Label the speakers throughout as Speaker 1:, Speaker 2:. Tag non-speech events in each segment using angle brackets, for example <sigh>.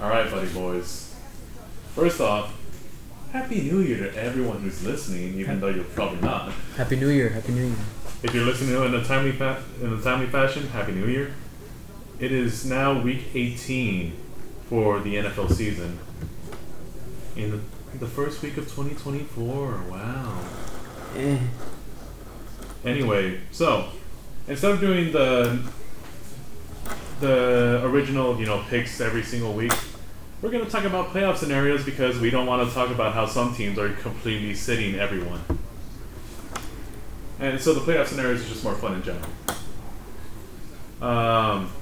Speaker 1: All right, buddy boys. First off, Happy New Year to everyone who's listening, even though you're probably not.
Speaker 2: Happy New Year. Happy New Year.
Speaker 1: If you're listening in a timely fa- in a timely fashion, Happy New Year. It is now week 18 for the NFL season. In the, the first week of 2024. Wow.
Speaker 2: Eh.
Speaker 1: Anyway, so instead of doing the the original, you know, picks every single week, we're going to talk about playoff scenarios because we don't want to talk about how some teams are completely sitting everyone. And so the playoff scenarios is just more fun in general. Um,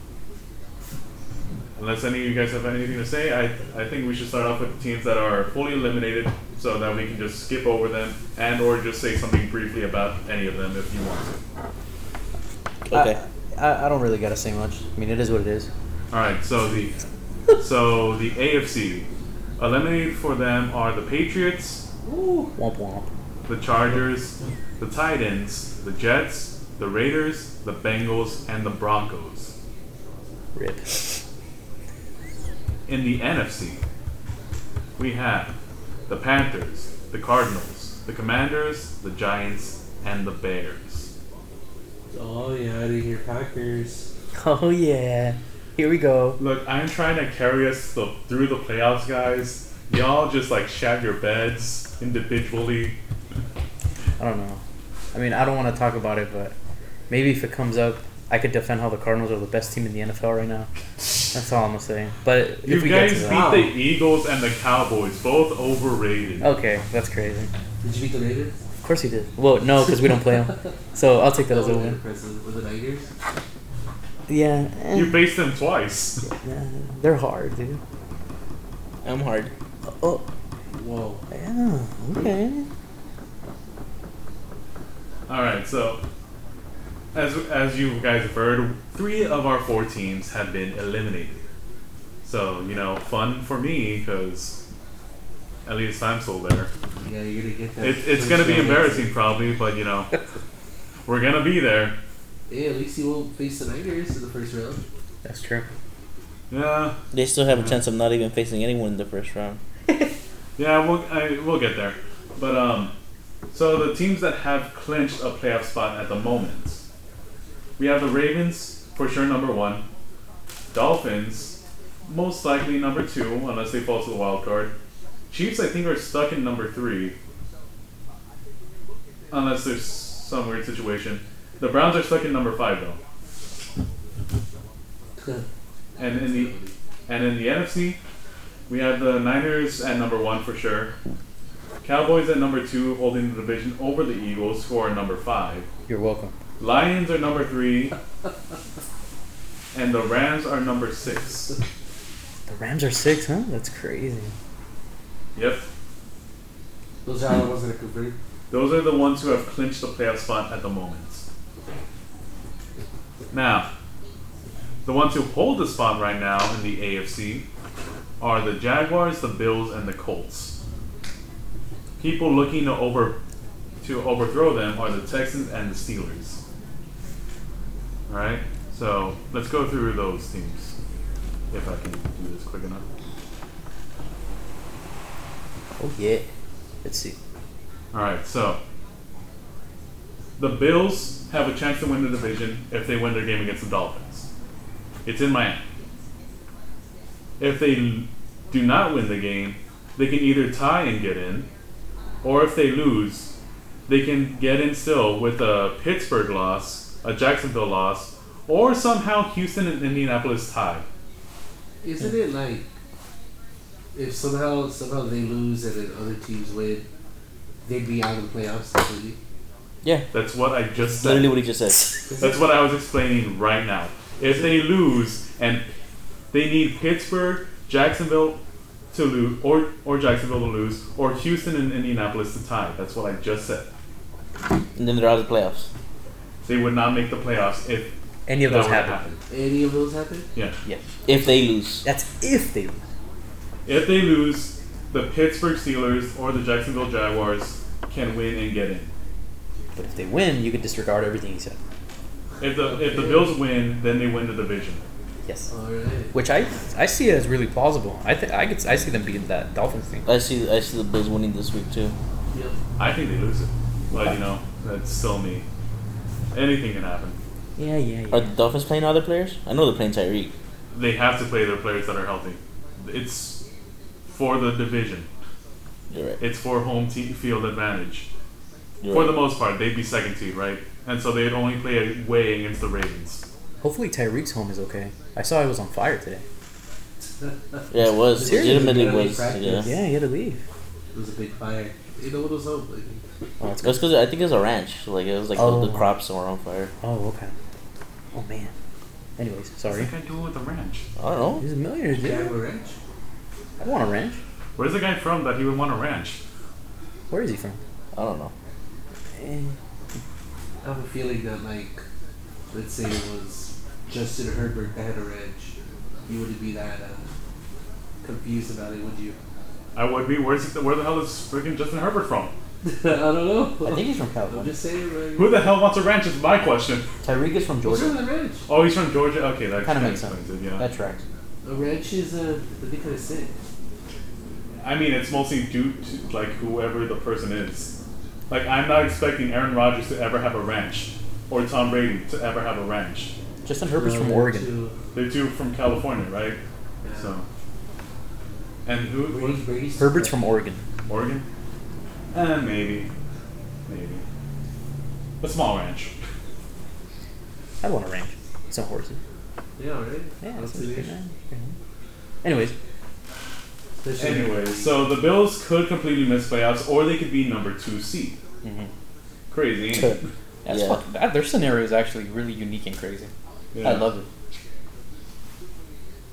Speaker 1: unless any of you guys have anything to say, I, I think we should start off with teams that are fully eliminated so that we can just skip over them and or just say something briefly about any of them if you want to.
Speaker 3: Okay.
Speaker 2: I, I, I don't really gotta say much. I mean, it is what it is.
Speaker 1: All right, so the so the AFC eliminated for them are the Patriots,
Speaker 2: Womp womp.
Speaker 1: the Chargers, the Titans, the Jets, the Raiders, the Bengals, and the Broncos.
Speaker 2: Rip. <laughs>
Speaker 1: In the NFC, we have the Panthers, the Cardinals, the Commanders, the Giants, and the Bears.
Speaker 3: Oh yeah, I didn't hear Packers.
Speaker 2: Oh yeah. Here we go.
Speaker 1: Look, I'm trying to carry us the, through the playoffs, guys. Y'all just like shat your beds individually.
Speaker 2: I don't know. I mean, I don't want to talk about it, but maybe if it comes up, I could defend how the Cardinals are the best team in the NFL right now. That's all I'm gonna say. But if
Speaker 1: You
Speaker 2: we
Speaker 1: guys
Speaker 2: get
Speaker 1: beat
Speaker 2: to that, Uh,
Speaker 1: the Eagles and the Cowboys, both overrated.
Speaker 2: okay, that's crazy.
Speaker 3: Did you beat the Raiders?
Speaker 2: Of course he did. Well, no, because we don't play <laughs> him. So I'll take that as a win.
Speaker 3: impressive. Were the Niners?
Speaker 2: Yeah. eh,
Speaker 1: You faced them twice. <laughs>
Speaker 2: yeah, they're hard, dude.
Speaker 4: I'm hard.
Speaker 2: Oh,
Speaker 3: Whoa.
Speaker 2: yeah. Okay.
Speaker 1: All right, so as as you guys have heard, three of our four teams have been eliminated. So you know, fun for me because at least I'm still there.
Speaker 3: Yeah, you're gonna get that.
Speaker 1: It, it's
Speaker 3: first
Speaker 1: gonna be
Speaker 3: round
Speaker 1: embarrassing probably, but you know, we're gonna be there.
Speaker 3: exit. Yeah, at least you won't face the Niners in the first round.
Speaker 2: That's true.
Speaker 1: Yeah,
Speaker 4: They still have a chance of not even facing anyone in the first round.
Speaker 1: yeah, we'll I, we'll get there. But um, so the teams that have clinched a playoff spot at the moment, we have the Ravens for sure number one, Dolphins most likely number two unless they fall to the wild card. Chiefs I think are stuck in number three unless there's some weird situation. The Browns are stuck in number five though. And in the and in the NFC, we have the Niners at number one for sure. Cowboys at number two, holding the division over the Eagles, who are number five.
Speaker 2: You're welcome.
Speaker 1: Lions are number three, and the Rams are number six.
Speaker 2: The Rams are six, huh? That's crazy.
Speaker 1: Yep,
Speaker 3: Those are the ones that are confirmed.
Speaker 1: those are the ones who have clinched the playoff spot at the moment. Now, the ones who hold the spot right now in the AFC are the Jaguars, the Bills, and the Colts. People looking to over to overthrow them are the Texans and the Steelers. All right, so let's go through those teams if I can do this quick enough.
Speaker 2: Oh yeah. Let's see.
Speaker 1: All right, so the Bills have a chance to win the division if they win their game against the Dolphins. It's in Miami. If they l- do not win the game, they can either tie and get in, or if they lose, they can get in still with a Pittsburgh loss, a Jacksonville loss, or somehow Houston and Indianapolis tie.
Speaker 3: Isn't it like if somehow somehow they lose and then other teams win, they'd be out of the playoffs completely?
Speaker 4: Yeah,
Speaker 1: That's what I just
Speaker 4: that's
Speaker 1: said.
Speaker 4: literally what he just said.
Speaker 1: That's what I was explaining right now. If they lose and they need Pittsburgh, Jacksonville to lose, or or Jacksonville to lose, or Houston and Indianapolis to tie. That's what I just said.
Speaker 4: And then they're out of the playoffs.
Speaker 1: They would not make the playoffs if
Speaker 2: Any of
Speaker 1: that
Speaker 2: those
Speaker 1: were to
Speaker 2: happen.
Speaker 1: happen.
Speaker 3: Any of those happen?
Speaker 1: Yeah.
Speaker 4: Yeah. If they lose.
Speaker 2: That's if they lose.
Speaker 1: If they lose, the Pittsburgh Steelers or the Jacksonville Jaguars can win and get in.
Speaker 2: But if they win, you could disregard everything he said.
Speaker 1: If the if the Bills win, then they win the division.
Speaker 2: Yes.
Speaker 3: All right.
Speaker 2: Which I I see as really plausible. I think I could I see them beating that Dolphins team.
Speaker 4: I see. I see the Bills winning this week too.
Speaker 3: Yep.
Speaker 1: I think they lose it. But you know, that's still me. Anything can happen.
Speaker 2: Yeah, yeah,
Speaker 4: Are the Dolphins playing other players? I know they're playing Tyreek.
Speaker 1: They have to play their players that are healthy. It's for the division.
Speaker 4: You're right.
Speaker 1: It's for home team field advantage.
Speaker 4: You're
Speaker 1: For
Speaker 4: right.
Speaker 1: the most part, they'd be second seed, right? And so they'd only play away against the Ravens.
Speaker 2: Hopefully Tyreek's home is okay. I saw he was on fire today.
Speaker 4: yeah, it was
Speaker 2: Seriously,
Speaker 4: legitimately
Speaker 3: you gotta
Speaker 4: was.
Speaker 3: practice.
Speaker 4: Yeah,
Speaker 2: Yeah, he had to leave.
Speaker 3: It was a big fire. You know what was up? Like,
Speaker 2: Oh, that's good.
Speaker 4: that's because I think it was a ranch. So like it was like the- the,
Speaker 2: Oh.
Speaker 4: crops were on fire.
Speaker 2: Oh, okay. Oh man. Anyways, sorry.
Speaker 1: What's that guy doing with the ranch?
Speaker 4: I don't know.
Speaker 2: He's a millionaire,
Speaker 3: you have
Speaker 2: dude.
Speaker 3: a ranch?
Speaker 2: I want a ranch.
Speaker 1: Where's the guy from that he would want a ranch?
Speaker 2: Where is he from?
Speaker 4: I don't know.
Speaker 2: Eh,
Speaker 3: I have a feeling that, like, let's say it was Justin Herbert that had a ranch, you wouldn't be that uh, confused about it, would you? <laughs>
Speaker 1: I would be. Where's where the hell is freaking Justin Herbert from?
Speaker 3: I don't know.
Speaker 2: I think he's from
Speaker 3: I'm
Speaker 2: California.
Speaker 3: just saying, like,
Speaker 1: Who the hell wants a ranch? Is my question.
Speaker 2: Tyreek is from
Speaker 3: what's
Speaker 2: Georgia.
Speaker 3: on the ranch?
Speaker 1: Oh, he's from Georgia. Okay, that
Speaker 2: Kinda
Speaker 1: kinda
Speaker 2: makes
Speaker 1: explains
Speaker 2: sense.
Speaker 1: it. Yeah.
Speaker 2: That tracks.
Speaker 3: A ranch is a, I think I said.
Speaker 1: I mean, it's mostly due to like whoever the person is. Like, I'm not expecting Aaron Rodgers to ever have a ranch, or Tom Brady to ever have a ranch.
Speaker 2: Justin Herbert's from Oregon.
Speaker 3: To,
Speaker 1: They're two from California, right?
Speaker 3: yeah.
Speaker 1: So. And who?
Speaker 3: Brady,
Speaker 1: who's
Speaker 3: Brady's
Speaker 2: Herbert's from Oregon.
Speaker 1: Oregon? Uh, maybe, maybe. A small ranch.
Speaker 2: I want a ranch. Some horses.
Speaker 3: Yeah, right?
Speaker 2: Yeah,
Speaker 3: That's
Speaker 2: that's
Speaker 3: it.
Speaker 2: good, man. Anyways,
Speaker 3: That's your-
Speaker 1: Anyway, so the Bills could completely miss playoffs, or they could be number two seed.
Speaker 2: Mhm.
Speaker 1: Crazy. ain't it?
Speaker 2: that's
Speaker 4: Yeah.
Speaker 2: fuck- that, their scenario is actually really unique and crazy.
Speaker 1: Yeah.
Speaker 2: I love it.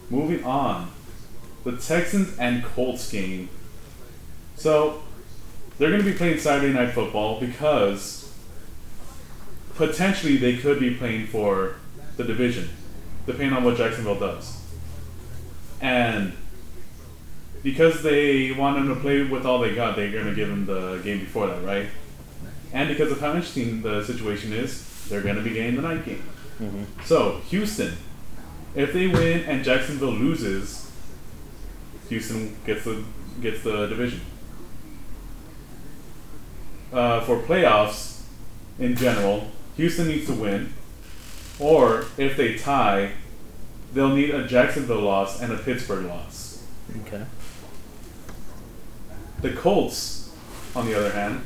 Speaker 1: Moving on, the Texans and Colts game. So they're going to be playing Saturday Night Football because potentially they could be playing for the division, depending on what Jacksonville does. And because they want them to play with all they got, they're going to give them the game before that, right? And because of how interesting the situation is, they're going to be getting the night game. So Houston, if they win and Jacksonville loses, Houston gets the gets the division. Uh, for playoffs, in general, Houston needs to win, or if they tie, they'll need a Jacksonville loss and a Pittsburgh loss.
Speaker 2: Okay.
Speaker 1: The Colts, on the other hand,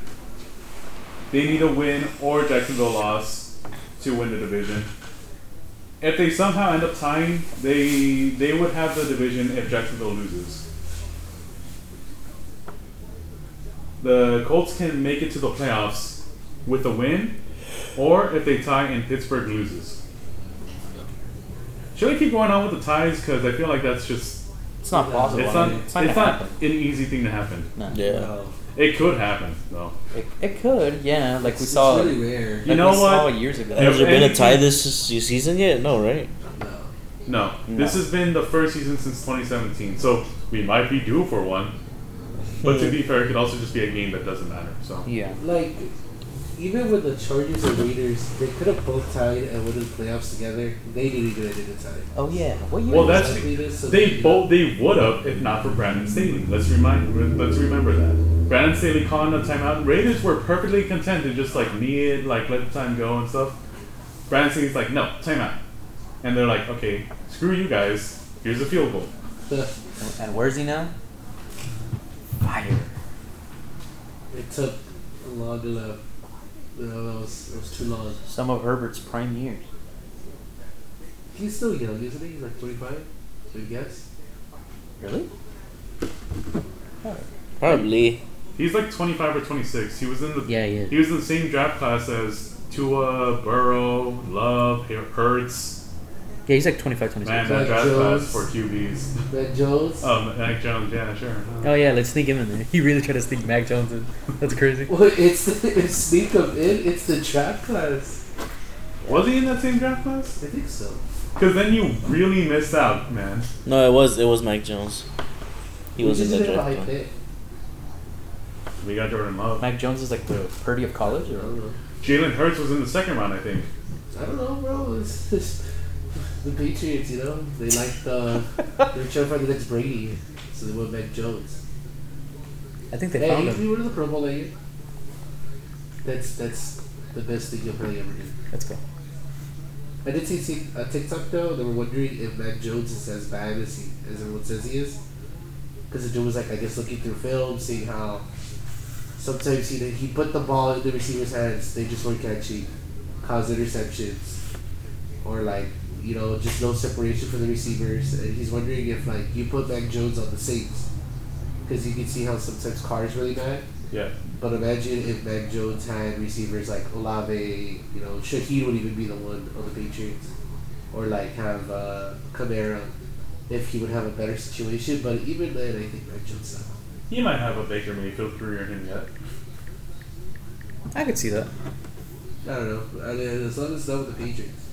Speaker 1: they need a win or Jacksonville loss to win the division. If they somehow end up tying, they they would have the division if Jacksonville loses. The Colts can make it to the playoffs with a win, or if they tie and Pittsburgh loses. Should we keep going on with the ties? Because I feel like that's just
Speaker 2: It's not
Speaker 3: Yeah.
Speaker 2: plausible.
Speaker 1: it's
Speaker 2: I
Speaker 1: not
Speaker 2: mean,
Speaker 1: it's
Speaker 2: not
Speaker 1: not,
Speaker 2: gonna happen.
Speaker 1: an easy thing to happen.
Speaker 2: No.
Speaker 4: Yeah.
Speaker 3: Wow.
Speaker 1: It could happen though.
Speaker 2: It, it could, yeah. Like we
Speaker 3: It's
Speaker 2: saw,
Speaker 3: really rare.
Speaker 2: like
Speaker 1: know
Speaker 2: we saw
Speaker 1: what?
Speaker 2: years ago.
Speaker 1: Yeah.
Speaker 4: Has there been a tie
Speaker 1: Anything-
Speaker 4: this se- season yet? No, right?
Speaker 3: No.
Speaker 1: No, this has been the first season since 2017, so we might be due for one. But to be fair, it could also just be a game that doesn't matter. So
Speaker 2: Yeah.
Speaker 3: Like, even with the Chargers and Raiders, they could have both tied and went to the playoffs together. They didn't do it at a time.
Speaker 2: Oh yeah. What year?
Speaker 1: well,
Speaker 2: was
Speaker 1: that's they both they would have if not for Brandon Staley. Let's remind let's remember that Brandon Staley calling a timeout. Raiders were perfectly content to just like knee it, like let the time go and stuff. Brandon Staley's like, no timeout, and they're like, okay, screw you guys. Here's a field goal.
Speaker 3: The,
Speaker 2: that? And where's he now? Fire.
Speaker 3: it took long enough. No, that was, it was too long.
Speaker 2: Some of Herbert's prime years.
Speaker 3: He's still young, isn't he? He's like 25, I guess.
Speaker 2: Really?
Speaker 4: Probably.
Speaker 1: He's like 25 or 26. He was in the
Speaker 2: Yeah, he is.
Speaker 1: He was in the same draft class as Tua, Burrow, Love, Hurts.
Speaker 2: Yeah, he's like 25, 26.
Speaker 1: Man, that
Speaker 3: Mac
Speaker 1: draft class
Speaker 3: Jones.
Speaker 1: for QBs.
Speaker 3: Matt Jones.
Speaker 1: Um, Mac Jones, yeah, sure.
Speaker 2: Oh yeah, let's sneak him in there. <laughs> He really tried to sneak Mac Jones in. That's crazy.
Speaker 3: Well, it's the, if sneak of in, it's the trap class.
Speaker 1: Was he in that same draft class?
Speaker 3: I think so.
Speaker 1: Because then you really missed out, man.
Speaker 4: No, it was it was Mike Jones. He was in
Speaker 3: just
Speaker 4: the
Speaker 3: didn't have a high
Speaker 4: draft.
Speaker 3: pick.
Speaker 1: We got Jordan Love.
Speaker 2: Mac Jones is like the Purdy of college,
Speaker 3: I
Speaker 2: or
Speaker 3: don't know.
Speaker 1: Jalen Hurts was in the second round, I think.
Speaker 3: I don't know, bro. It's just, The Patriots, you know, they like the they were trying to find the next Brady, so they went Mac Jones.
Speaker 2: I think they
Speaker 3: hey,
Speaker 2: found
Speaker 3: if
Speaker 2: him.
Speaker 3: you were to the Pro Bowl that year, that's that's the best thing you'll probably ever do.
Speaker 2: Let's go.
Speaker 3: I did see see a TikTok though. They were wondering if Mac Jones is as bad as he as everyone says he is, because the dude was like, I guess looking through film, seeing how sometimes he he put the ball in the receiver's hands, they just weren't catching, cause interceptions, or like you know just no separation for the receivers. And he's wondering if like you put Mac Jones on the Saints, because you can see how sometimes Carr is really bad.
Speaker 1: Yeah.
Speaker 3: But imagine if Mac Jones had receivers like Olave, you know, Shaheed would even be the one on the Patriots, or like have uh, Camara, if he would have a better situation. But even then, I think Mac Jones. sucks.
Speaker 1: He might have a Baker Mayfield career in him yet.
Speaker 2: I could see that.
Speaker 3: I don't know. I mean, as long as it's not with the Patriots,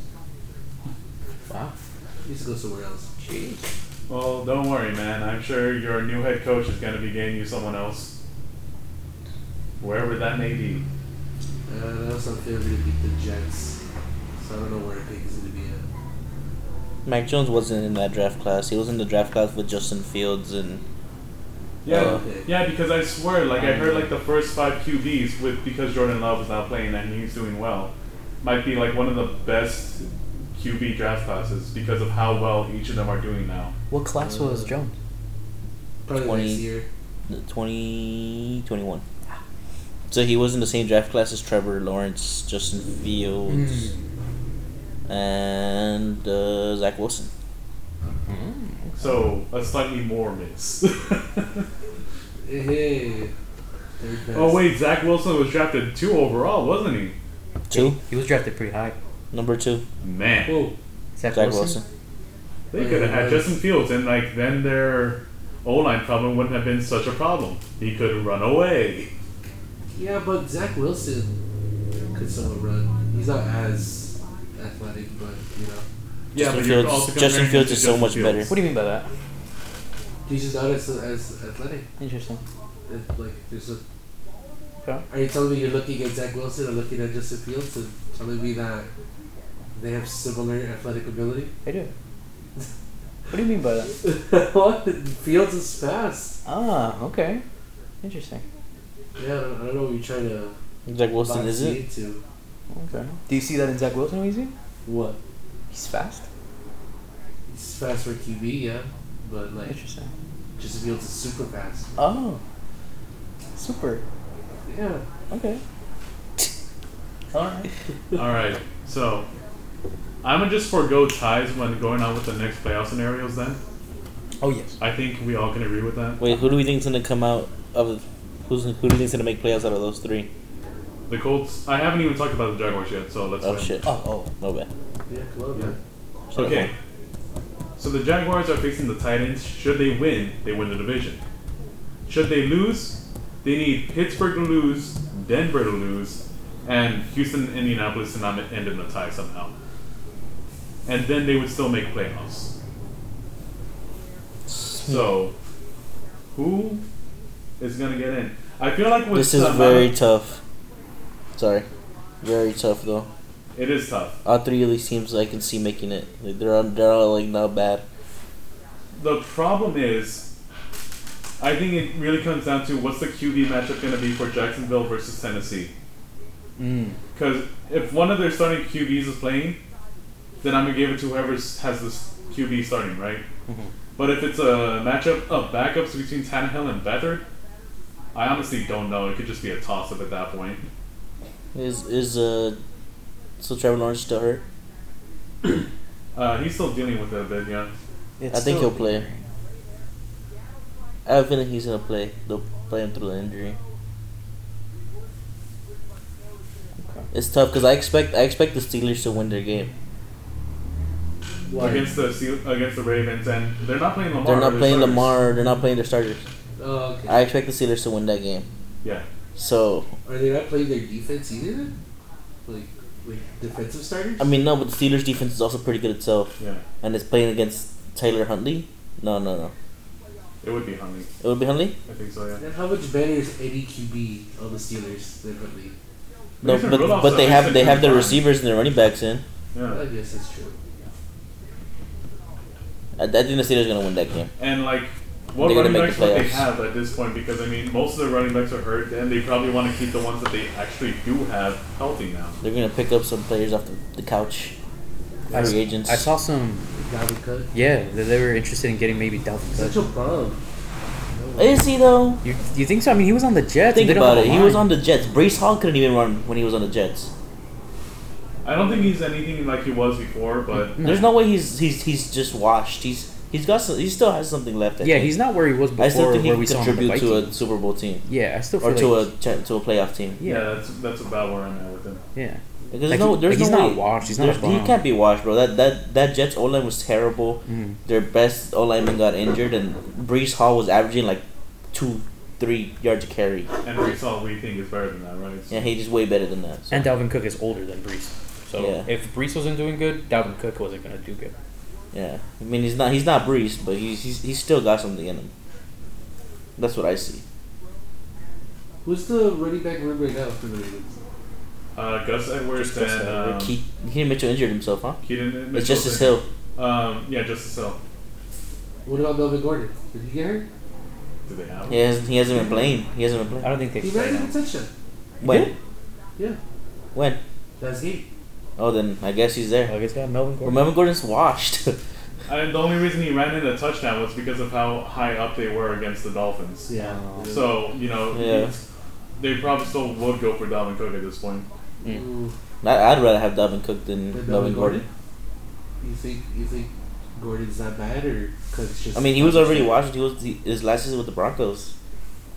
Speaker 2: Wow.
Speaker 3: he needs to go somewhere else.
Speaker 2: Jeez.
Speaker 1: Well, don't worry, man. I'm sure your new head coach is going to be getting you someone else. Wherever that may be.
Speaker 3: Uh, I also feel going to beat the Jets, so I don't know where I think is going to be at.
Speaker 4: Mac Jones wasn't in that draft class. He was in the draft class with Justin Fields and
Speaker 1: Yeah,
Speaker 4: Uh,
Speaker 1: yeah, because I swear, like, I heard, like, the first five QBs, with because Jordan Love is not playing and he's doing well, might be, like, one of the best QB draft classes because of how well each of them are doing now.
Speaker 2: What class was Jones?
Speaker 3: Probably
Speaker 4: 20.
Speaker 3: next year.
Speaker 4: the 20, 21. So he was in the same draft class as Trevor Lawrence, Justin Fields,
Speaker 2: Hmm.
Speaker 4: and uh, Zach Wilson.
Speaker 1: So, a slightly more miss. <laughs>
Speaker 3: Hey, Hey, third best.
Speaker 1: oh, wait, Zach Wilson was drafted two overall, wasn't he?
Speaker 4: Two,
Speaker 2: He was drafted pretty high.
Speaker 4: number two,
Speaker 1: Man.
Speaker 4: Oh,
Speaker 3: Whoa.
Speaker 2: Zach,
Speaker 4: Zach
Speaker 2: Wilson?
Speaker 4: Wilson.
Speaker 1: They could have had
Speaker 3: Yes.
Speaker 1: Justin Fields, and like then their O line problem wouldn't have been such a problem. He could run away.
Speaker 3: Yeah, but Zach Wilson could somewhat run. He's not as athletic, but you know,
Speaker 1: Yeah,
Speaker 4: Justin
Speaker 1: but you're
Speaker 4: Fields-
Speaker 1: also
Speaker 4: Justin
Speaker 1: comparing him
Speaker 4: Fields
Speaker 1: to
Speaker 4: is so
Speaker 1: Justin
Speaker 4: much
Speaker 1: Fields.
Speaker 4: better.
Speaker 2: What do you mean by that?
Speaker 3: he's just not as, as athletic.
Speaker 2: Interesting.
Speaker 3: It, like, there's a.
Speaker 2: Okay.
Speaker 3: Are you telling me you're looking at Zach Wilson or looking at Justin Fields and telling me that they have similar athletic ability? <laughs>
Speaker 2: I do. What do you mean by that?
Speaker 3: what? Fields is fast.
Speaker 2: Ah, okay. Interesting.
Speaker 3: Yeah, I don't, I don't know what you're trying to.
Speaker 4: Zach Wilson
Speaker 3: box
Speaker 4: is
Speaker 3: me
Speaker 4: it?
Speaker 3: Into.
Speaker 2: Okay. Do you see that in Zach Wilson, Weezy?
Speaker 3: What?
Speaker 2: He's fast.
Speaker 3: He's fast for QB, yeah, but like
Speaker 2: Interesting.
Speaker 3: Justin Fields is super fast.
Speaker 2: Oh. Super.
Speaker 3: Yeah.
Speaker 2: Okay. Alright.
Speaker 1: All right, so I'm gonna just forego ties when going on with the next playoff scenarios. Then
Speaker 2: Oh, yes.
Speaker 1: I think we all can agree with that.
Speaker 4: Wait, who do we think's gonna come out of? Who's who do you think's gonna make playoffs out of those three?
Speaker 1: The Colts. I haven't even talked about the Jaguars yet, so let's.
Speaker 4: Oh
Speaker 1: wait.
Speaker 4: shit!
Speaker 2: Oh, oh.
Speaker 4: No bad.
Speaker 3: Yeah, come on,
Speaker 1: Yeah.
Speaker 3: man.
Speaker 4: Shut up,
Speaker 1: Okay. So the Jaguars are facing the Titans. Should they win, they win the division. Should they lose, they need Pittsburgh to lose, Denver to lose, and Houston, Indianapolis to not end in a tie somehow. And then they would still make playoffs. So, who is gonna get in? I feel like with
Speaker 4: Hmm. This is
Speaker 1: the amount
Speaker 4: very
Speaker 1: of-
Speaker 4: tough. Sorry, very tough though.
Speaker 1: it is tough.
Speaker 4: All three of these teams I can see making it. Like, they're all, they're all like not bad.
Speaker 1: The problem is, I think it really comes down to what's the QB matchup gonna be for Jacksonville versus Tennessee.
Speaker 2: Mm.
Speaker 1: Because if one of their starting QBs is playing, then I'm gonna give it to whoever s- has this QB starting, right?
Speaker 4: Mm-hmm.
Speaker 1: But if it's a matchup of backups between Tannehill and Beathard, I honestly don't know. It could just be a toss up at that point.
Speaker 4: Is is uh, so Trevor Lawrence still hurt?
Speaker 1: Uh, he's still dealing with it a bit, yeah.
Speaker 2: It's
Speaker 4: I think
Speaker 2: still-
Speaker 4: he'll play. I have a feeling he's gonna play. They'll play him through the injury.
Speaker 2: Okay.
Speaker 4: It's tough because I expect I expect the Steelers to win their game.
Speaker 3: Why?
Speaker 1: Against the Seal- against the Ravens, and they're not playing Lamar.
Speaker 4: They're not
Speaker 1: or
Speaker 4: playing
Speaker 1: starters.
Speaker 4: Lamar. They're not playing their starters.
Speaker 3: Oh, okay.
Speaker 4: I expect the Steelers to win that game.
Speaker 1: Yeah,
Speaker 4: So
Speaker 3: Are they not playing their defense either? Then? Like, like defensive starters?
Speaker 4: I mean, no, but the Steelers defense is also pretty good itself,
Speaker 1: yeah.
Speaker 4: and it's playing against Taylor Huntley. No, no, no.
Speaker 1: It would be Huntley.
Speaker 4: It would be Huntley.
Speaker 1: I think so, yeah.
Speaker 3: Then how much better is any QB on the Steelers than Huntley?
Speaker 4: No,
Speaker 1: Mason
Speaker 4: but
Speaker 1: Rudolph's
Speaker 4: but they
Speaker 1: a-
Speaker 4: have they have their
Speaker 1: fine.
Speaker 4: receivers and their running backs in.
Speaker 1: Yeah.
Speaker 3: I guess that's true.
Speaker 4: I, I think the Steelers are gonna win that game.
Speaker 1: And like, what
Speaker 4: They're gonna
Speaker 1: running backs
Speaker 4: make the
Speaker 1: would they
Speaker 4: playoffs.
Speaker 1: have at this point? Because I mean, most of the running backs are hurt, and they probably want to keep the ones that they actually do have healthy now.
Speaker 4: They're gonna pick up some players off the, the couch.
Speaker 2: I, s-
Speaker 4: Free agents.
Speaker 2: I saw some.
Speaker 3: Dalvin Cook.
Speaker 2: Yeah, that they were interested in getting maybe Dalvin
Speaker 3: Such
Speaker 2: Cook.
Speaker 3: a bum. No way.
Speaker 4: Is he though?
Speaker 2: You, you think so? I mean, he was on the Jets.
Speaker 4: Think
Speaker 2: they don't have
Speaker 4: about it.
Speaker 2: a
Speaker 4: He was on
Speaker 2: line.
Speaker 4: the Jets. Brees Hall couldn't even run when he was on the Jets.
Speaker 1: I don't think he's anything like he was before, but
Speaker 4: <laughs> There's no way he's he's he's just washed. He's he's got some, he still has something left. I
Speaker 2: Yeah,
Speaker 4: think.
Speaker 2: he's not where he was before.
Speaker 4: I still think he
Speaker 2: where
Speaker 4: can
Speaker 2: we saw him on the
Speaker 4: contribute to a
Speaker 2: Vikings.
Speaker 4: Super Bowl team
Speaker 2: Yeah, I still feel
Speaker 4: or to
Speaker 2: like
Speaker 4: a cha- to a playoff team.
Speaker 1: yeah,
Speaker 2: Yeah.
Speaker 1: that's that's about where I'm at with him.
Speaker 2: yeah.
Speaker 4: Because
Speaker 2: Like,
Speaker 4: there's no,
Speaker 2: he-
Speaker 4: there's
Speaker 2: like, he's
Speaker 4: no
Speaker 2: not
Speaker 4: way.
Speaker 2: washed, he's not a
Speaker 4: There's- he
Speaker 2: bomb.
Speaker 4: can't be washed, bro. That that that Jets O line was terrible.
Speaker 2: Mm.
Speaker 4: Their best O lineman got injured, and Brees Hall was averaging like two, three yards a carry.
Speaker 1: And we saw we think is better than that, right? So-
Speaker 4: Yeah, he's just way better than that. So.
Speaker 2: And Dalvin Cook is older than Brees. So
Speaker 4: Yeah.
Speaker 2: if Brees wasn't doing good, Dalvin Cook wasn't going to do good.
Speaker 4: Yeah, I mean he's not he's not Brees, but he's he's, he's still got something in him. That's what I see.
Speaker 3: Who's the running back room right now for the Ravens?
Speaker 1: Uh, Gus Edwards
Speaker 2: Just Gus
Speaker 1: and um,
Speaker 2: Edwards.
Speaker 4: Keith Keaton Mitchell injured himself, huh?
Speaker 1: Keaton. Mitchell
Speaker 4: It's Justice
Speaker 1: and-
Speaker 4: Hill.
Speaker 1: Um, yeah, Justice Hill.
Speaker 3: What about Melvin Gordon? Did he get hurt?
Speaker 1: Do they have? him?
Speaker 4: He hasn't he hasn't been playing. He hasn't been
Speaker 2: I
Speaker 4: playing.
Speaker 2: don't think they
Speaker 3: He
Speaker 2: play
Speaker 3: ran
Speaker 2: now.
Speaker 3: into a touchdown.
Speaker 4: When
Speaker 3: Yeah,
Speaker 4: when?
Speaker 3: that's he.
Speaker 4: Oh, then I guess he's there.
Speaker 2: Well, I guess yeah, Melvin
Speaker 4: Well,
Speaker 2: Gordon.
Speaker 4: Melvin Gordon's washed. <laughs>
Speaker 1: And the only reason he ran in a touchdown was because of how high up they were against the Dolphins.
Speaker 3: Yeah.
Speaker 2: Oh.
Speaker 1: So you know,
Speaker 4: Yeah.
Speaker 1: they probably still would go for Dalvin Cook at this point.
Speaker 3: Ooh.
Speaker 4: I, I'd rather have Dalvin Cook
Speaker 3: Than
Speaker 4: than Melvin
Speaker 3: Melvin
Speaker 4: Gordon.
Speaker 3: Gordon? You think you think Gordon's not bad or Cook's just?
Speaker 4: I mean, he was already washed. He was he, his last season with the Broncos.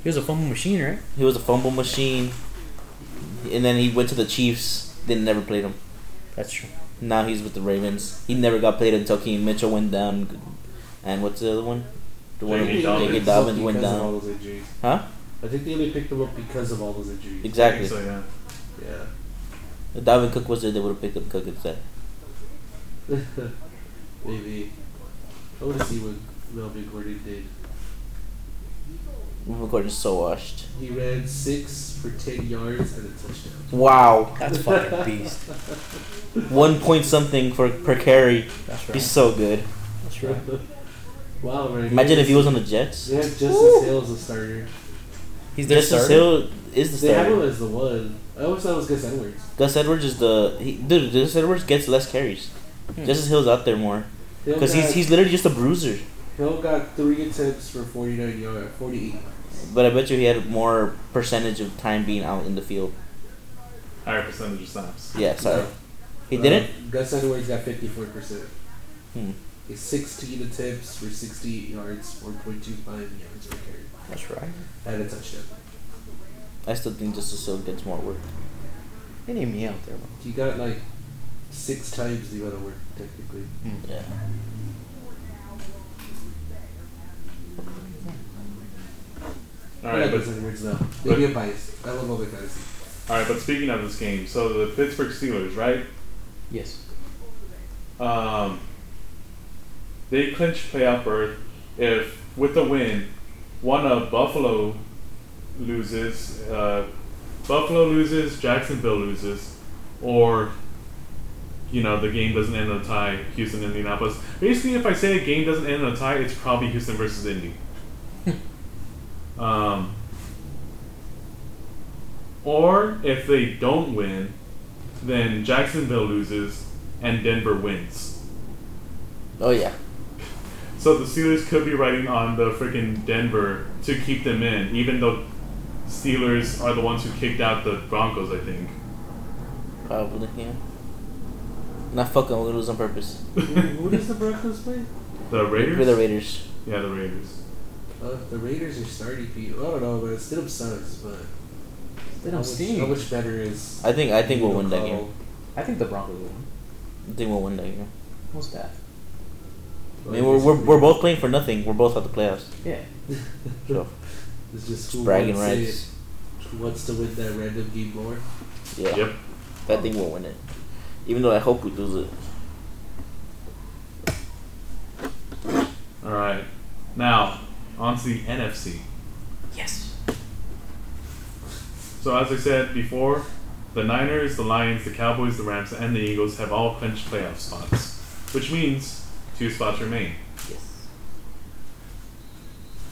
Speaker 2: He was a fumble machine, right?
Speaker 4: He was a fumble machine, and then he went to the Chiefs. They never played him.
Speaker 2: That's true.
Speaker 4: Now he's with the Ravens. He never got played until Keaton Mitchell went down, and what's the other one? The one
Speaker 1: J.K. Dobbins.
Speaker 4: J.K. Dobbins went
Speaker 3: because of
Speaker 4: down.
Speaker 3: all those injuries.
Speaker 4: Huh?
Speaker 3: I think they only picked him up because of all those injuries.
Speaker 1: I
Speaker 4: Exactly.
Speaker 1: think So yeah.
Speaker 3: Yeah.
Speaker 4: If Dalvin Cook was there, they would have picked up Cook instead.
Speaker 3: <laughs> Maybe. I want to see what Melvin Gordon did.
Speaker 4: Melvin Gordon's so washed.
Speaker 3: He ran six for ten yards and a touchdown.
Speaker 4: Wow,
Speaker 2: That's <laughs> fucking beast.
Speaker 3: <laughs>
Speaker 4: one point something for per carry.
Speaker 2: That's
Speaker 4: He's
Speaker 2: right.
Speaker 4: so good.
Speaker 2: That's true.
Speaker 3: wow, right?
Speaker 4: Imagine if he was on the Jets.
Speaker 3: They have Justice
Speaker 4: Woo!
Speaker 3: Hill as a starter.
Speaker 2: He's their
Speaker 4: Justice
Speaker 2: starter.
Speaker 4: Hill is the
Speaker 3: They have him
Speaker 4: starter.
Speaker 3: as the one. I always thought it was Gus Edwards.
Speaker 4: Gus Edwards is the he, dude. Gus Edwards gets less carries.
Speaker 2: Hmm.
Speaker 4: Justice Hill's out there more
Speaker 3: Hill
Speaker 4: because he's
Speaker 3: got-
Speaker 4: he's literally just a bruiser.
Speaker 3: Hill got three attempts for forty nine yards, forty eight.
Speaker 4: But I bet you he had more percentage of time being out in the field.
Speaker 1: Higher percentage of snaps.
Speaker 4: Yeah, sorry. He
Speaker 3: Uh,
Speaker 4: didn't.
Speaker 3: Gus Edwards got fifty four percent.
Speaker 4: Hmm.
Speaker 3: It's sixteen attempts for sixty eight yards, one point two five yards per carry,
Speaker 2: That's right.
Speaker 3: and a touchdown.
Speaker 4: I still think Justice Hill gets more work.
Speaker 2: They need me out there, bro.
Speaker 3: He got like six times the amount of work technically.
Speaker 4: Yeah.
Speaker 1: All
Speaker 3: I
Speaker 1: right,
Speaker 3: like
Speaker 1: but
Speaker 3: Gus Edwards though. Maybe I'm biased. I love all my fantasy.
Speaker 1: all right, but speaking of this game, so the Pittsburgh Steelers, right?
Speaker 2: Yes.
Speaker 1: Um, they clinch playoff berth if, with a win, one of Buffalo loses, uh, Buffalo loses, Jacksonville loses, or you know the game doesn't end in a tie. Houston, Indianapolis. Basically, if I say a game doesn't end in a tie, it's probably Houston versus Indy. um, or if they don't win, then Jacksonville loses and Denver wins.
Speaker 4: Oh yeah.
Speaker 1: So the Steelers could be riding on the freaking Denver to keep them in, even though Steelers are the ones who kicked out the Broncos, I think. <laughs>
Speaker 4: Probably. Yeah. Not fucking. We're gonna lose on purpose.
Speaker 3: Who does the Broncos play?
Speaker 1: The Raiders?
Speaker 4: We're the Raiders.
Speaker 1: Yeah, the Raiders.
Speaker 3: Uh, the Raiders are starting people. I don't know, but Stidham sucks. But
Speaker 2: They
Speaker 3: how
Speaker 2: don't
Speaker 3: much,
Speaker 2: stink.
Speaker 3: how much better is?
Speaker 4: I think. I think we'll win that
Speaker 3: Carl?
Speaker 4: game.
Speaker 2: I think the Broncos will win.
Speaker 4: I think we'll win that game.
Speaker 2: What's that?
Speaker 4: I mean, we're, we're, we're both playing for nothing. We're both out the playoffs.
Speaker 2: Yeah.
Speaker 4: So
Speaker 3: It's just
Speaker 4: it's
Speaker 3: who
Speaker 4: bragging
Speaker 3: wants it,
Speaker 4: rights.
Speaker 3: who wants to win that random game more.
Speaker 4: Yeah.
Speaker 1: Yep.
Speaker 4: I think we'll win it. Even though I hope we lose it.
Speaker 1: Alright. Now, on to the NFC.
Speaker 2: Yes.
Speaker 1: So, as I said before, the Niners, the Lions, the Cowboys, the Rams, and the Eagles have all clinched playoff spots, which means two spots remain.
Speaker 4: Yeah.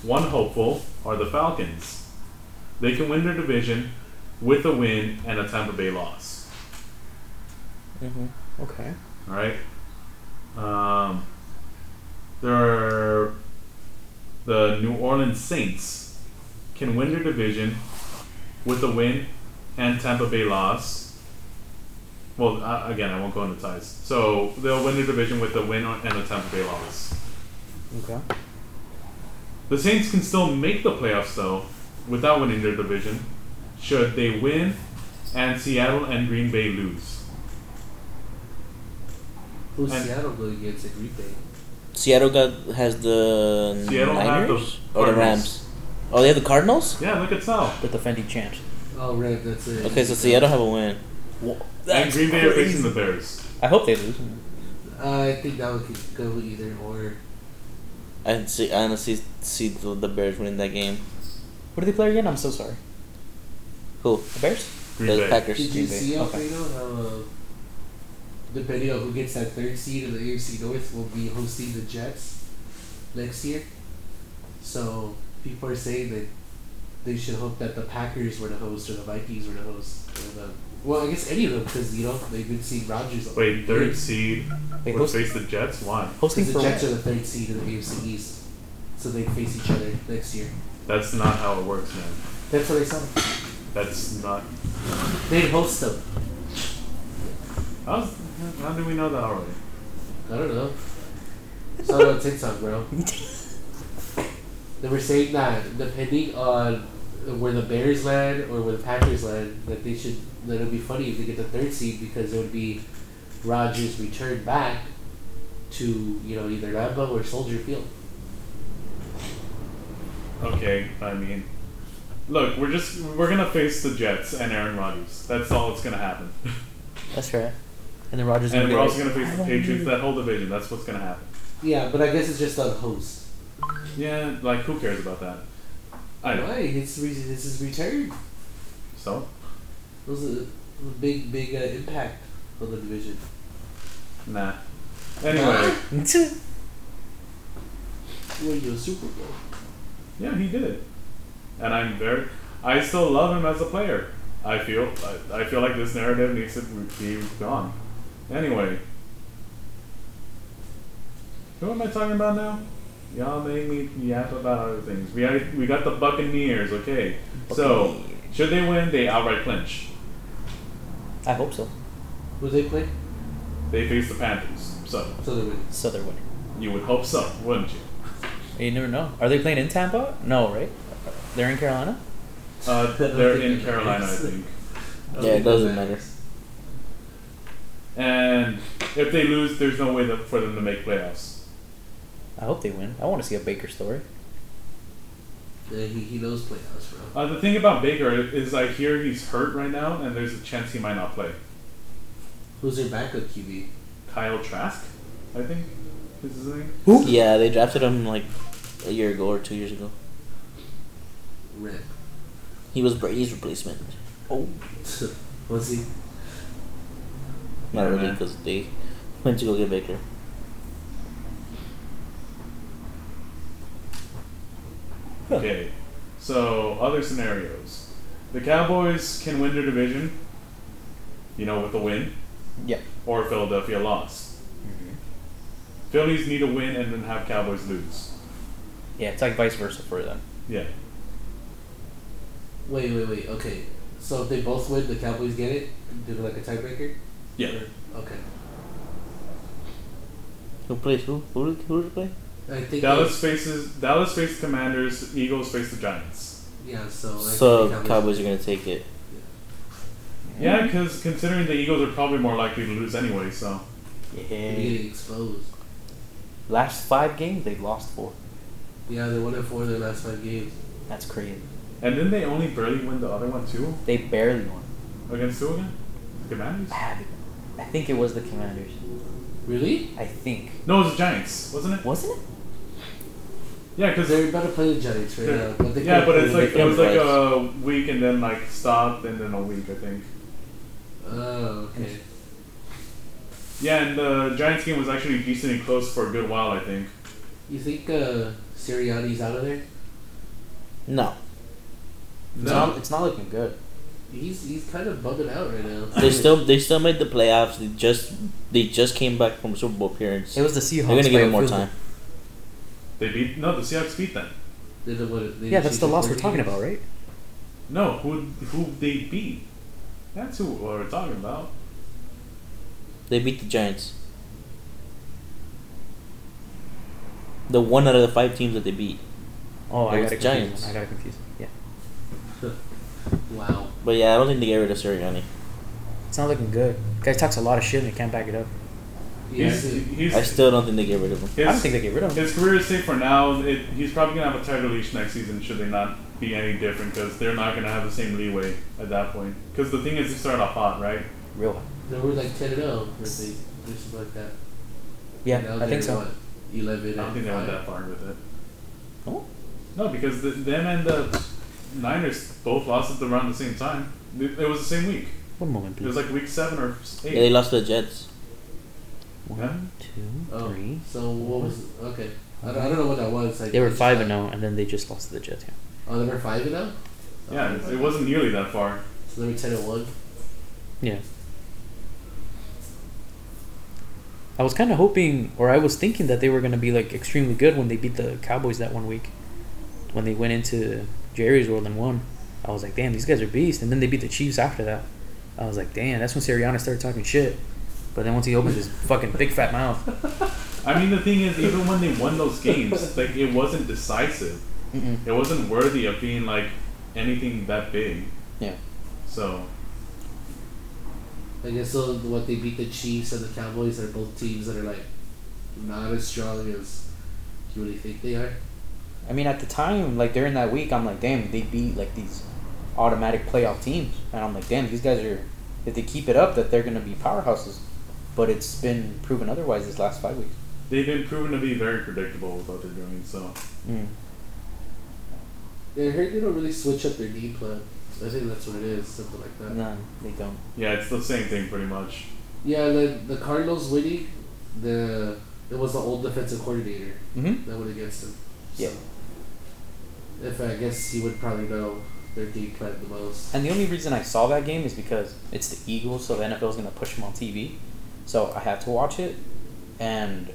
Speaker 1: one hopeful are the Falcons. They can win their division with a win and a Tampa Bay loss.
Speaker 4: Mm-hmm.
Speaker 2: Okay.
Speaker 1: All right. Um, there, the New Orleans Saints can win their division with a win and Tampa Bay loss. Well, uh, again, I won't go into ties. So they'll win their division with a win and a Tampa Bay loss.
Speaker 2: Okay.
Speaker 1: The Saints can still make the playoffs though, without winning their division, should they win and Seattle and Green Bay lose.
Speaker 3: Who's
Speaker 1: And-
Speaker 3: Seattle going against at Green Bay?
Speaker 4: Seattle got has the
Speaker 1: Seattle have the
Speaker 4: Niners or the
Speaker 1: Cardinals.
Speaker 4: Rams. Oh, they have the Cardinals.
Speaker 1: Yeah, look at Sal.
Speaker 2: The defending champs.
Speaker 3: Oh, right, that's it.
Speaker 4: Okay, so Seattle have a win. Wha-
Speaker 1: And
Speaker 4: That's
Speaker 1: Green Bay are facing
Speaker 4: crazy.
Speaker 1: the Bears.
Speaker 2: I hope they lose.
Speaker 3: I think that one could go either or.
Speaker 4: I see. I honestly see the, the Bears winning that game.
Speaker 2: What do they play again? I'm so sorry.
Speaker 4: Who?
Speaker 2: The Bears?
Speaker 1: Green
Speaker 4: the
Speaker 1: Bay.
Speaker 4: Packers.
Speaker 3: Did you
Speaker 2: Green Bay.
Speaker 3: see
Speaker 2: Okay.
Speaker 3: Alfredo how, uh, depending on who gets that third seed in the AFC North, will be hosting the Jets next year? So people are saying that they should hope that the Packers were the host or the Vikings were the host. Or the, well, I guess any of them because you know they've been seeing Rodgers.
Speaker 1: Wait, third seed
Speaker 2: They
Speaker 1: would
Speaker 2: host,
Speaker 1: face the Jets? Why?
Speaker 2: hosting
Speaker 3: Because
Speaker 2: for
Speaker 3: the Jets are
Speaker 2: what?
Speaker 3: the third seed in the AFC East, so they face each other next year.
Speaker 1: That's not how it works, man.
Speaker 3: That's what they said.
Speaker 1: That's not.
Speaker 3: They host them.
Speaker 1: How's, how do we know that already?
Speaker 3: I don't know. Saw it on TikTok, bro. they were saying that depending on where the Bears land or where the Packers land, that they should that it would be funny if they get the third seed because it would be Rogers' return back to you know either Lambeau or Soldier Field.
Speaker 1: Okay, I mean, look, we're just we're gonna face the Jets and Aaron Rodgers. That's all that's gonna happen.
Speaker 2: That's right. And then Rogers
Speaker 1: And
Speaker 2: be
Speaker 1: we're also
Speaker 2: like,
Speaker 1: gonna face the Patriots. That whole division. That's what's gonna happen.
Speaker 3: Yeah, but I guess it's just a host.
Speaker 1: Yeah, like who cares about that? I know.
Speaker 3: Why? It's re- it's his return.
Speaker 1: So
Speaker 3: It was a, a big big uh, impact on the division.
Speaker 1: nah. Anyway,
Speaker 2: <laughs>
Speaker 3: Well, you a Super Bowl.
Speaker 1: yeah, he did it, and I'm very. I still love him as a player. I feel. I, I feel like this narrative needs to be gone. Anyway, who am I talking about now? Y'all made me yap about other things. We had, we got the Buccaneers. Okay, so should they win, they outright clinch.
Speaker 2: I hope so.
Speaker 3: Who they play?
Speaker 1: They face the Panthers. So
Speaker 3: So they win.
Speaker 2: So they're winning.
Speaker 1: you would hope so, wouldn't you?
Speaker 2: You never know. Are they playing in Tampa? No, right? They're in Carolina?
Speaker 1: Uh, they're in Carolina, I think.
Speaker 3: I don't
Speaker 4: Yeah, it
Speaker 3: think that
Speaker 4: doesn't
Speaker 3: matters.
Speaker 4: matter.
Speaker 1: And if they lose, there's no way that, for them to make playoffs.
Speaker 2: I hope they win. I want to see a Baker story.
Speaker 3: Yeah, Uh, he, he knows playoffs, bro.
Speaker 1: Uh, the thing about Baker is, I hear he's hurt right now, and there's a chance he might not play.
Speaker 3: Who's your backup QB?
Speaker 1: Kyle Trask, I think, is his name.
Speaker 2: Who?
Speaker 4: Yeah, they drafted him like a year ago or two years ago.
Speaker 3: Rip.
Speaker 4: He was Brady's replacement.
Speaker 3: <laughs>
Speaker 2: Oh.
Speaker 3: Was he?
Speaker 1: Yeah,
Speaker 4: Not really,
Speaker 1: man.
Speaker 4: because they went to go get Baker. Huh.
Speaker 1: Okay, so other scenarios: the Cowboys can win their division, you know, with a win,
Speaker 2: Yeah.
Speaker 1: or Philadelphia lost. Phillies need a win and then have Cowboys lose.
Speaker 2: Yeah, it's like vice versa for them.
Speaker 1: Yeah,
Speaker 3: Wait, wait, wait. Okay. So if they both win, the Cowboys get it? Do like a tiebreaker?
Speaker 1: yeah.
Speaker 3: Or- Okay.
Speaker 4: Who plays who? Who did, who did play?
Speaker 3: I think.
Speaker 1: Dallas faces Dallas face the Commanders. Eagles face the Giants.
Speaker 3: Yeah, so. I
Speaker 4: so
Speaker 3: think
Speaker 4: Cowboys. are gonna take it.
Speaker 1: Yeah, because considering the Eagles are probably more likely to lose anyway, so
Speaker 3: They're
Speaker 2: Yeah.
Speaker 3: getting exposed.
Speaker 2: Last five games, they've lost four.
Speaker 3: Yeah, they won it four of their last five games.
Speaker 2: That's crazy.
Speaker 1: and then they only barely win the other one too
Speaker 2: They barely won.
Speaker 1: against who again? The Commanders?
Speaker 2: Bad. I think it was the Commanders.
Speaker 3: Really?
Speaker 2: I think.
Speaker 1: No, it was the Giants, wasn't it?
Speaker 2: Wasn't it?
Speaker 1: Yeah, because
Speaker 3: They're about to play the Giants right
Speaker 1: Yeah.
Speaker 3: now. But they
Speaker 1: yeah,
Speaker 3: couldn't
Speaker 1: but
Speaker 3: play
Speaker 1: it's
Speaker 3: them.
Speaker 1: like it was like
Speaker 4: Giants.
Speaker 1: a week and then like stopped and then a week, I think.
Speaker 3: Oh, okay.
Speaker 1: Yeah, and the Giants game was actually decently close for a good while, I think.
Speaker 3: You think uh, Sirianni's out of there?
Speaker 4: No.
Speaker 2: It's,
Speaker 1: No.
Speaker 2: not, it's not looking good.
Speaker 3: He's he's kind of bugging out right now.
Speaker 4: They still they still made the playoffs. They just they just came back from a Super Bowl appearance.
Speaker 2: It was the Seahawks.
Speaker 4: They're gonna
Speaker 2: by
Speaker 4: give
Speaker 2: a
Speaker 4: him more
Speaker 2: field goal.
Speaker 4: time.
Speaker 1: They beat no the Seahawks beat them.
Speaker 3: They don't want to,
Speaker 2: Yeah, that's the loss we're talking about, right?
Speaker 1: No, who who they beat? That's who we're talking about.
Speaker 4: They beat the Giants. The one out of the five teams that they beat.
Speaker 2: Oh, I
Speaker 4: It
Speaker 2: got
Speaker 4: was
Speaker 2: it confused.
Speaker 4: Giants.
Speaker 2: I got it confused. Yeah,
Speaker 3: Wow.
Speaker 4: But yeah, I don't think they get rid of Sirianni.
Speaker 2: it's not looking good. Guy talks a lot of shit and he can't back it up.
Speaker 3: Yes.
Speaker 1: He's,
Speaker 3: it-
Speaker 1: he's,
Speaker 4: I still don't think they get rid of him.
Speaker 2: I don't
Speaker 1: his-
Speaker 2: think they get rid of him.
Speaker 1: His career is safe for now. It, he's probably gonna have a tighter leash next season. Should they not be any different? Because they're not gonna have the same leeway at that point. Because the thing is, they started off hot, right?
Speaker 2: Real.
Speaker 3: They were like 10 and 0, I think. Or something like that.
Speaker 2: Yeah,
Speaker 3: Now
Speaker 2: I
Speaker 3: they're
Speaker 2: think so.
Speaker 3: what, 11
Speaker 1: I don't
Speaker 3: and
Speaker 1: think they went
Speaker 3: five?
Speaker 1: that far with it.
Speaker 4: Oh.
Speaker 1: No, because the, them and the Niners both lost at the around the same time. It, it was the same week.
Speaker 2: One moment,
Speaker 1: It was
Speaker 2: please.
Speaker 1: like week seven or eight.
Speaker 4: Yeah, they lost to the Jets.
Speaker 2: One,
Speaker 3: Oh,
Speaker 2: two, three.
Speaker 3: so what was. Okay. I don't, I don't know what that was. Like,
Speaker 2: They were
Speaker 3: just-
Speaker 2: five and zero, and then they just lost to the Jets. Yeah.
Speaker 3: Oh, they were 5 and 0?
Speaker 1: Yeah, it, it wasn't nearly that far.
Speaker 3: So they were 10 and 1.
Speaker 2: Yeah. I was kind of hoping, or I was thinking that they were going to be like extremely good when they beat the Cowboys that one week, when they went into Jerry's World and won. I was like, damn, these guys are beasts. And then they beat the Chiefs after that. I was like, damn, that's when Sirianni started talking shit. But then once he opened his fucking big fat mouth,
Speaker 1: I mean, the thing is, even when they won those games, <laughs> like it wasn't decisive.
Speaker 2: Mm-mm.
Speaker 1: It wasn't worthy of being like anything that big.
Speaker 2: Yeah.
Speaker 1: So
Speaker 3: I guess so. What they beat the Chiefs and the Cowboys are both teams that are like not as strong as you really think they are.
Speaker 2: I mean, at the time, like during that week, I'm like, damn, they beat like these automatic playoff teams, and I'm like, damn, these guys are. If they keep it up, that they're gonna be powerhouses. But it's been proven otherwise this last five weeks.
Speaker 1: they've been proven to be very predictable with what they're doing. So
Speaker 2: Mm.
Speaker 3: They heard they don't really switch up their game plan. I think that's what it is, something like that.
Speaker 2: No, they don't.
Speaker 1: yeah, it's the same thing pretty much.
Speaker 3: Yeah, the the Cardinals winning, the it was the old defensive coordinator
Speaker 2: Mm-hmm.
Speaker 3: that went against them.
Speaker 2: Yeah.
Speaker 3: So, if I guess he would probably know their game plan the most.
Speaker 2: And the only reason I saw that game is because it's the Eagles, so the NFL is gonna push them on TV. So I had to watch it, and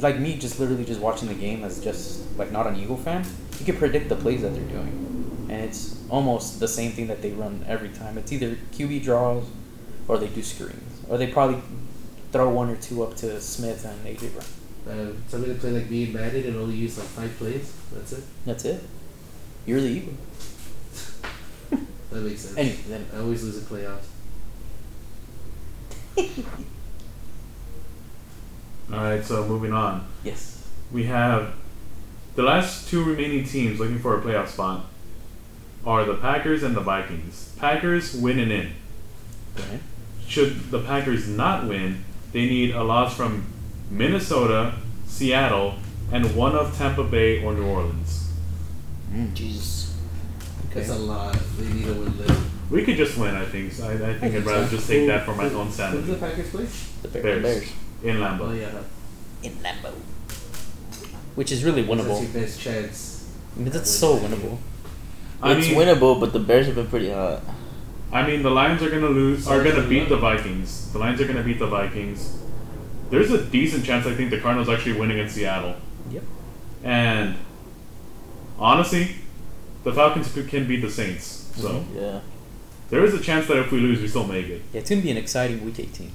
Speaker 2: like me, just literally just watching the game as just like not an Eagle fan, you can predict the plays that they're doing, and it's almost the same thing that they run every time. It's either QB draws, or they do screens, or they probably throw one or two up to Smith and AJ Brown.
Speaker 3: Uh, somebody to play like me and Madden and only use like five plays. That's it.
Speaker 2: That's it. You're the Eagle.
Speaker 3: That makes sense.
Speaker 2: Anyway, then
Speaker 3: I always lose in playoffs.
Speaker 1: All right, so moving on.
Speaker 2: yes.
Speaker 1: we have the last two remaining teams looking for a playoff spot are the Packers and the Vikings. Packers winning in.
Speaker 2: Okay.
Speaker 1: Should the Packers not win, they need a loss from Minnesota, Seattle, and one of Tampa Bay or New Orleans.
Speaker 4: Jesus.
Speaker 3: That's a lot. They need to win late.
Speaker 1: We could just win, I think. I, I think I'd rather just take that for my own sanity.
Speaker 3: the Packers play?
Speaker 4: The
Speaker 1: Bears.
Speaker 4: Bears. Bears.
Speaker 1: In
Speaker 3: Oh
Speaker 1: Lambeau.
Speaker 3: yeah.
Speaker 4: In Lambeau.
Speaker 2: Which is really
Speaker 3: That's
Speaker 2: winnable.
Speaker 3: your best chance.
Speaker 2: I mean, that's so winnable.
Speaker 1: I
Speaker 4: it's
Speaker 1: mean,
Speaker 4: winnable, but the Bears have been pretty hot.
Speaker 1: I mean, the Lions are gonna lose. Are gonna
Speaker 3: Sorry,
Speaker 1: beat
Speaker 3: what?
Speaker 1: the Vikings. The Lions are gonna beat the Vikings. There's a decent chance I think the Cardinals actually win against Seattle.
Speaker 2: Yep.
Speaker 1: And honestly, the Falcons c- can beat the Saints. So
Speaker 2: Mhm.
Speaker 4: Yeah.
Speaker 1: there is a chance that if we lose, we still make it.
Speaker 2: Yeah, it's gonna be an exciting Week 18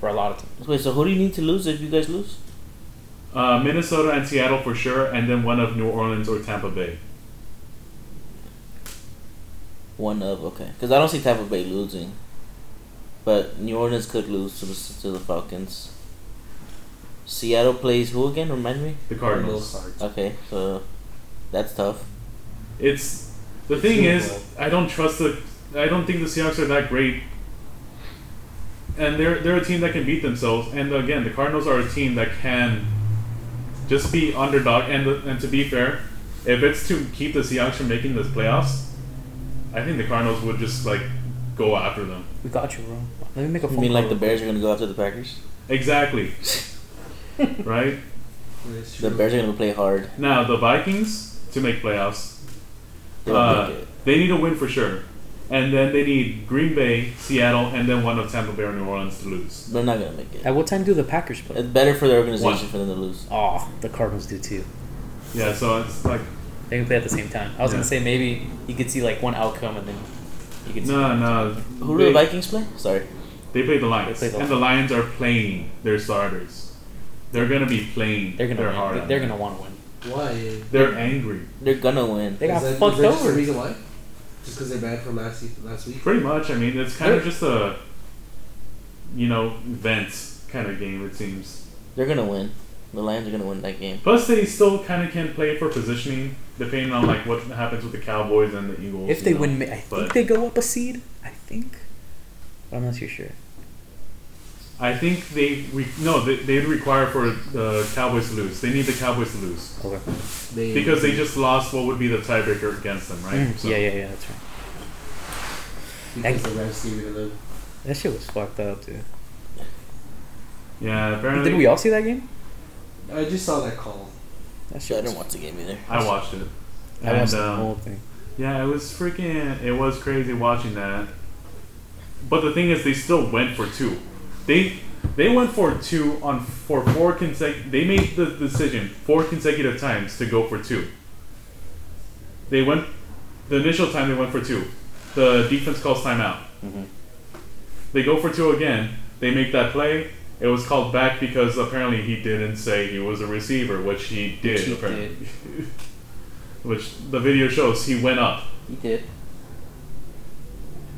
Speaker 2: for a lot of teams.
Speaker 4: Wait, so who do you need to lose if you guys lose?
Speaker 1: Uh, Minnesota and Seattle for sure, and then one of New Orleans or Tampa Bay.
Speaker 4: One of okay, because I don't see Tampa Bay losing, but New Orleans could lose to the to the Falcons. Seattle plays who again? Remind me.
Speaker 1: The Cardinals.
Speaker 2: Uh,
Speaker 4: Okay, so that's tough.
Speaker 1: It's the thing
Speaker 3: Super
Speaker 1: is,
Speaker 3: Bowl.
Speaker 1: I don't trust the. I don't think the Seahawks are that great. And they're they're a team that can beat themselves. And again, the Cardinals are a team that can just be underdog. And the, and to be fair, if it's to keep the Seahawks from making this playoffs, I think the Cardinals would just like go after them.
Speaker 2: We got you, bro. Let me make a
Speaker 4: You
Speaker 2: phone
Speaker 4: mean
Speaker 2: call.
Speaker 4: like the Bears are gonna go after the Packers?
Speaker 1: Exactly. right
Speaker 3: That's
Speaker 4: The
Speaker 3: true.
Speaker 4: Bears are gonna play hard.
Speaker 1: now, the Vikings to make playoffs.
Speaker 4: They will
Speaker 1: Uh,
Speaker 4: make it.
Speaker 1: they need a win for sure, and then they need Green Bay, Seattle, and then one of Tampa Bay or New Orleans to lose.
Speaker 4: They're not gonna make it.
Speaker 5: At what time do the Packers play?
Speaker 4: It's better for the organization
Speaker 1: One.
Speaker 4: for them to lose.
Speaker 5: Oh, the Cardinals do too.
Speaker 1: Yeah, so it's like
Speaker 5: They can play at the same time. I was
Speaker 1: Yeah.
Speaker 5: gonna say maybe you could see like one outcome and then you could see.
Speaker 1: no, no.
Speaker 4: Who do
Speaker 1: they,
Speaker 4: the Vikings play? Sorry.
Speaker 1: They play the Lions,
Speaker 5: They play the
Speaker 1: and the Lions are playing their starters. They're gonna be playing.
Speaker 5: They're gonna
Speaker 1: their
Speaker 5: win.
Speaker 1: heart
Speaker 5: They-
Speaker 1: out.
Speaker 5: They're gonna want to win.
Speaker 3: Why?
Speaker 1: They're angry,
Speaker 4: They're gonna win.
Speaker 5: They got
Speaker 3: Is that- is
Speaker 5: fucked
Speaker 3: that just The
Speaker 5: over.
Speaker 3: reason why? Just because they're bad from last se- last week.
Speaker 1: pretty much. I mean, it's kind of
Speaker 5: They're-
Speaker 1: just a, you know, vent kind of game. It seems.
Speaker 4: They're gonna win. The Lions are gonna win that game.
Speaker 1: Plus, they still kind of can play for positioning, depending on like what happens with the Cowboys and the Eagles.
Speaker 5: If they
Speaker 1: you
Speaker 5: win,
Speaker 1: know.
Speaker 5: ma- I think
Speaker 1: but-
Speaker 5: they go up a seed. I think, but I'm not too sure.
Speaker 1: I think they re- no, they, they'd require for the Cowboys to lose. They need the Cowboys to lose
Speaker 5: Okay.
Speaker 3: They,
Speaker 1: because they just lost what would be the tiebreaker against them, right?
Speaker 5: Mm, Yeah, yeah, yeah. That's right.
Speaker 3: because the Rams gave it to them.
Speaker 5: That shit was fucked up, dude.
Speaker 1: Yeah, apparently.
Speaker 5: Did we all see that game?
Speaker 3: I just saw that call.
Speaker 5: That shit.
Speaker 4: I
Speaker 5: was,
Speaker 4: didn't watch the game either.
Speaker 1: I watched it.
Speaker 5: I watched
Speaker 1: and,
Speaker 5: the
Speaker 1: uh,
Speaker 5: whole thing.
Speaker 1: Yeah, it was freaking. It was crazy watching that. But the thing is, they still went for two. They they went for two on for four consecutive. They made the decision four consecutive times to go for two. They went the initial time they went for two. The defense calls timeout. They go for two again. They make that play. It was called back because apparently he didn't say he was a receiver, which he did.
Speaker 2: he
Speaker 1: apparently. which the video shows he went up.
Speaker 2: He did.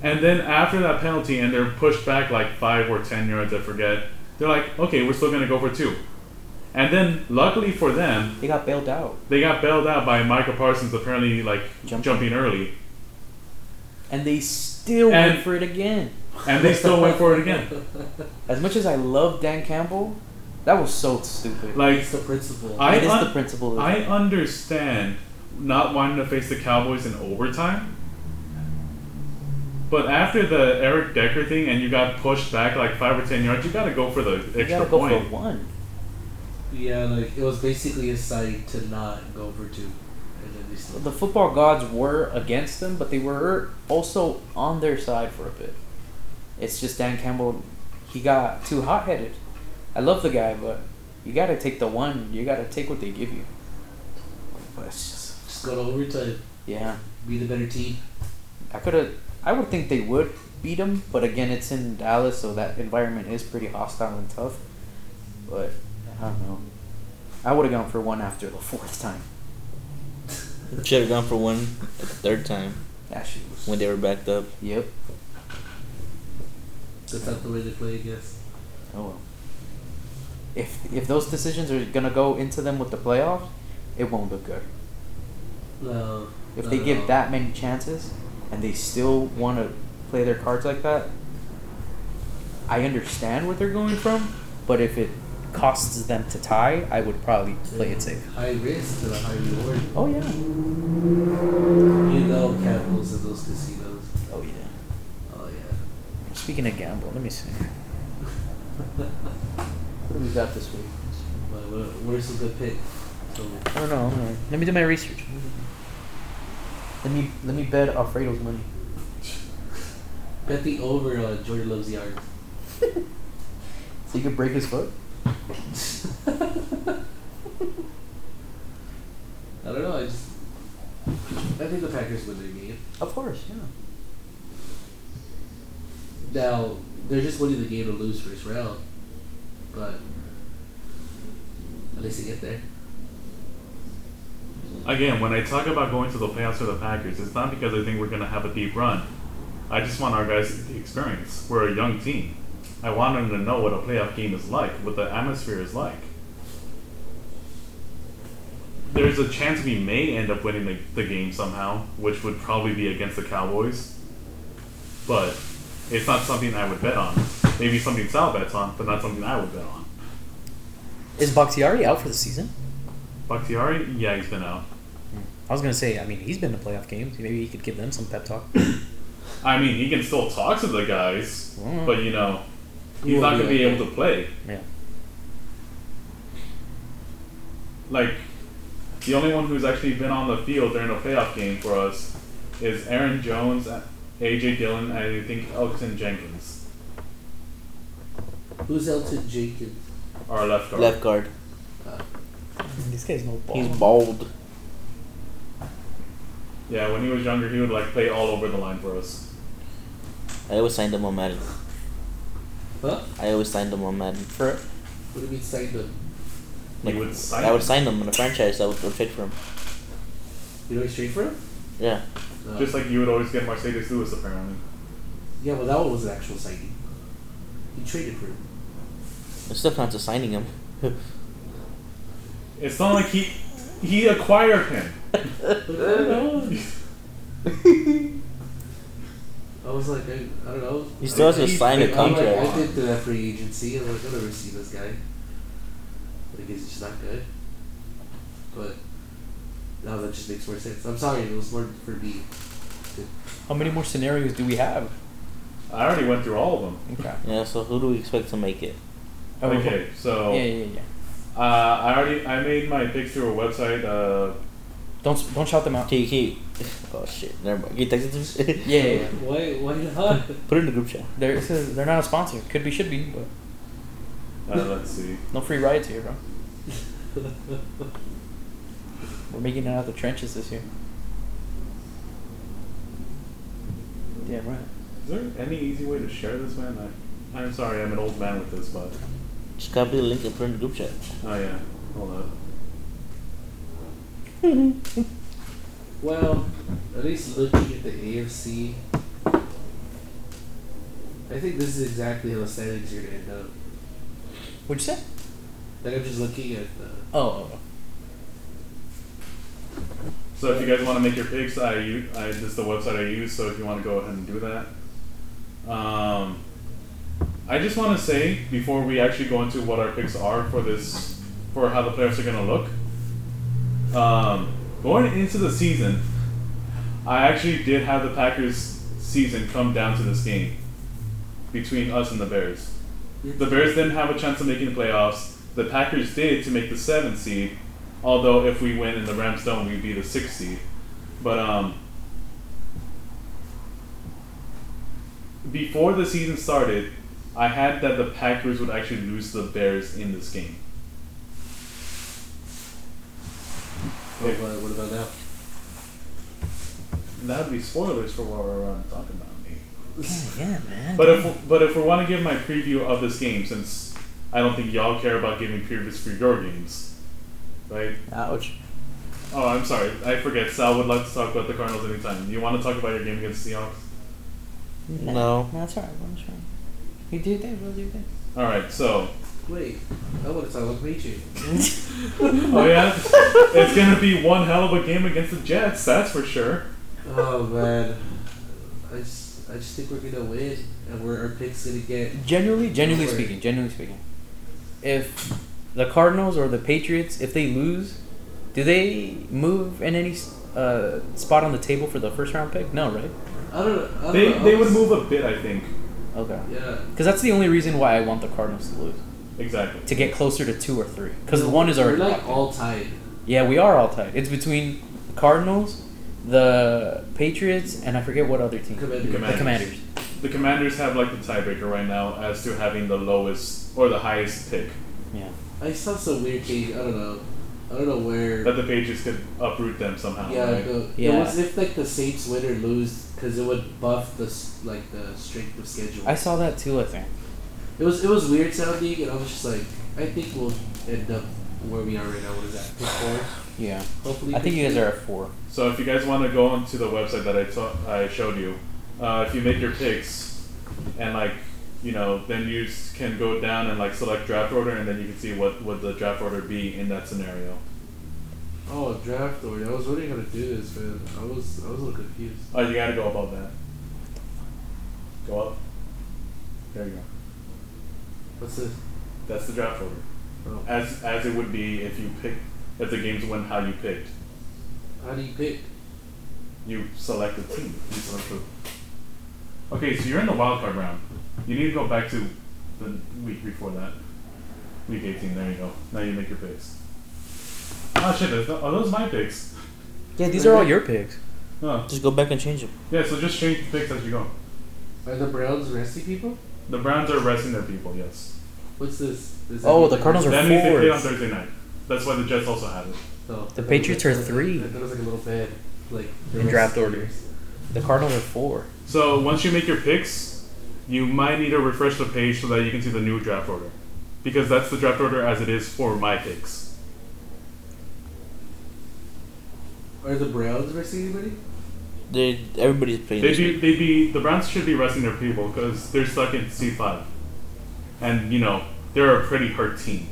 Speaker 1: And then after that penalty, and they're pushed back like five or ten yards, I forget. They're like, okay, we're still gonna go for two. And then, luckily for them,
Speaker 2: They got bailed out.
Speaker 1: they got bailed out by Michael Parsons apparently like
Speaker 2: Jumping.
Speaker 1: jumping early,
Speaker 2: And they still
Speaker 1: And-
Speaker 2: went for it again.
Speaker 1: and they still went for it again.
Speaker 2: <laughs> As much as I love Dan Campbell, that was so stupid.
Speaker 1: Like
Speaker 3: It's the principle.
Speaker 1: I,
Speaker 2: it is
Speaker 1: un-
Speaker 2: the principle. Of
Speaker 1: I understand not wanting to face the Cowboys in overtime, but after the Eric Decker thing, and you got pushed back like five or ten yards, you gotta go for the extra
Speaker 2: you gotta go
Speaker 1: point.
Speaker 2: for one.
Speaker 3: Yeah, like it was basically a sight to not go for two, and then they still.
Speaker 2: The football gods were against them, but they were also on their side for a bit. It's just Dan Campbell, he got too hot headed. I love the guy, but you gotta take the one. You gotta take what they give you. But it's just,
Speaker 3: Just go to overtime.
Speaker 2: yeah,
Speaker 3: Be the better team.
Speaker 2: I could have. I would think they would beat them, but again, it's in Dallas, so that environment is pretty hostile and tough. But I don't know. I would have gone for one after the <laughs> fourth time.
Speaker 4: Should have gone for one at the third time
Speaker 2: That shit was.
Speaker 4: when they were backed up.
Speaker 2: Yep.
Speaker 3: That's not the way they play, I guess.
Speaker 2: Oh well. If if those decisions are gonna go into them with the playoffs, it won't look good.
Speaker 3: No.
Speaker 2: If
Speaker 3: not
Speaker 2: they
Speaker 3: at
Speaker 2: give
Speaker 3: all.
Speaker 2: that many chances and they still want to play their cards like that, I understand where they're going from. But if it costs them to tie, I would probably play it safe.
Speaker 3: High risk to the high reward.
Speaker 2: Oh yeah.
Speaker 3: You know capitals in those casinos.
Speaker 2: Oh yeah.
Speaker 3: Oh yeah.
Speaker 5: Speaking of gamble, let me see.
Speaker 2: What do we got this week?
Speaker 3: But where- where's a good pick? So
Speaker 5: I don't know. I don't know. Let me do my research.
Speaker 2: Let me let me bet Alfredo's money.
Speaker 3: bet the over on Jordan Love's yard.
Speaker 2: So you could break his foot.
Speaker 3: I don't know. I just I think the Packers win their game.
Speaker 2: Of course, yeah.
Speaker 3: Now they're just winning the game to lose first round, but at least they get there.
Speaker 1: Again, when I talk about going to the playoffs for the Packers, it's not because I think we're going to have a deep run. I just want our guys to get the experience. We're a young team. I want them to know what a playoff game is like, what the atmosphere is like. There's a chance we may end up winning the, the game somehow, which would probably be against the Cowboys. But it's not something I would bet on. Maybe something Sal bets on, but not something I would bet on.
Speaker 5: Is Bakhtiari out for the season?
Speaker 1: Bakhtiari, yeah, he's been out.
Speaker 5: I was gonna say. I mean, he's been to playoff games. Maybe he could give them some pep talk.
Speaker 1: I mean, he can still talk to the guys,
Speaker 5: Mm.
Speaker 1: but you know,
Speaker 3: He
Speaker 1: he's
Speaker 3: won't
Speaker 1: not going to
Speaker 3: be
Speaker 1: be
Speaker 3: like
Speaker 1: able to play.
Speaker 5: yeah.
Speaker 1: Like, The only one who's actually been on the field during a playoff game for us is Aaron Jones, AJ Dillon, and I think Elton Jenkins,
Speaker 3: Who's Elton Jenkins?
Speaker 1: our left guard.
Speaker 4: Left guard.
Speaker 5: This guy's no ball.
Speaker 4: He's bald.
Speaker 1: Yeah, when he was younger, he would like play all over the line for us.
Speaker 4: I always signed him on Madden.
Speaker 3: Huh?
Speaker 4: I always signed him on Madden.
Speaker 2: For
Speaker 3: What do you mean signed him?
Speaker 1: He would sign
Speaker 4: I would
Speaker 1: him.
Speaker 4: sign him in a franchise. I would go trade for him.
Speaker 3: You know he's straight for him?
Speaker 4: Yeah.
Speaker 3: No.
Speaker 1: Just like you would always get Mercedes Lewis, apparently.
Speaker 3: yeah, well, that one was an actual signing. He traded
Speaker 4: <laughs>
Speaker 3: for him.
Speaker 4: It still counts as signing him. <laughs>
Speaker 1: It's not like he he acquired him.
Speaker 3: I was like, I, I don't know.
Speaker 4: He still has to
Speaker 1: He's
Speaker 4: sign a
Speaker 1: been-
Speaker 3: I'm like,
Speaker 4: contract.
Speaker 3: I did the free agency. I'm like, I'll never see this guy. Like, he's just not good. But now that just makes more sense. I'm sorry, it was more for me.
Speaker 2: how many more scenarios do we have?
Speaker 1: I already went through all of them.
Speaker 2: Okay.
Speaker 4: Yeah, so who do we expect to make it?
Speaker 2: Oh,
Speaker 1: Okay, so
Speaker 2: Yeah, yeah, yeah.
Speaker 1: uh, I already I made my picks through a website. Uh,
Speaker 2: Don't s- don't shout them out.
Speaker 4: Can you, can you- <laughs> oh shit, never mind. Can you text it to me?
Speaker 2: <laughs> Yeah, yeah, yeah.
Speaker 3: Why, why not?
Speaker 4: Put it in the group chat.
Speaker 2: They're, this is- they're not a sponsor. Could be, should be, but
Speaker 1: uh, let's see.
Speaker 2: no free rides
Speaker 5: <laughs>
Speaker 2: here, bro. We're making it out of the trenches this year. Damn right.
Speaker 1: Is there any easy way to share this, man? I, I'm sorry, I'm an old man with this, but
Speaker 4: Just copy the link and put it in the group chat.
Speaker 1: oh yeah, hold up.
Speaker 3: well, at least looking at the AFC, I think this is exactly how the standings are going to end up.
Speaker 2: What'd you say?
Speaker 3: Like, I'm just looking at the.
Speaker 2: Oh,
Speaker 1: So if you guys want to make your picks, I, u- I this is the website I use. So if you want to go ahead and do that, um, I just want to say before we actually go into what our picks are for this, for how the playoffs are going to look. Um, going into the season, I actually did have the Packers season come down to this game between us and the Bears. The Bears didn't have a chance of making the playoffs. The Packers did to make the seventh seed. Although if we win in the Rams don't, we'd be the sixth seed. But um, before the season started, I had that the Packers would actually lose to the Bears in this game.
Speaker 3: What about, what about now?
Speaker 1: That would be spoilers for what we're um, talking about. Nate.
Speaker 5: yeah, man.
Speaker 1: But if but if we want to give my preview of this game, since I don't think y'all care about giving previews for your games, right?
Speaker 2: oh. Ouch.
Speaker 1: Oh, I'm sorry. I forget. Sal would like to talk about the Cardinals anytime. Do you want to talk about your game against the Seahawks?
Speaker 4: No.
Speaker 2: No, that's alright. We'll try. You do your thing, bro. Do your thing.
Speaker 1: All right. So,
Speaker 3: Wait, I want to talk about Patriot.
Speaker 1: oh yeah, it's gonna be one hell of a game against the Jets. That's for sure.
Speaker 3: Oh man, I just I just think we're gonna win, and we're our picks gonna get.
Speaker 2: Generally, genuinely
Speaker 3: Don't worry.
Speaker 2: speaking, genuinely speaking, if the Cardinals or the Patriots, if they lose, do they move in any uh, spot on the table for the first round pick? No, right?
Speaker 3: I don't. know- I don't
Speaker 1: They
Speaker 3: know, I
Speaker 1: they would
Speaker 3: was-
Speaker 1: move a bit, I think.
Speaker 2: Okay.
Speaker 3: Yeah,
Speaker 2: Because that's the only reason why I want the Cardinals to lose
Speaker 1: Exactly.
Speaker 2: to get closer to two or three. Because
Speaker 3: No,
Speaker 2: one is
Speaker 3: We're
Speaker 2: already
Speaker 3: like
Speaker 2: locked in.
Speaker 3: all tied.
Speaker 2: Yeah, we are all tied. It's between the Cardinals, the Patriots, and I forget what other team.
Speaker 3: Commanders.
Speaker 2: The Commanders.
Speaker 1: The Commanders have like the tiebreaker right now as to having the lowest or the highest pick
Speaker 2: Yeah.
Speaker 3: I saw some weird thing. I don't know. I don't know where.
Speaker 1: that the Patriots could uproot them somehow.
Speaker 3: yeah,
Speaker 1: right?
Speaker 3: the,
Speaker 2: Yeah.
Speaker 3: It was if like the Saints win or lose, because it would buff the s- like the strength of schedule.
Speaker 2: I saw that too, I think.
Speaker 3: it was it was weird sounding, and I was just like, I think we'll end up where we are right now. What is that? Pick four.
Speaker 2: Yeah.
Speaker 3: Hopefully.
Speaker 2: I think
Speaker 3: pick
Speaker 2: you guys
Speaker 3: three.
Speaker 2: are at four.
Speaker 1: So if you guys want to go onto the website that I ta- I showed you, uh, if you make your picks, and like you know, then you s- can go down and like select draft order, and then you can see what would the draft order be in that scenario.
Speaker 3: Oh, draft order. I was really gonna do this, man. I was I was a little confused.
Speaker 1: Oh, you gotta go above that. Go up. There you go.
Speaker 3: What's this?
Speaker 1: That's the draft order,
Speaker 3: Oh.
Speaker 1: as as it would be if you pick if the games went how you picked.
Speaker 3: How do you pick?
Speaker 1: You select the team. You select the. Okay, so you're in the wild card round. You need to go back to the week before that. Week 18. There you go. Now you make your picks. Oh shit, is that- are those my picks?
Speaker 2: Yeah,
Speaker 5: These are all your picks.
Speaker 1: Oh.
Speaker 4: Just go back and change them.
Speaker 1: Yeah, so just change the picks as you go.
Speaker 3: Are the Browns resting people?
Speaker 1: The Browns are resting their people, yes.
Speaker 3: What's this? Is
Speaker 2: Oh,
Speaker 3: that-
Speaker 2: the Cardinals are
Speaker 1: That means they play on
Speaker 2: fours.
Speaker 1: Thursday night. That's why the Jets also have it.
Speaker 3: Oh,
Speaker 5: The Patriots are three.
Speaker 3: I thought it was like a little bed, like the
Speaker 5: In
Speaker 3: rest
Speaker 5: draft
Speaker 3: of the
Speaker 5: order.
Speaker 3: years.
Speaker 2: The Cardinals are four.
Speaker 1: So once you make your picks, you might need to refresh the page so that you can see the new draft order. Because that's the draft order as it is for my picks.
Speaker 3: Are the Browns resting anybody?
Speaker 4: They everybody's playing.
Speaker 1: They'd
Speaker 4: this
Speaker 1: be,
Speaker 4: week.
Speaker 1: they'd be, the Browns should be resting their people because they're stuck in C5. And, you know, they're a pretty hurt team.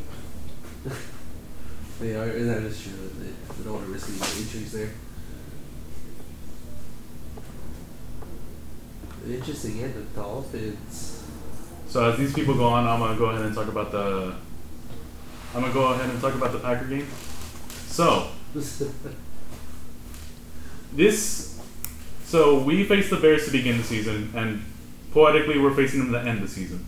Speaker 3: They are, and that is true. They, they don't want to risk any injuries there. Interesting, yeah, the Dolphins. <laughs>
Speaker 1: So as these people go on, I'm gonna go ahead and talk about the. I'm gonna go ahead and talk about the Packer game. So this, so we faced the Bears to begin the season, and poetically we're facing them to end the season.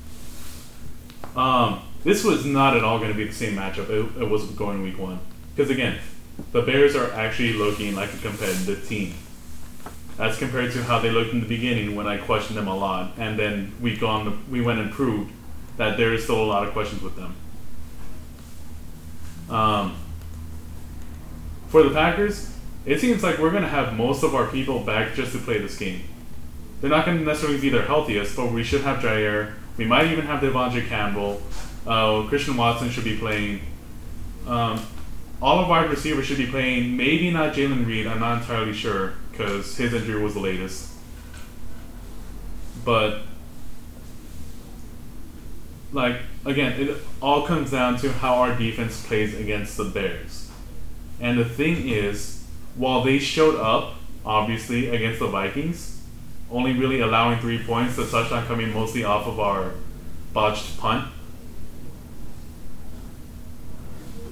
Speaker 1: Um, this was not at all going to be the same matchup it, it was going week one, because again, the Bears are actually looking like a competitive team, as compared to how they looked in the beginning when I questioned them a lot, and then we gone we went and proved that there is still a lot of questions with them. Um, for the Packers, it seems like we're going to have most of our people back just to play this game. They're not going to necessarily be their healthiest, but we should have Jair. We might even have Devontae Campbell. Uh, Christian Watson should be playing. Um, all of our receivers should be playing. Maybe not Jalen Reed. I'm not entirely sure because his injury was the latest. But like again, it all comes down to how our defense plays against the Bears. And the thing is, while they showed up, obviously, against the Vikings, only really allowing three points, the touchdown coming mostly off of our botched punt.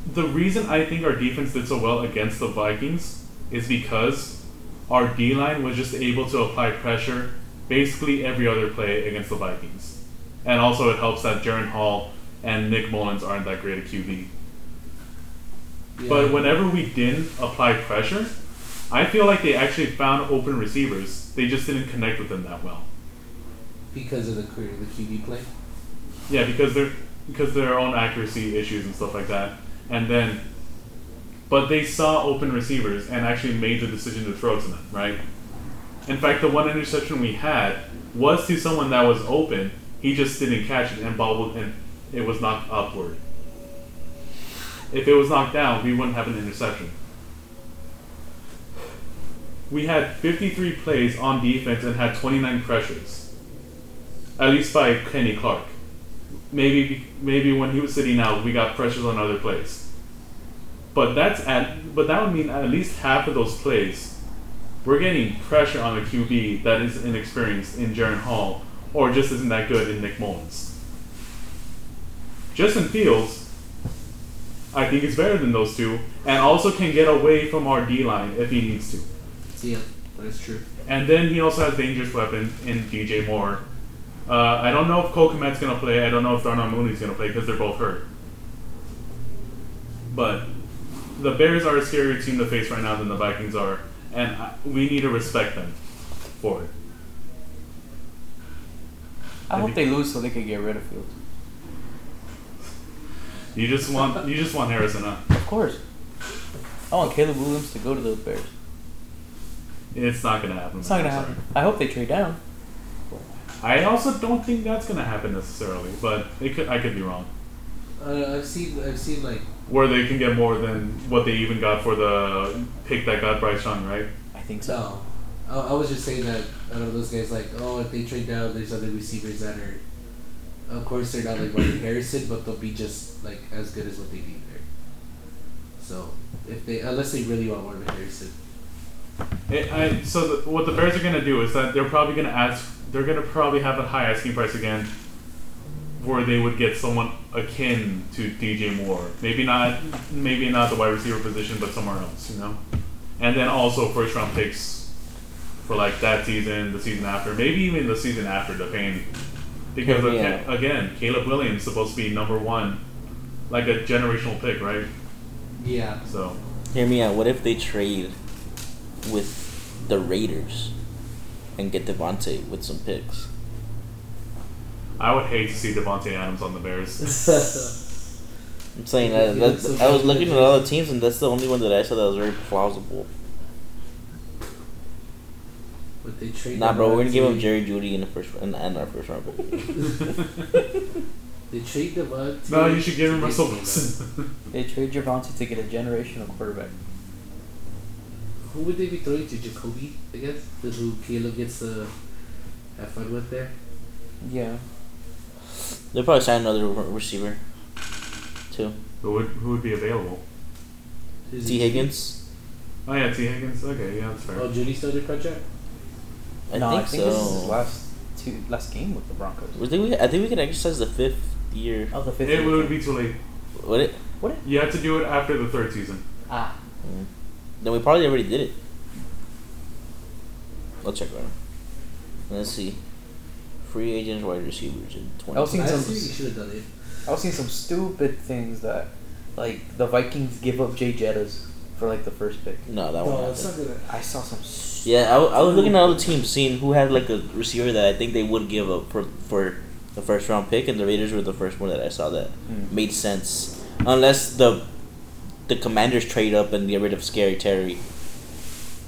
Speaker 1: The reason I think our defense did so well against the Vikings is because our D line was just able to apply pressure basically every other play against the Vikings. And also, it helps that Jaron Hall and Nick Mullins aren't that great at QB.
Speaker 3: Yeah.
Speaker 1: But whenever we didn't apply pressure, I feel like they actually found open receivers. They just didn't connect with them that well.
Speaker 3: because of the career, the QB play.
Speaker 1: Yeah, because they're because their own accuracy issues and stuff like that. And then but they saw open receivers and actually made the decision to throw to them, right? In fact, the one interception we had was to someone that was open. He just didn't catch it and bobbled and it was knocked upward. If it was knocked down, we wouldn't have an interception. We had 53 plays on defense and had 29 pressures. At least by Kenny Clark. Maybe maybe when he was sitting out, we got pressures on other plays. But that's at but that would mean at least half of those plays we're getting pressure on a QB that is inexperienced in Jaron Hall or just isn't that good in Nick Mullins. Justin Fields, I think, is better than those two and also can get away from our D line if he needs to.
Speaker 3: Yeah, that's true.
Speaker 1: And then he also has dangerous weapon in DJ Moore. Uh, I don't know if Cole Komet's going to play. I don't know if Darnell Mooney's going to play because they're both hurt. But the Bears are a scarier team to face right now than the Vikings are, and I, we need to respect them for it.
Speaker 2: I hope they lose so they could get rid of Fields.
Speaker 1: You just want you just want Harrison, huh?
Speaker 2: Of course. I want Caleb Williams to go to the Bears.
Speaker 1: It's not going to happen.
Speaker 2: It's not gonna
Speaker 1: I'm
Speaker 2: happen. I hope they trade down.
Speaker 1: sorry. I also don't think that's going to happen necessarily, but it could. I could be wrong.
Speaker 3: Uh, I've seen, I've seen like
Speaker 1: Where they can get more than what they even got for the pick that got Bryce Young, right?
Speaker 2: I think so.
Speaker 3: no. I, I was just saying that I know those guys like, oh, if they trade down, there's other receivers that are. Of course, they're not like Marvin Harrison, but they'll be just like as good as what they need there. So if they, unless they really want Marvin Harrison,
Speaker 1: It, I, so the, what the Bears are going to do is that they're probably going to ask. They're going to probably have a high asking price again, where they would get someone akin to DJ Moore. Maybe not, maybe not the wide receiver position, but somewhere else, you know. And then also first round picks for like that season, the season after, maybe even the season after, depending. Because
Speaker 4: Yeah.
Speaker 1: again, again, Caleb
Speaker 3: <laughs>
Speaker 1: Williams is supposed to be number one, like a generational pick, right?
Speaker 3: yeah,
Speaker 1: So
Speaker 4: Hear me out. What if they trade with the Raiders and get Devontae with some picks?
Speaker 1: I would hate to see Devontae Adams on the Bears.
Speaker 4: I'm saying that, that's, I was looking at all the teams, and that's the only one that I saw that was very plausible.
Speaker 3: But they trade.
Speaker 4: Nah, bro, we're gonna give him
Speaker 3: Devontae-
Speaker 4: Jerry Judy in the first and, and our first round. pick. <laughs>
Speaker 3: They trade Devontae.
Speaker 1: no, you should give him
Speaker 3: to
Speaker 1: Russell
Speaker 3: get
Speaker 1: Wilson.
Speaker 2: They trade Javante to get a generational quarterback.
Speaker 3: Who would they be throwing to? Jacoby, I guess. That's who Caleb gets to have fun with there.
Speaker 2: Yeah.
Speaker 4: They'll probably sign another re- receiver, too.
Speaker 1: who, would, who would be available?
Speaker 3: Who's
Speaker 4: T
Speaker 3: it?
Speaker 4: Higgins.
Speaker 1: Oh yeah, T Higgins. Okay, yeah, that's fair.
Speaker 3: Oh, Judy still under contract.
Speaker 4: I
Speaker 2: no,
Speaker 4: think
Speaker 2: I think
Speaker 4: so.
Speaker 2: this is his last two last game with the Broncos.
Speaker 4: We think we, I think we can exercise the fifth year.
Speaker 2: Oh, the fifth.
Speaker 1: it
Speaker 2: year.
Speaker 1: would be too late.
Speaker 4: Would it?
Speaker 2: Would it?
Speaker 1: You have to do it after the third season.
Speaker 2: Ah,
Speaker 4: Mm. Then we probably already did it. I'll check right now. Let's see. Free agents, wide receivers in
Speaker 2: I was
Speaker 4: 20.
Speaker 2: thinking
Speaker 3: I
Speaker 2: some-
Speaker 3: see you should have done it.
Speaker 2: I was seeing some stupid things that, like the Vikings give up Jay Jettas for like the first pick.
Speaker 4: No, that
Speaker 3: no,
Speaker 4: won't
Speaker 3: Oh, it's
Speaker 4: happen.
Speaker 3: not gonna.
Speaker 2: I saw some. s
Speaker 4: Yeah, I, w- I was looking at all the teams, seeing who had like a receiver that I think they would give up for for the first round pick, and the Raiders were the first one that I saw that
Speaker 2: Mm.
Speaker 4: made sense. Unless the the Commanders trade up and get rid of Scary Terry,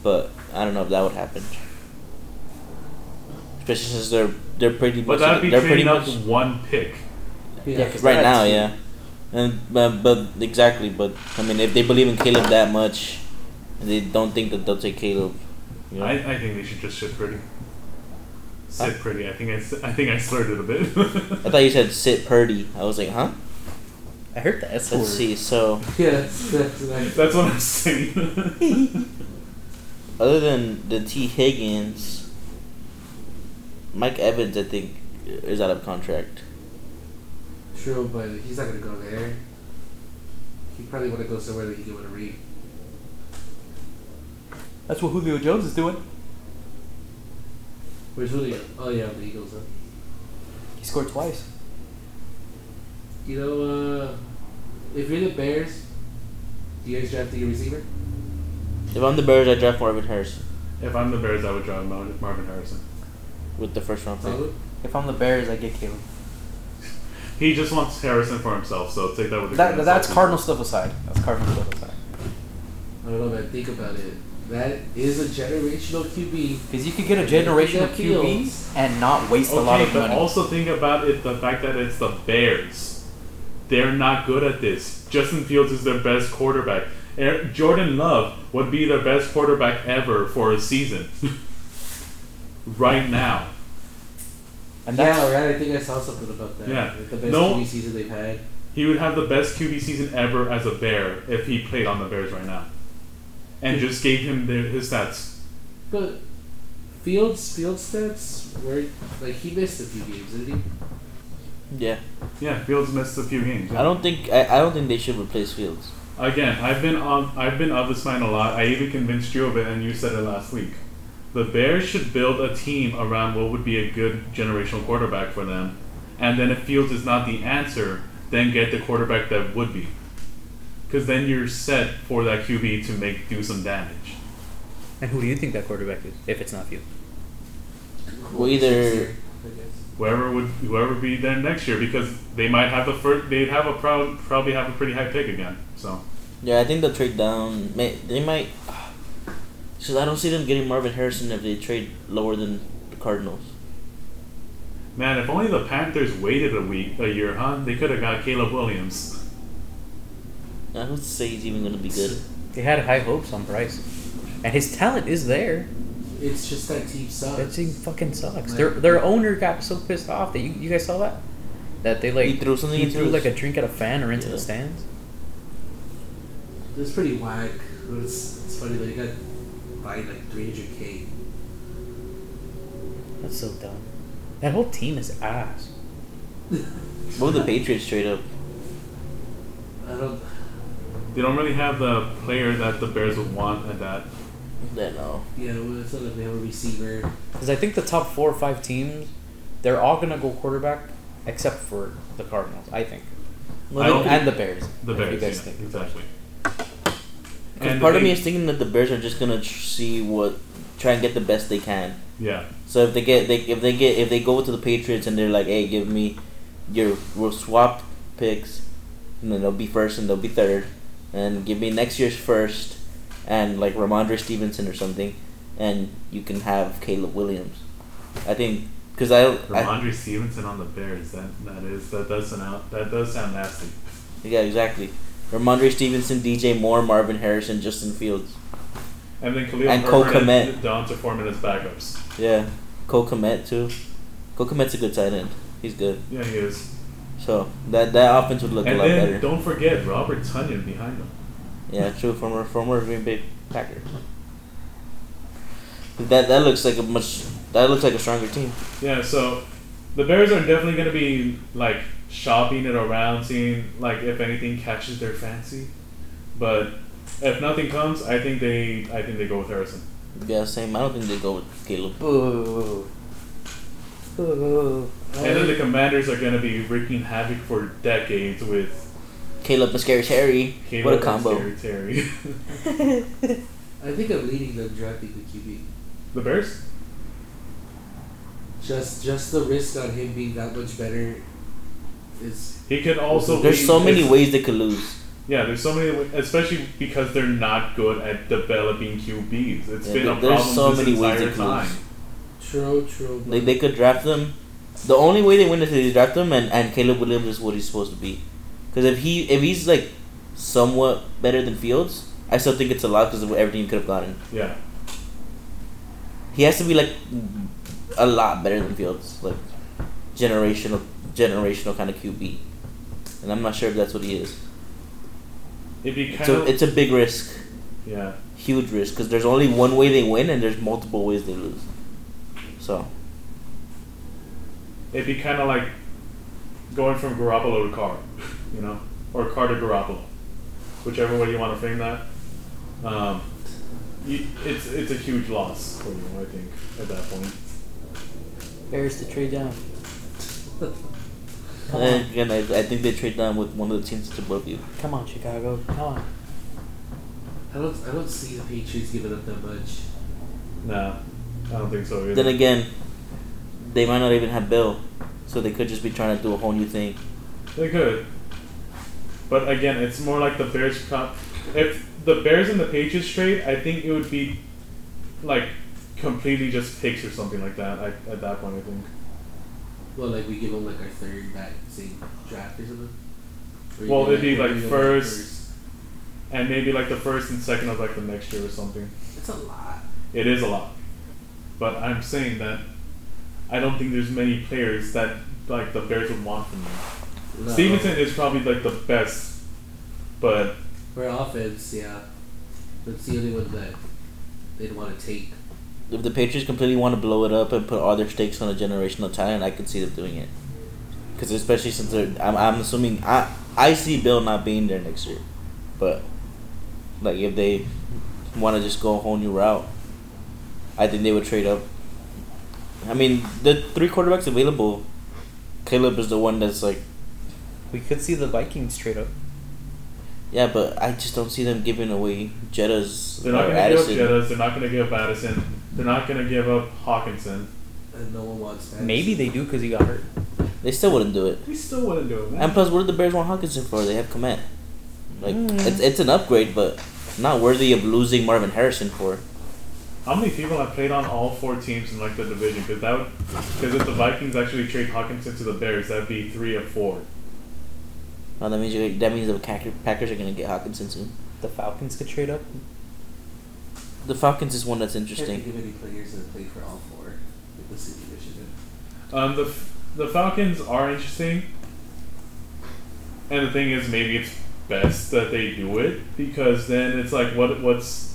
Speaker 4: but I don't know if that would happen. Especially since they're they're pretty
Speaker 1: But
Speaker 4: much
Speaker 1: that'd be
Speaker 4: they're pretty
Speaker 1: trading up
Speaker 4: much
Speaker 1: one pick.
Speaker 2: Yeah, 'cause
Speaker 4: right
Speaker 2: they're at
Speaker 4: now,
Speaker 2: two.
Speaker 4: yeah. And but, but exactly, but I mean, if they believe in Caleb that much, they don't think that they'll take Caleb. You know?
Speaker 1: I, I think they should just sit pretty. Sit
Speaker 4: Huh?
Speaker 1: pretty. I think I, s- I think I slurred it a bit.
Speaker 4: I thought you said sit Purdy. I was like, huh?
Speaker 2: I heard the S word.
Speaker 4: Let's see. So,
Speaker 3: Yeah, that's, that's like.
Speaker 1: <laughs> That's what I'm saying. <laughs>
Speaker 4: other than the T Higgins, Mike Evans, I think, is out of contract.
Speaker 3: True, but he's not gonna go there. He probably wanna go somewhere that he can win a ring.
Speaker 2: That's what Julio Jones is doing.
Speaker 3: Where's Julio? Oh yeah, the Eagles. Huh?
Speaker 2: He scored twice.
Speaker 3: You know, uh, if you're the Bears, do you guys draft the receiver?
Speaker 4: If I'm the Bears, I draft Marvin Harrison
Speaker 1: if I'm the Bears, I would draw Mar- Marvin Harrison.
Speaker 4: with the first round pick.
Speaker 3: Solid.
Speaker 2: If I'm the Bears, I get Caleb.
Speaker 1: He just wants Harrison for himself, so take that with a grain
Speaker 2: That,
Speaker 1: of
Speaker 2: that's
Speaker 1: salt.
Speaker 2: Cardinal stuff aside. That's Cardinal stuff aside.
Speaker 3: I don't know, man. Think about it. That is a generational QB.
Speaker 2: Because you could get a
Speaker 3: Yeah,
Speaker 2: generational
Speaker 3: that
Speaker 2: QB
Speaker 3: feels-
Speaker 2: and not waste a lot
Speaker 1: Okay,
Speaker 2: of
Speaker 1: but
Speaker 2: money.
Speaker 1: also think about it the fact that it's the Bears. They're not good at this. Justin Fields is their best quarterback. Er- Jordan Love would be their best quarterback ever for a season. <laughs> right now.
Speaker 2: and that's
Speaker 3: Yeah, right. I think I saw something about that.
Speaker 1: Yeah.
Speaker 3: Like the best
Speaker 1: No.
Speaker 3: QB season they've had.
Speaker 1: He would have the best QB season ever as a Bear if he played on the Bears right now. And just gave him their, his stats.
Speaker 3: But Fields, field stats were like he missed a few games, didn't he?
Speaker 4: Yeah,
Speaker 1: Yeah, Fields missed a few games.
Speaker 4: I don't think I, I don't think they should replace Fields.
Speaker 1: Again, I've been on. I've been of this mind a lot. I even convinced you of it, and you said it last week. The Bears should build a team around what would be a good generational quarterback for them, and then if Fields is not the answer, then get the quarterback that would be, because then you're set for that QB to make do some damage.
Speaker 5: And who do you think that quarterback is, if it's not you?
Speaker 4: Well, either-
Speaker 3: I guess.
Speaker 1: Whoever would whoever be there next year, because they might have the first. They'd have a prob- probably have a pretty high pick again. So
Speaker 4: Yeah, I think they'll trade down. May, they might. <sighs> Because I don't see them getting Marvin Harrison if they trade lower than the Cardinals.
Speaker 1: man, if only the Panthers waited a week, a year, huh? They could have got Caleb Williams.
Speaker 4: I would say he's even going to be good.
Speaker 5: They had high hopes on Bryce. And his talent is there.
Speaker 3: It's just that team sucks.
Speaker 5: That team fucking sucks.
Speaker 3: Man.
Speaker 5: Their their owner got so pissed off that you, you guys saw that? That they like
Speaker 4: He threw something
Speaker 5: he
Speaker 4: into
Speaker 5: threw
Speaker 4: his-
Speaker 5: like a drink at a fan or into
Speaker 4: Yeah.
Speaker 5: the stands.
Speaker 3: It's pretty whack. It's, it's funny though. You got by like 300k.
Speaker 5: That's so dumb. That whole team is ass.
Speaker 4: What would the Patriots trade up?
Speaker 3: I don't.
Speaker 1: They don't really have the player that the Bears would want at that.
Speaker 4: That no.
Speaker 3: Yeah, well, it's not like they have a receiver.
Speaker 5: Because I think the top four or five teams, they're all gonna go quarterback except for the Cardinals, I think.
Speaker 1: I don't
Speaker 5: and the Bears.
Speaker 1: The
Speaker 5: if
Speaker 1: Bears,
Speaker 5: You guys
Speaker 1: yeah,
Speaker 5: think.
Speaker 1: exactly.
Speaker 4: 'Cause
Speaker 1: And
Speaker 4: part
Speaker 1: the
Speaker 4: of me
Speaker 1: thing-
Speaker 4: is thinking that the Bears are just gonna tr- see what, try and get the best they can.
Speaker 1: Yeah,
Speaker 4: So if they get they if they get if they go to the Patriots and they're like, hey, give me your we'll swap picks, and then they'll be first and they'll be third, and give me next year's first, and like Ramondre Stevenson or something, and you can have Caleb Williams. I think because I don't. I,
Speaker 1: Ramondre Stevenson on the Bears. That that is that does sound that does sound nasty.
Speaker 4: yeah, exactly. Ramondre Stevenson, DJ Moore, Marvin Harrison, Justin Fields.
Speaker 1: And then Khalil
Speaker 4: And
Speaker 1: Herbert
Speaker 4: Cole
Speaker 1: and Donta Foreman as backups.
Speaker 4: Yeah, Cole Komet too. Cole Komet's a good tight end. He's good.
Speaker 1: Yeah, he is.
Speaker 4: So that that offense would look
Speaker 1: and
Speaker 4: a lot
Speaker 1: then
Speaker 4: better.
Speaker 1: don't forget Robert Tunyon behind him.
Speaker 4: Yeah, true. Former former Green Bay Packer. That that looks like a much that looks like a stronger team.
Speaker 1: Yeah, so the Bears are definitely going to be like shopping it around, seeing like if anything catches their fancy. But if nothing comes, I think they I think they go with Harrison.
Speaker 4: Yeah, same. I don't think they go with Caleb.
Speaker 2: Boo. Boo.
Speaker 1: And then the Commanders are going to be wreaking havoc for decades with
Speaker 4: Caleb and Scary Terry.
Speaker 1: Caleb
Speaker 4: what a
Speaker 1: and Scary
Speaker 4: combo!
Speaker 1: Terry. <laughs>
Speaker 3: I think I'm leading them drafting the QB.
Speaker 1: the Bears?
Speaker 3: Just just the risk on him being that much better is
Speaker 1: He could also
Speaker 4: There's
Speaker 1: be-
Speaker 4: so many
Speaker 1: it's-
Speaker 4: ways they could lose.
Speaker 1: Yeah, there's so many, wa- especially because they're not good at developing QBs. It's
Speaker 4: Yeah,
Speaker 1: been
Speaker 4: there-
Speaker 1: a
Speaker 4: there's
Speaker 1: problem
Speaker 4: so
Speaker 1: this
Speaker 4: many ways
Speaker 1: entire
Speaker 4: they could
Speaker 1: time.
Speaker 4: lose.
Speaker 3: true, true.
Speaker 4: Like they could draft them. The only way they win is if they draft him, and, and Caleb Williams is what he's supposed to be. Because if he if he's like somewhat better than Fields, I still think it's a lot because of everything he could have gotten.
Speaker 1: Yeah,
Speaker 4: He has to be like a lot better than Fields, like generational, generational kind of QB, and I'm not sure if that's what he is.
Speaker 1: it'd be kind
Speaker 4: So
Speaker 1: of
Speaker 4: it's a big risk,
Speaker 1: yeah.
Speaker 4: huge risk, because there's only one way they win, and there's multiple ways they lose. So
Speaker 1: It'd be kind of like going from Garoppolo to Carr, <laughs> you know, or Carr to Garoppolo, whichever way you want to frame that. Um, you, it's it's a huge loss for you, I think, at that point.
Speaker 2: Bears to trade down. Come on.
Speaker 4: and again, I, I think they trade down with one of the teams that's above you.
Speaker 2: Come on, Chicago. Come on.
Speaker 3: I don't I don't see the Patriots giving up that much.
Speaker 1: Nah, I don't think so. Either.
Speaker 4: Then again, they might not even have Bill, so they could just be trying to do a whole new thing.
Speaker 1: They could. But again, it's more like the Bears comp. If the Bears and the Patriots trade, I think it would be like completely just picks or something like that. I, at that point, I think.
Speaker 3: Well, like we give them like our third back, say draft or something. Or you
Speaker 1: Well,
Speaker 3: give
Speaker 1: it'd be,
Speaker 3: or
Speaker 1: like,
Speaker 3: you give them,
Speaker 1: first. And maybe like the first and second of like the next year or something.
Speaker 3: first. It's a lot.
Speaker 1: It is a lot. But I'm saying that I don't think there's many players that like the Bears would want from them.
Speaker 3: No.
Speaker 1: Stevenson is probably like the best, but
Speaker 3: For offense, yeah. That's the only one that they'd want to take.
Speaker 4: If the Patriots completely want to blow it up and put all their stakes on a generational talent, I could see them doing it. Because especially since they're, I'm, I'm assuming I I see Bill not being there next year, but like if they want to just go a whole new route, I think they would trade up. I mean, the three quarterbacks available, Caleb is the one that's like,
Speaker 5: We could see the Vikings trade up.
Speaker 4: yeah, but I just don't see them giving away Jetta's
Speaker 1: They're not
Speaker 4: or
Speaker 1: going to give up
Speaker 4: Addison.
Speaker 1: Jettas. They're not going to give up Addison. They're not going to give up Hawkinson.
Speaker 3: And no one wants that.
Speaker 5: Maybe they do because he got hurt.
Speaker 4: They still wouldn't do it.
Speaker 1: We still wouldn't do it, man.
Speaker 4: And plus, what did the Bears want Hawkinson for? They have Komet. Like, it's, it's an upgrade, but not worthy of losing Marvin Harrison for.
Speaker 1: How many people have played on all four teams in like the division? Because that would, because if the Vikings actually trade Hawkinson to the Bears, that'd be three of four.
Speaker 4: Now that means you, that means the Packer- Packers are gonna get Hawkinson soon.
Speaker 5: The Falcons could trade up.
Speaker 4: The Falcons is one that's
Speaker 3: I can't think
Speaker 4: interesting.
Speaker 3: of any players that play for all four. Like the city of Michigan.
Speaker 1: Um, the F- the Falcons are interesting, and the thing is, maybe it's best that they do it because then it's like, what what's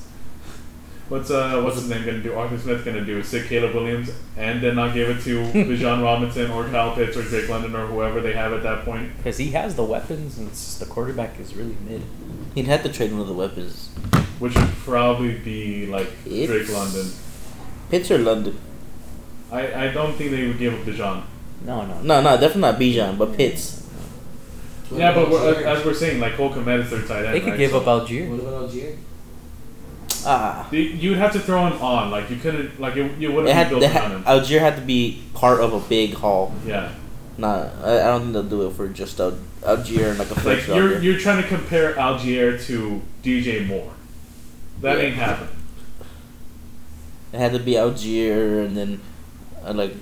Speaker 1: What's uh what's his name gonna do? Arthur Smith gonna do sit Caleb Williams and then not give it
Speaker 5: <laughs>
Speaker 1: to Bijan Robinson or Kyle Pitts or Jake London or whoever they have at that point.
Speaker 5: Because he has the weapons, and it's just the quarterback is really mid.
Speaker 4: He'd have to trade one of the weapons.
Speaker 1: Which would probably be like
Speaker 4: It's-
Speaker 1: Drake London.
Speaker 4: Pitts or London?
Speaker 1: I, I don't think they would give up Bijan.
Speaker 5: No, no.
Speaker 4: No, no, definitely not Bijan, but Pitts.
Speaker 3: What
Speaker 1: yeah, but
Speaker 3: about
Speaker 1: we're,
Speaker 3: Algier?
Speaker 1: as we're saying, like Cole Komet is their tight end.
Speaker 5: They could
Speaker 1: right?
Speaker 5: give
Speaker 1: So-
Speaker 5: up Algier.
Speaker 3: What about Algier?
Speaker 4: Ah.
Speaker 1: You- You would have to throw him on. Like you couldn't. Like it, you would
Speaker 4: It
Speaker 1: have
Speaker 4: had,
Speaker 1: built
Speaker 4: they
Speaker 1: around
Speaker 4: had,
Speaker 1: him.
Speaker 4: Algier had to uh, be part of a big haul.
Speaker 1: yeah.
Speaker 4: Not, I, I don't think they'll do it for just Al, Algier and like a
Speaker 1: Like
Speaker 4: first
Speaker 1: you're
Speaker 4: rounder.
Speaker 1: you're trying to compare Algier to DJ Moore. That
Speaker 4: Yeah.
Speaker 1: ain't happening.
Speaker 4: It had to be Algier and then uh, like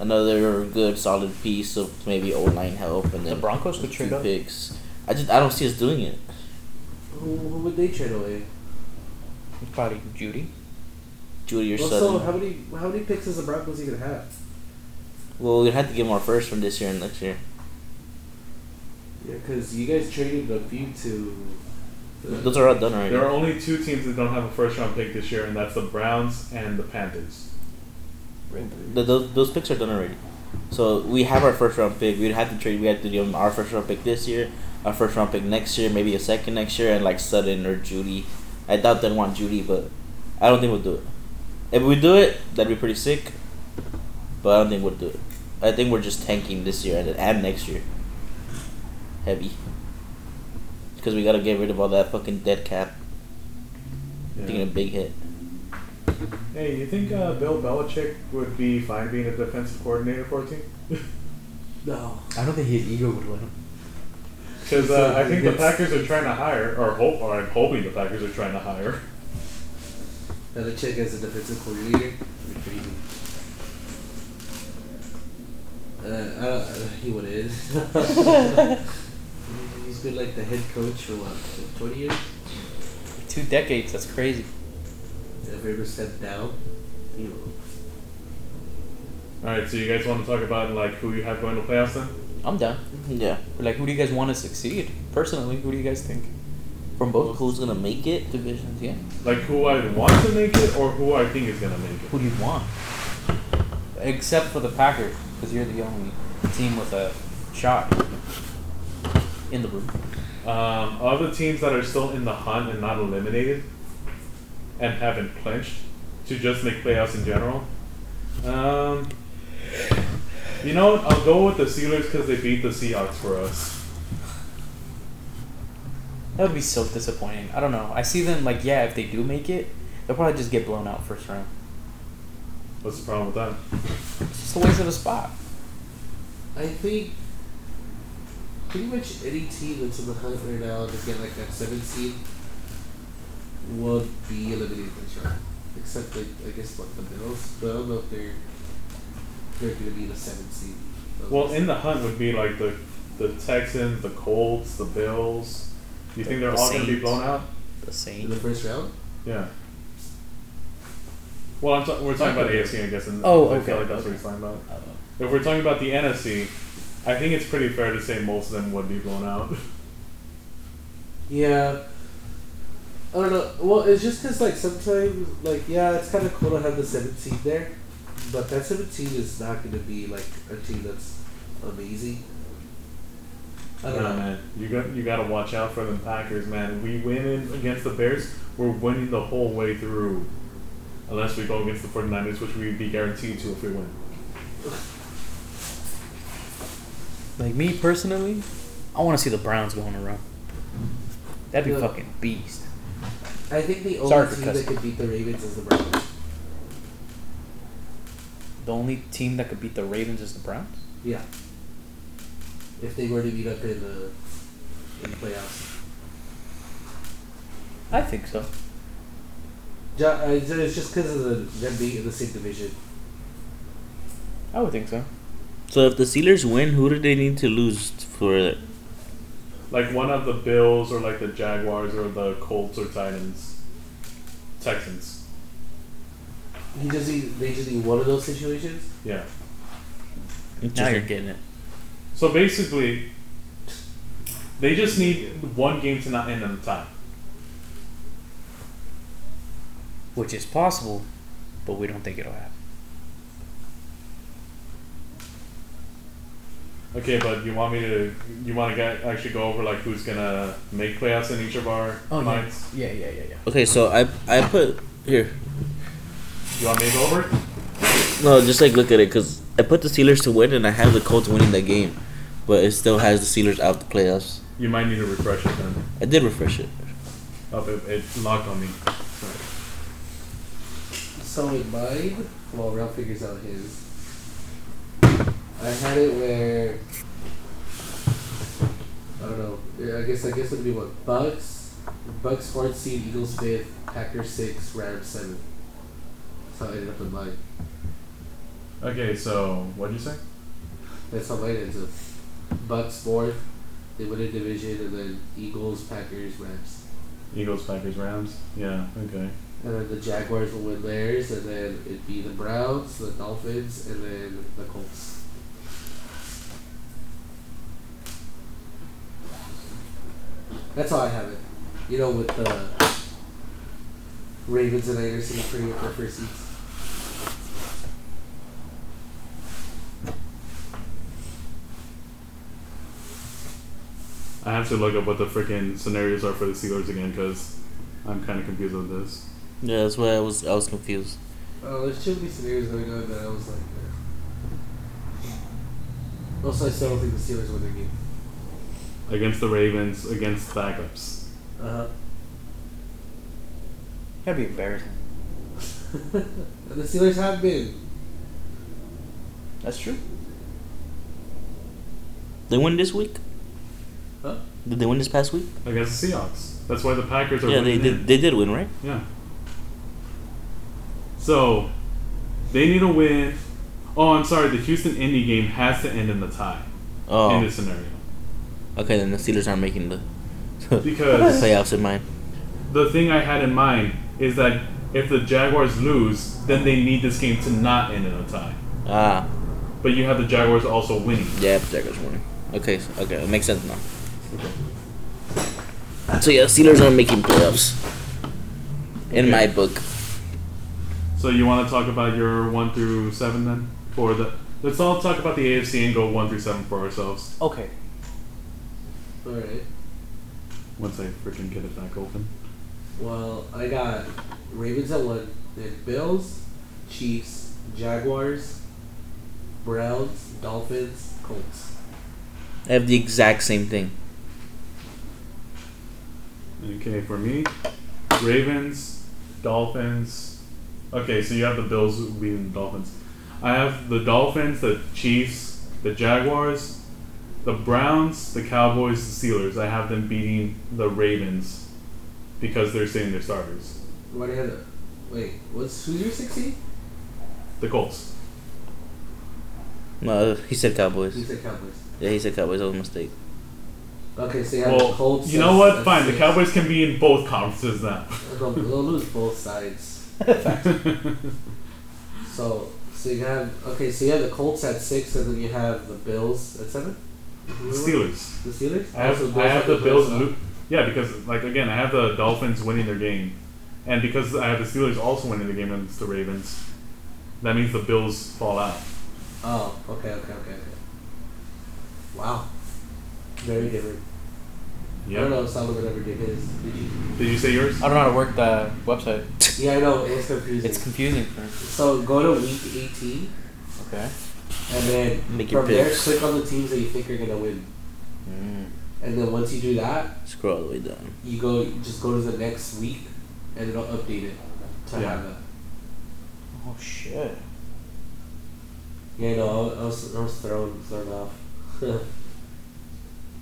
Speaker 4: another good solid piece of maybe O line help and
Speaker 5: The
Speaker 4: then
Speaker 5: Broncos could
Speaker 4: two
Speaker 5: trade up.
Speaker 4: picks. I just I don't see us doing it.
Speaker 3: Who, who would they trade away?
Speaker 5: Probably
Speaker 4: <laughs>
Speaker 5: Judy. <laughs>
Speaker 4: Judy or
Speaker 3: Well, so
Speaker 4: Sutton.
Speaker 3: how many how many picks does the Broncos even have?
Speaker 4: well, we'd have to give them our first from this year and next year.
Speaker 3: Yeah, because you guys traded a few to.
Speaker 4: Those are all done already.
Speaker 1: There are only two teams that don't have a first round pick this year, and that's the Browns and the Panthers.
Speaker 4: Th those, those picks are done already. So we have our first round pick. We'd have to trade. We have to give them our first round pick this year, our first round pick next year, maybe a second next year, and like Sutton or Judy. I doubt they'd want Judy, but I don't think we'll do it. If we do it, that'd be pretty sick. But I don't think we'll do it. I think we're just tanking this year and, and next year. Heavy. Because we gotta get rid of all that fucking dead cap. Taking a big hit.
Speaker 1: Hey, you think uh, Bill Belichick would be fine being a defensive coordinator for a team? <laughs>
Speaker 3: No.
Speaker 5: I don't think his ego would let him.
Speaker 1: Because uh, I think the
Speaker 3: Yes.
Speaker 1: Packers are trying to hire, or hope, or I'm hoping the Packers are trying to hire.
Speaker 3: Another chick as a defensive coordinator. That'd be pretty neat. Uh, I don't, I don't- he would is. <laughs> He's been like the head coach for what, twenty years?
Speaker 5: Two decades. That's crazy.
Speaker 3: Have ever stepped down? You know.
Speaker 1: All right, so you guys want to talk about like who you have going to playoffs then?
Speaker 5: I'm done.
Speaker 4: Yeah.
Speaker 5: Like, who do you guys want to succeed? Personally, who do you guys think?
Speaker 4: From both who's gonna make it?
Speaker 5: Divisions, yeah.
Speaker 1: Like who I want to make it, or who I think is gonna make it?
Speaker 5: Who do you want? Except for the Packers, because you're the only team with a shot in the room.
Speaker 1: Um, of the teams that are still in the hunt and not eliminated, and haven't clinched, to just make playoffs in general. Um, you know, what? I'll go with the Steelers because they beat the Seahawks for us.
Speaker 5: That would be so disappointing. I don't know. I see them like, yeah, if they do make it, they'll probably just get blown out first round.
Speaker 1: What's the problem with that?
Speaker 5: It's just a waste of a spot.
Speaker 3: I think pretty much any team that's in the hunt right now to get like that seven seed would be eliminated this round. Except like I guess like the Bills, but I don't know if they're they're gonna be the seven seed.
Speaker 1: Well, in the hunt would be like the the Texans, the Colts, the Bills. You think they're
Speaker 5: The
Speaker 1: all going to be
Speaker 5: Saints.
Speaker 1: blown out?
Speaker 5: The
Speaker 3: in the
Speaker 5: Saints.
Speaker 3: first round.
Speaker 1: Yeah. Well, I'm ta- we're talking about AFC, I guess. And
Speaker 5: Oh,
Speaker 1: I
Speaker 5: okay,
Speaker 1: feel like that's what he's talking about.
Speaker 5: Uh,
Speaker 1: If we're talking about the NFC, I think it's pretty fair to say most of them would be blown out.
Speaker 3: Yeah. I don't know. Well, it's just because, like, sometimes, like, yeah, it's kind of cool to have the 17 there, but that 17 is not going to be, like, a team that's amazing.
Speaker 1: <laughs>
Speaker 3: I don't
Speaker 1: Nah,
Speaker 3: know.
Speaker 1: man. You got you got to watch out for them Packers, man. We win in against the Bears, we're winning the whole way through. Unless we go against the 49ers, which we'd be guaranteed to if we win.
Speaker 5: Like me personally, I want to see the Browns going around. That'd be
Speaker 3: Yeah.
Speaker 5: fucking beast.
Speaker 3: I think the only
Speaker 5: Sorry for
Speaker 3: team that
Speaker 5: cussing.
Speaker 3: could beat the Ravens is the Browns.
Speaker 5: The only team that could beat the Ravens is the Browns.
Speaker 3: Yeah. If they were to meet up in the in playoffs.
Speaker 5: I think so.
Speaker 3: Ju- uh, It's it's just because of the, them being in the same division.
Speaker 5: I would think so.
Speaker 4: So if the Steelers win, who do they need to lose for it?
Speaker 1: Like one of the Bills or like the Jaguars or the Colts or Titans. Texans.
Speaker 3: He just need, they just need one of those situations.
Speaker 1: Yeah.
Speaker 5: Now you're getting it.
Speaker 1: So basically, they just need one game to not end on time.
Speaker 5: Which is possible, but we don't think it'll happen.
Speaker 1: Okay, but you want me to? You want to get, actually go over like who's gonna make playoffs in each of our
Speaker 4: Oh,
Speaker 1: lines?
Speaker 5: yeah, yeah, yeah, yeah.
Speaker 4: Okay, so I I put here.
Speaker 1: You want me to go over it?
Speaker 4: No, just like look at it because I put the Steelers to win and I have the Colts winning that game, but it still has the Steelers out the playoffs.
Speaker 1: You might need to refresh it then.
Speaker 4: I did refresh it.
Speaker 1: Oh, it, it locked on me. Sorry.
Speaker 3: So in mine, well, Ralph figures out his. I had it where I don't know. Yeah, I guess I guess it'd be what Bucks, Bucks fourth seed, Eagles fifth, Packers six, Rams seven. That's how I ended up in mine.
Speaker 1: Okay, so what'd you say?
Speaker 3: That's how mine ends up. Bucks fourth, they win a division, and then Eagles, Packers, Rams.
Speaker 1: Eagles, Packers, Rams. Yeah. Okay.
Speaker 3: And then the Jaguars will win theirs, and then it'd be the Browns, the Dolphins, and then the Colts. That's all I have it. You know, with the Ravens and Niners in the pretty much their first seeds.
Speaker 1: I have to look up what the freaking scenarios are for the Steelers again because I'm kind of confused on this.
Speaker 4: Yeah, that's why I was I was confused.
Speaker 3: Oh, there's too many scenarios going on that I was like, eh. also I still don't think the Steelers win their game.
Speaker 1: Against the Ravens, against backups.
Speaker 3: Uh huh.
Speaker 2: That'd be embarrassing.
Speaker 3: <laughs> the Steelers have been.
Speaker 2: That's true.
Speaker 4: They win this week.
Speaker 3: Huh?
Speaker 4: Did they win this past week?
Speaker 1: Against the Seahawks. That's why the Packers are
Speaker 4: yeah, they
Speaker 1: winning
Speaker 4: did.
Speaker 1: in.
Speaker 4: They did win, right?
Speaker 1: Yeah. So, they need a win. Oh, I'm sorry. The Houston Indy game has to end in the tie in
Speaker 4: Oh,
Speaker 1: this scenario
Speaker 4: okay. Then the Steelers aren't making the
Speaker 1: because
Speaker 4: <laughs> playoffs in mind.
Speaker 1: the thing I had in mind is that if the Jaguars lose, then they need this game to not end in a tie.
Speaker 4: Ah,
Speaker 1: But you have the Jaguars also winning.
Speaker 4: yeah, the Jaguars winning. Okay, so- okay, it makes sense now. So yeah, Steelers aren't making playoffs. In
Speaker 1: Okay.
Speaker 4: my book,
Speaker 1: So you want to talk about your one through seven then, for the let's all talk about the AFC and go one through seven for ourselves
Speaker 2: Okay.
Speaker 3: Alright.
Speaker 1: once I freaking get it back open.
Speaker 3: Well, I got Ravens at one, then Bills, Chiefs, Jaguars, Browns, Dolphins, Colts.
Speaker 4: I have the exact same thing.
Speaker 1: Okay, for me, Ravens, Dolphins. Okay, so you have the Bills beating the Dolphins. I have the Dolphins, the Chiefs, the Jaguars, the Browns, the Cowboys, the Steelers. I have them beating the Ravens because they're saying their starters.
Speaker 3: What had a, wait, what's who's your sixteen?
Speaker 1: The Colts.
Speaker 4: No, he said
Speaker 3: You
Speaker 4: Cowboys.
Speaker 3: said Cowboys.
Speaker 4: Yeah, he said Cowboys. That was a mistake.
Speaker 3: Okay, so you have the
Speaker 1: Well,
Speaker 3: Colts.
Speaker 1: you know
Speaker 3: that's-
Speaker 1: what? Fine. The
Speaker 3: that's
Speaker 1: Cowboys can be in both conferences now.
Speaker 3: six. They'll, they'll lose both
Speaker 1: <laughs>
Speaker 3: sides. So so you have okay, so you have the Colts at six, and then you have the Bills at seven.
Speaker 1: Steelers.
Speaker 3: The Steelers.
Speaker 1: I have,
Speaker 3: Also,
Speaker 1: I have
Speaker 3: at
Speaker 1: the Bills.
Speaker 3: huh?
Speaker 1: Lo- yeah, because like again, I have the Dolphins winning their game, and because I have the Steelers also winning the game against the Ravens, that means the Bills fall out.
Speaker 3: Oh, okay, okay, okay, okay. Wow. Very different. I don't
Speaker 1: Yeah.
Speaker 3: know if Solomon ever did his. Did you?
Speaker 1: Did you say yours?
Speaker 5: I don't know how to work the website.
Speaker 3: Yeah, I know. It's confusing.
Speaker 5: It's confusing for me.
Speaker 3: so go to week 18,
Speaker 5: Okay.
Speaker 3: and then
Speaker 4: Make your
Speaker 3: from there,
Speaker 4: picks.
Speaker 3: click on the teams that you think are going to win.
Speaker 4: Mm.
Speaker 3: And then once you do that,
Speaker 4: Scroll all the way down.
Speaker 3: you go you just go to the next week, and it'll update it to
Speaker 1: Yeah.
Speaker 3: have that.
Speaker 5: Oh shit.
Speaker 3: Yeah, I know. I was, I was thrown, thrown off. And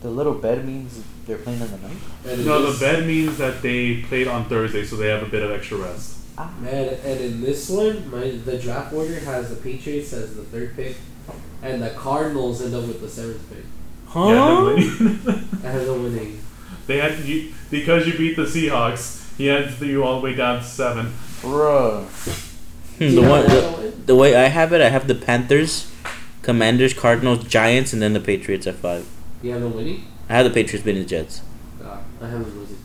Speaker 5: The little bed means they're playing in the night.
Speaker 3: in
Speaker 1: No,
Speaker 3: this-
Speaker 1: the bed means that they played on Thursday, so they have a bit of extra rest.
Speaker 2: Ah.
Speaker 3: Man, and in this one, my the draft order has the Patriots as the third pick, and the Cardinals end up with the seventh pick.
Speaker 1: Yeah, they're winning.
Speaker 3: I have them winning.
Speaker 1: <laughs> they had you because you beat the Seahawks. He had you all the way down to seven.
Speaker 5: Bro.
Speaker 4: Hmm, <laughs> the one, the, the way I have it, I have the Panthers, Commanders, Cardinals, Giants, and then the Patriots at five.
Speaker 3: You have them winning?
Speaker 4: I have the Patriots beating the Jets.
Speaker 3: Uh, I have them losing.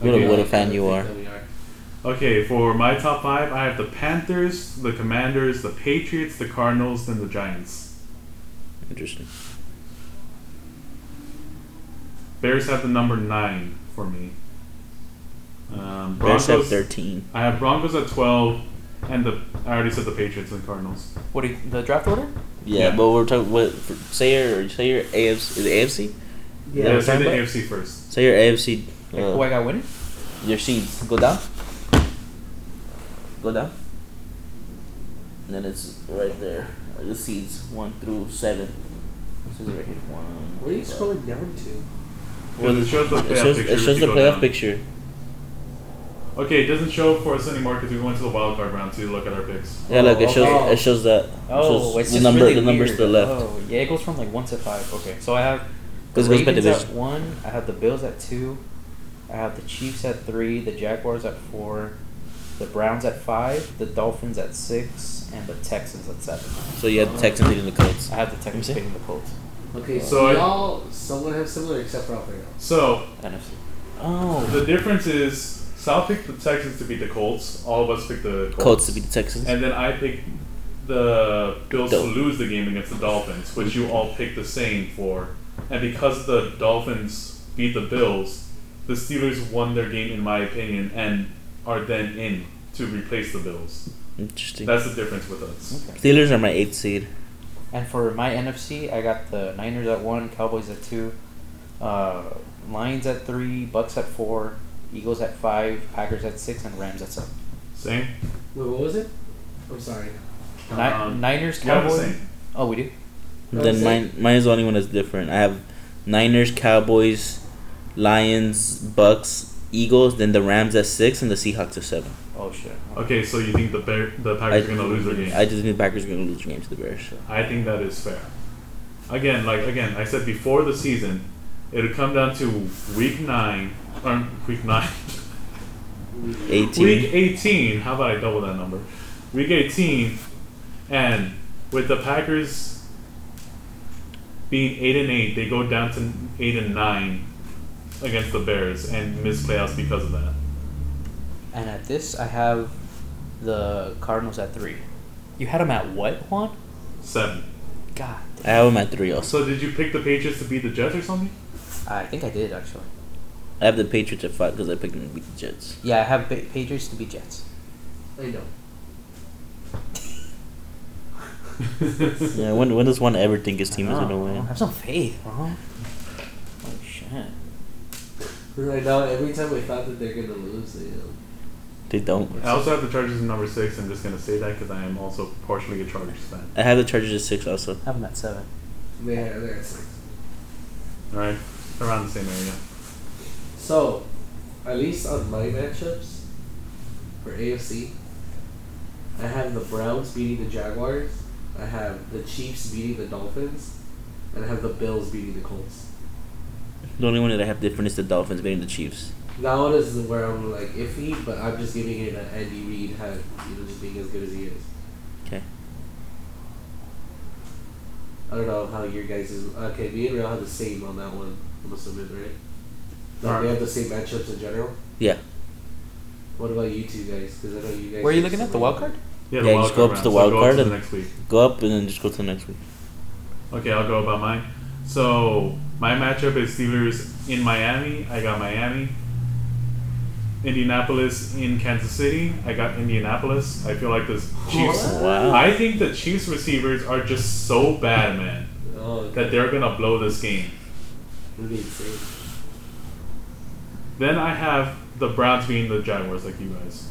Speaker 4: What
Speaker 1: Okay.
Speaker 4: a, what a fan you
Speaker 3: I
Speaker 4: are.
Speaker 3: think that we are.
Speaker 1: Okay, for my top five, I have the Panthers, the Commanders, the Patriots, the Cardinals, then the Giants.
Speaker 4: Interesting.
Speaker 1: Bears have the number nine for me. Um,
Speaker 4: Bears have
Speaker 1: Broncos.
Speaker 4: thirteen.
Speaker 1: I have Broncos at twelve, and the I already said the Patriots and Cardinals.
Speaker 5: What do you, the draft order?
Speaker 4: Yeah,
Speaker 1: Yeah.
Speaker 4: but we're talking what for, say your say your AFC is it AFC?
Speaker 1: Yeah,
Speaker 4: Yeah,
Speaker 1: say
Speaker 4: talking
Speaker 1: the
Speaker 4: about-
Speaker 1: AFC first.
Speaker 4: Say your AFC
Speaker 5: Like, who
Speaker 4: uh,
Speaker 5: I got winning?
Speaker 4: your seeds. Go down. Go down. And then it's right there. The seeds one through seven. This is right here. One.
Speaker 3: What are you
Speaker 4: five.
Speaker 3: scrolling down to?
Speaker 4: Well,
Speaker 1: it shows the playoff
Speaker 4: It shows,
Speaker 1: picture.
Speaker 4: it
Speaker 1: if you
Speaker 4: shows the
Speaker 1: go
Speaker 4: playoff
Speaker 1: down.
Speaker 4: picture.
Speaker 1: Okay, it doesn't show up for us anymore because we went to the wild card round to look at our picks.
Speaker 4: Yeah, look, it shows
Speaker 2: okay.
Speaker 4: it shows that. It
Speaker 2: Oh,
Speaker 4: shows
Speaker 2: it's
Speaker 4: the
Speaker 2: just
Speaker 4: number
Speaker 2: really
Speaker 4: the numbers to
Speaker 2: weird.
Speaker 4: the left.
Speaker 2: Oh, yeah, it goes from like one to five. Okay, so I have the
Speaker 4: 'Cause it goes by
Speaker 2: Ravens at
Speaker 4: division.
Speaker 2: one. I have the Bills at two. I have the Chiefs at three. The Jaguars at four. The Browns at five. The Dolphins at six, and the Texans at seven.
Speaker 4: So you have the Texans leading the Colts.
Speaker 2: I have the Texans
Speaker 4: see.
Speaker 2: picking the Colts.
Speaker 3: Okay, so,
Speaker 1: So I-
Speaker 3: y'all somewhat have similar except for Alfredo.
Speaker 1: So
Speaker 2: NFC.
Speaker 4: Oh,
Speaker 1: the difference is Sal picked the Texans to beat the Colts. All of us picked the Colts,
Speaker 4: Colts to beat the Texans.
Speaker 1: and then I picked the Bills
Speaker 4: Dol-
Speaker 1: to lose the game against the Dolphins, which you all picked the same for. And because the Dolphins beat the Bills, the Steelers won their game in my opinion, and are then in to replace the Bills.
Speaker 4: Interesting.
Speaker 1: That's the difference with us.
Speaker 2: Okay.
Speaker 4: Steelers are my eighth seed.
Speaker 2: And for my NFC, I got the Niners at one, Cowboys at two, uh, Lions at three, Bucks at four, Eagles at five, Packers at six, and Rams at seven.
Speaker 1: Same.
Speaker 3: Wait, what was it? I'm sorry.
Speaker 2: Ni-
Speaker 1: Um,
Speaker 2: Niners,
Speaker 1: Yeah, the
Speaker 2: Cowboys.
Speaker 1: same.
Speaker 2: Oh, we do.
Speaker 3: That
Speaker 4: then
Speaker 3: was
Speaker 4: mine, mine is the only one that's different. I have Niners, Cowboys, Lions, Bucks, Eagles, then the Rams at six, and the Seahawks at seven.
Speaker 2: Oh shit.
Speaker 1: Okay, so you think the Bear, the
Speaker 4: I,
Speaker 1: Packers are going to lose their game?
Speaker 4: I just think the Packers are going to lose their game to the Bears.
Speaker 1: I think that is fair. Again, like again, I said before the season, it'll come down to week nine or week nine, <laughs>
Speaker 4: Eighteen.
Speaker 1: week eighteen. How about I double that number? Week eighteen, and with the Packers being eight and eight, they go down to eight and nine against the Bears and miss playoffs because of that.
Speaker 2: And at this, I have the Cardinals at three. You had them at what, Juan?
Speaker 1: Seven.
Speaker 2: God.
Speaker 4: I have them at three also.
Speaker 1: So did you pick the Patriots to beat the Jets or something?
Speaker 2: I think I did actually.
Speaker 4: I have the Patriots at five because I picked them to beat
Speaker 1: <laughs>
Speaker 4: the Jets.
Speaker 2: Yeah, I have pa- Patriots to beat Jets.
Speaker 3: I know.
Speaker 4: Yeah, when, when does one ever think his team is
Speaker 2: I
Speaker 4: going to
Speaker 2: know.
Speaker 4: win?
Speaker 2: Oh, Have some faith, bro. Oh shit.
Speaker 3: Right now, every time I thought that they're gonna lose, they um,
Speaker 4: They don't.
Speaker 1: I also have the Chargers in number six. I'm just gonna say that because I am also partially a Chargers fan.
Speaker 4: I have the Chargers at six also.
Speaker 2: Have them at seven.
Speaker 3: they had they're at six.
Speaker 1: All right, around the same area.
Speaker 3: So, at least on my matchups for AFC, I have the Browns beating the Jaguars. I have the Chiefs beating the Dolphins, and I have the Bills beating the Colts.
Speaker 4: The only one that I have different is the Dolphins beating the Chiefs.
Speaker 3: That one is where I'm like iffy, but I'm just giving it an Andy Reid had you know just being as good as he is.
Speaker 4: Okay.
Speaker 3: I don't know how your guys is. Okay, me and Real have the same on that one. I'm assuming, right? Like,
Speaker 1: Alright.
Speaker 3: We have the same matchups in general.
Speaker 4: Yeah.
Speaker 3: What about you two guys? Because I know you guys.
Speaker 2: Were you
Speaker 3: have
Speaker 2: looking at the
Speaker 3: some-
Speaker 2: wild card?
Speaker 1: Yeah,
Speaker 4: Yeah,
Speaker 1: the
Speaker 4: you
Speaker 1: wild
Speaker 4: just go
Speaker 1: card
Speaker 4: up to
Speaker 1: round.
Speaker 4: the
Speaker 1: So
Speaker 4: wild
Speaker 1: go up
Speaker 4: card
Speaker 1: to
Speaker 4: and-
Speaker 1: the next week.
Speaker 4: Go up and then just go to the next week.
Speaker 1: Okay, I'll go about mine. So my matchup is Steelers in Miami. I got Miami. Indianapolis in Kansas City. I got Indianapolis. I feel like the Chiefs.
Speaker 4: Wow.
Speaker 1: I think the Chiefs receivers are just so bad, man,
Speaker 3: Oh, okay.
Speaker 1: that they're gonna blow this game.
Speaker 3: That'd be insane.
Speaker 1: Then I have the Browns being the Jaguars, like you guys.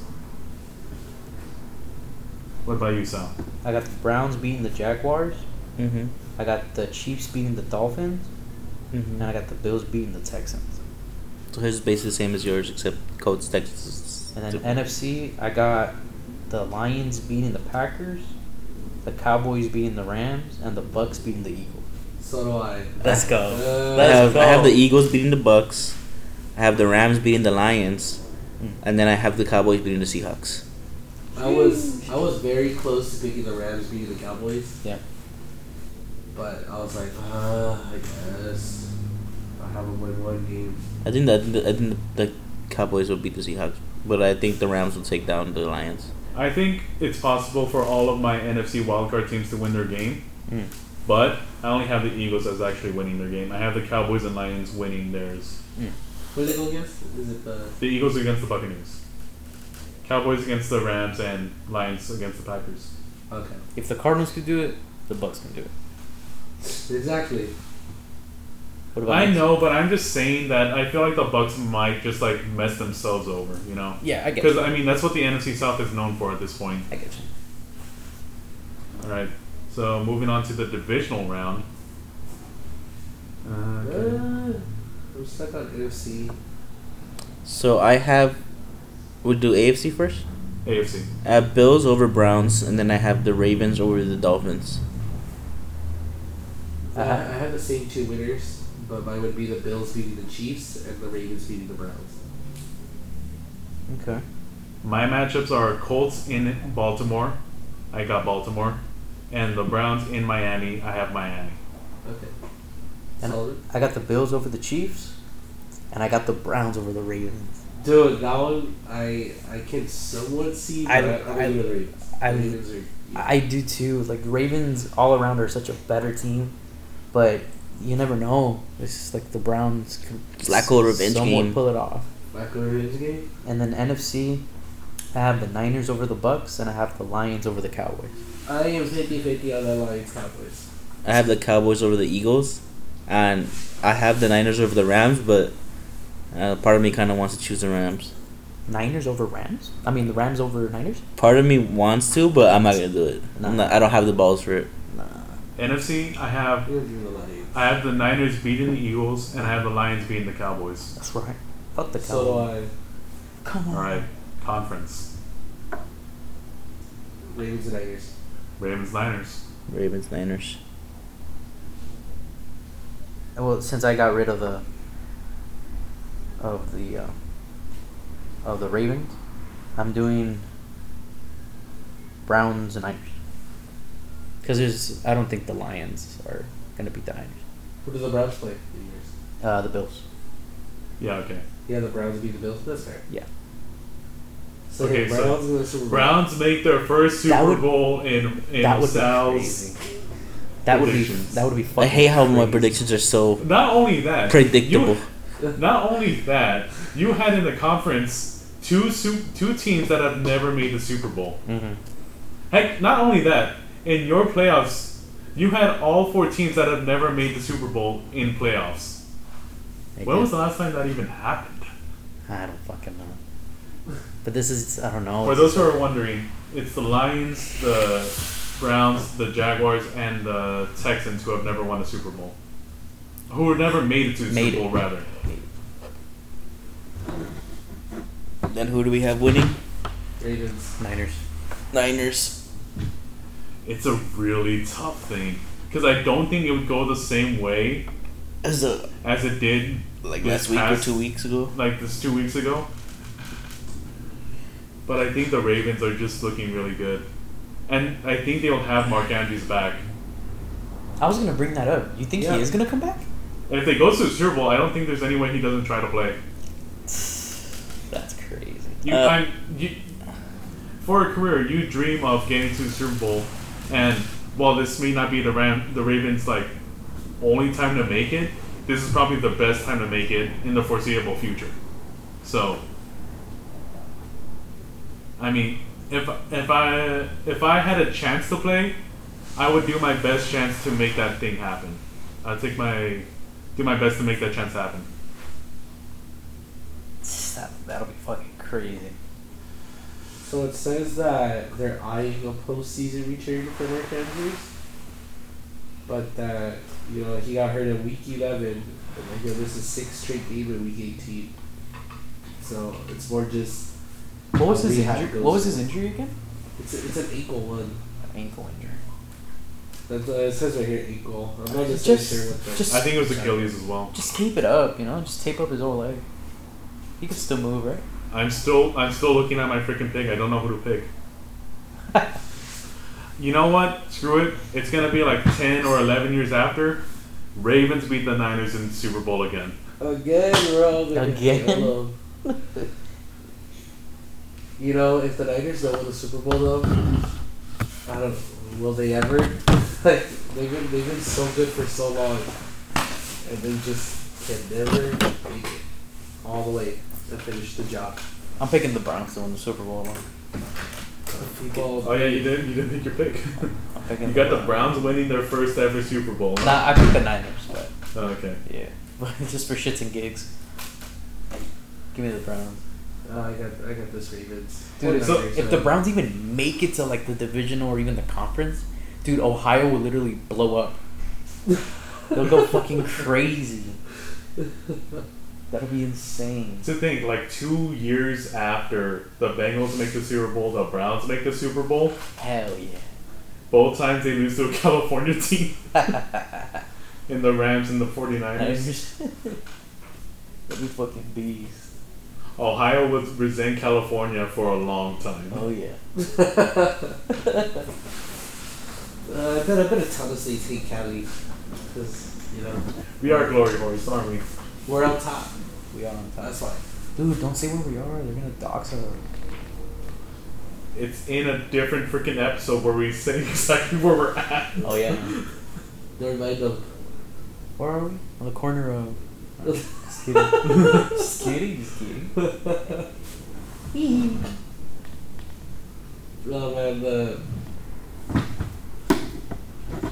Speaker 1: What about you, Sal?
Speaker 2: I got the Browns beating the Jaguars.
Speaker 4: Mm-hmm.
Speaker 2: I got the Chiefs beating the Dolphins, and I got the Bills beating the Texans.
Speaker 4: So his is basically the same as yours, except Colts, Texas.
Speaker 2: And then NFC, I got the Lions beating the Packers, the Cowboys beating the Rams, and the Bucks beating the Eagles.
Speaker 3: So do I.
Speaker 4: Let's
Speaker 2: Oh.
Speaker 4: go.
Speaker 3: Uh,
Speaker 4: I have, I have the
Speaker 3: go.
Speaker 4: Eagles beating the Bucks. I have the Rams beating the Lions,
Speaker 2: Mm.
Speaker 4: and then I have the Cowboys beating the Seahawks.
Speaker 3: I was I was very close to picking the Rams beating the Cowboys,
Speaker 2: Yeah.
Speaker 3: but I was like, uh, I guess I have them win one game.
Speaker 4: I think that I think the Cowboys will beat the Seahawks, but I think the Rams will take down the Lions.
Speaker 1: I think it's possible for all of my NFC wildcard teams to win their game,
Speaker 2: Mm.
Speaker 1: but I only have the Eagles as actually winning their game. I have the Cowboys and Lions winning theirs.
Speaker 3: Who did they go against? Is it the
Speaker 1: The Eagles against the Buccaneers, Cowboys against the Rams, and Lions against the Packers.
Speaker 3: okay?
Speaker 2: <laughs> If the Cardinals could do it, the Bucks can do it.
Speaker 3: Exactly.
Speaker 2: What about
Speaker 1: I
Speaker 2: next?
Speaker 1: know, but I'm just saying that I feel like the Bucks might just like mess themselves over, you know?
Speaker 2: Yeah, I get.
Speaker 1: Because
Speaker 2: You.
Speaker 1: I mean, that's what the NFC South is known for at this point.
Speaker 2: I get you.
Speaker 1: All right. So moving on to the divisional round. Uh, okay.
Speaker 3: Uh, I'm stuck on AFC.
Speaker 4: So I have. We do AFC first.
Speaker 1: AFC.
Speaker 4: I have Bills over Browns, and then I have the Ravens over the Dolphins.
Speaker 2: Uh-huh.
Speaker 3: I, I have the same two winners, but mine would be the Bills beating the Chiefs and the Ravens beating the Browns.
Speaker 4: Okay.
Speaker 1: My matchups are Colts in Baltimore. I got Baltimore. And the Browns in Miami. I have Miami.
Speaker 3: Okay.
Speaker 2: And-
Speaker 3: Solid.
Speaker 2: I got the Bills over the Chiefs, and I got the Browns over the Ravens.
Speaker 3: Dude, that one I I can somewhat see, but
Speaker 2: I-
Speaker 3: I, I,
Speaker 2: I-
Speaker 3: don't even read.
Speaker 2: I-
Speaker 3: Ravens are, yeah.
Speaker 2: I do too. Like Ravens all around are such a better team, but you never know. It's just like the Browns can
Speaker 4: Flacco revenge
Speaker 2: somewhat
Speaker 4: game.
Speaker 2: pull it off.
Speaker 3: Black Ravens game.
Speaker 2: And then NFC, I have the Niners over the Bucks, and I have the Lions over the Cowboys.
Speaker 3: I am 50-50 on the Lions Cowboys.
Speaker 4: I have the Cowboys over the Eagles, and I have the Niners over the Rams, but uh, part of me kind of wants to choose the Rams.
Speaker 2: Niners over Rams? I mean, the Rams over Niners?
Speaker 4: Part of me wants to, but I'm not gonna do it. I'm not, I don't have the balls for it.
Speaker 2: Nah.
Speaker 1: NFC. I have
Speaker 3: I'm gonna give the Lions.
Speaker 1: I have the Niners beating the Eagles, and I have the Lions beating the Cowboys.
Speaker 2: That's right. Fuck the Cowboys.
Speaker 3: So do I.
Speaker 2: Come
Speaker 1: All
Speaker 2: on.
Speaker 1: right. Conference.
Speaker 3: Ravens and Niners.
Speaker 1: Ravens Niners.
Speaker 4: Ravens, Niners.
Speaker 2: Well, since I got rid of the of the uh, of the Ravens, I'm doing Browns and Niners. Because there's, I don't think the Lions are gonna beat the Niners.
Speaker 3: Who do the Browns play? The Niners.
Speaker 2: Uh, the Bills.
Speaker 1: Yeah. Okay.
Speaker 3: Yeah, the Browns beat the Bills. That's fair.
Speaker 2: Yeah.
Speaker 3: So
Speaker 1: Okay,
Speaker 3: the
Speaker 1: so
Speaker 3: Browns in the Super Bowl.
Speaker 1: Browns make their first
Speaker 2: That
Speaker 1: Super
Speaker 2: would-
Speaker 1: Bowl in in
Speaker 2: that would be
Speaker 1: Sal's.
Speaker 2: crazy. That would be
Speaker 1: predictions.
Speaker 2: that would be fucking.
Speaker 4: I hate how my
Speaker 2: crazy.
Speaker 4: predictions are so
Speaker 1: Not only that,
Speaker 4: predictable.
Speaker 1: you- not only that, you had in the conference two su- two teams that have never made the Super Bowl.
Speaker 2: Mhm.
Speaker 1: Heck, not only that, in your playoffs, you had all four teams that have never made the Super Bowl in playoffs.
Speaker 2: I
Speaker 1: When was
Speaker 2: guess.
Speaker 1: the last time that even happened?
Speaker 2: I don't fucking know. But this is I don't know.
Speaker 1: For those who are wondering, it's the Lions, the Browns, the Jaguars, and the Texans who have never won a Super Bowl. Who have never made it to the
Speaker 2: Made
Speaker 1: Super
Speaker 2: it.
Speaker 1: Bowl, rather.
Speaker 4: Then who do we have winning?
Speaker 3: Ravens.
Speaker 2: Niners.
Speaker 4: Niners.
Speaker 1: It's a really tough thing. Because I don't think it would go the same way
Speaker 4: As a
Speaker 1: as it did
Speaker 4: like
Speaker 1: This
Speaker 4: last week or
Speaker 1: past-
Speaker 4: two weeks ago.
Speaker 1: like this two weeks ago. But I think the Ravens are just looking really good. And I think they'll have Mark Andrews back.
Speaker 2: I was gonna bring that up. You think
Speaker 3: Yeah.
Speaker 2: he is gonna come back?
Speaker 1: And if they go to the Super Bowl, I don't think there's any way he doesn't try to play.
Speaker 2: That's crazy.
Speaker 1: You
Speaker 4: Uh,
Speaker 1: kind you, for a career, you dream of getting to the Super Bowl, and while this may not be the Ram, the Ravens' like only time to make it, this is probably the best time to make it in the foreseeable future. So, I mean, if if I if I had a chance to play, I would do my best chance to make that thing happen. I'd take my do my best to make that chance happen.
Speaker 2: That, that'll be fucking crazy.
Speaker 3: So it says that they're eyeing a postseason return for Mark Andrews, but that you know he got hurt in Week 11, and I know this is sixth straight game in Week 18. So it's more just
Speaker 2: What was his
Speaker 3: Rehab
Speaker 2: injury?
Speaker 3: goes
Speaker 2: What was
Speaker 3: with
Speaker 2: his injury again?
Speaker 3: it's a, it's an ankle one.
Speaker 2: Ankle injury.
Speaker 3: That's, uh, it says right here ankle. I'm not just,
Speaker 2: Just-
Speaker 3: sure what the
Speaker 2: just-
Speaker 1: I think it was Achilles as well.
Speaker 2: Just tape it up, you know. Just tape up his whole leg. He can still move, right?
Speaker 1: I'm still I'm still looking at my freaking pick. I don't know who to pick. you know what? Screw it. It's gonna be like ten or eleven years after. Ravens beat the Niners in the Super Bowl again.
Speaker 3: Again, Rob.
Speaker 2: Again?
Speaker 3: Hello. you know, if the Niners don't win the Super Bowl, though, I don't. Will they ever? <laughs> like they've been they've been so good for so long, and they just can never make it all the way to finish the job.
Speaker 2: I'm picking the Bronx to win the Super Bowl. Alone.
Speaker 1: Oh
Speaker 3: Football.
Speaker 1: yeah, you did. You didn't pick your pick. <laughs>
Speaker 2: I'm picking
Speaker 1: you got <laughs> the Browns winning their first ever Super Bowl. huh?
Speaker 2: Nah, I picked the Niners, but
Speaker 1: Oh, okay.
Speaker 2: yeah, <laughs> but just for shits and gigs. Give me the Browns,
Speaker 3: Oh, I got I got this Ravens.
Speaker 2: dude. If,
Speaker 1: so-
Speaker 2: if the Browns even make it to like the divisional or even the conference, Dude, Ohio will literally blow <laughs> up. They'll go fucking crazy. That'll be insane.
Speaker 1: To think, like two years after the Bengals make the Super Bowl, the Browns make the Super Bowl.
Speaker 2: Hell yeah.
Speaker 1: Both times they lose to a <laughs> California team. in the Rams and the 49ers.
Speaker 2: <laughs> That'd be fucking beast.
Speaker 1: Ohio would resent California for a long time.
Speaker 2: Oh yeah.
Speaker 3: Uh, I bet, I bet it's honestly hate Cali. Because, you know,
Speaker 1: We are glory horse, aren't we?
Speaker 3: we're on top.
Speaker 2: We are on top.
Speaker 3: That's why.
Speaker 2: Dude, don't say where we are. They're gonna dox us.
Speaker 1: It's in a different freaking episode where we say <laughs> exactly where we're at.
Speaker 2: Oh yeah.
Speaker 3: Don't remind them. <laughs>
Speaker 2: Where are we? On the corner of. Just kidding. <laughs> just kidding. Just kidding.
Speaker 3: No, man, the. uh, I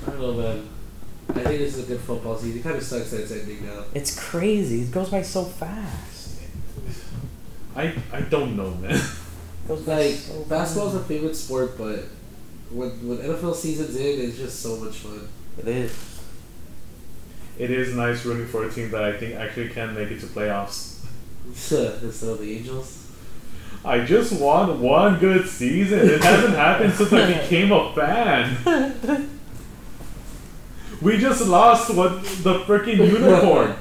Speaker 3: don't know, man. I think this is a good football season. It kind of sucks that it's ending now.
Speaker 2: It's crazy. It goes by so fast.
Speaker 1: I, I don't know, man.
Speaker 2: It goes by
Speaker 3: Like,
Speaker 2: so
Speaker 3: basketball's
Speaker 2: fast.
Speaker 3: my favorite sport, but when, when NFL season's in, it's just so much fun. <laughs>
Speaker 2: It is. <laughs>
Speaker 1: It is nice rooting for a team that I think actually can make it to playoffs.
Speaker 3: Instead of uh, the Angels.
Speaker 1: I just want one good season. It hasn't happened since I became a fan. We just lost what the freaking unicorn.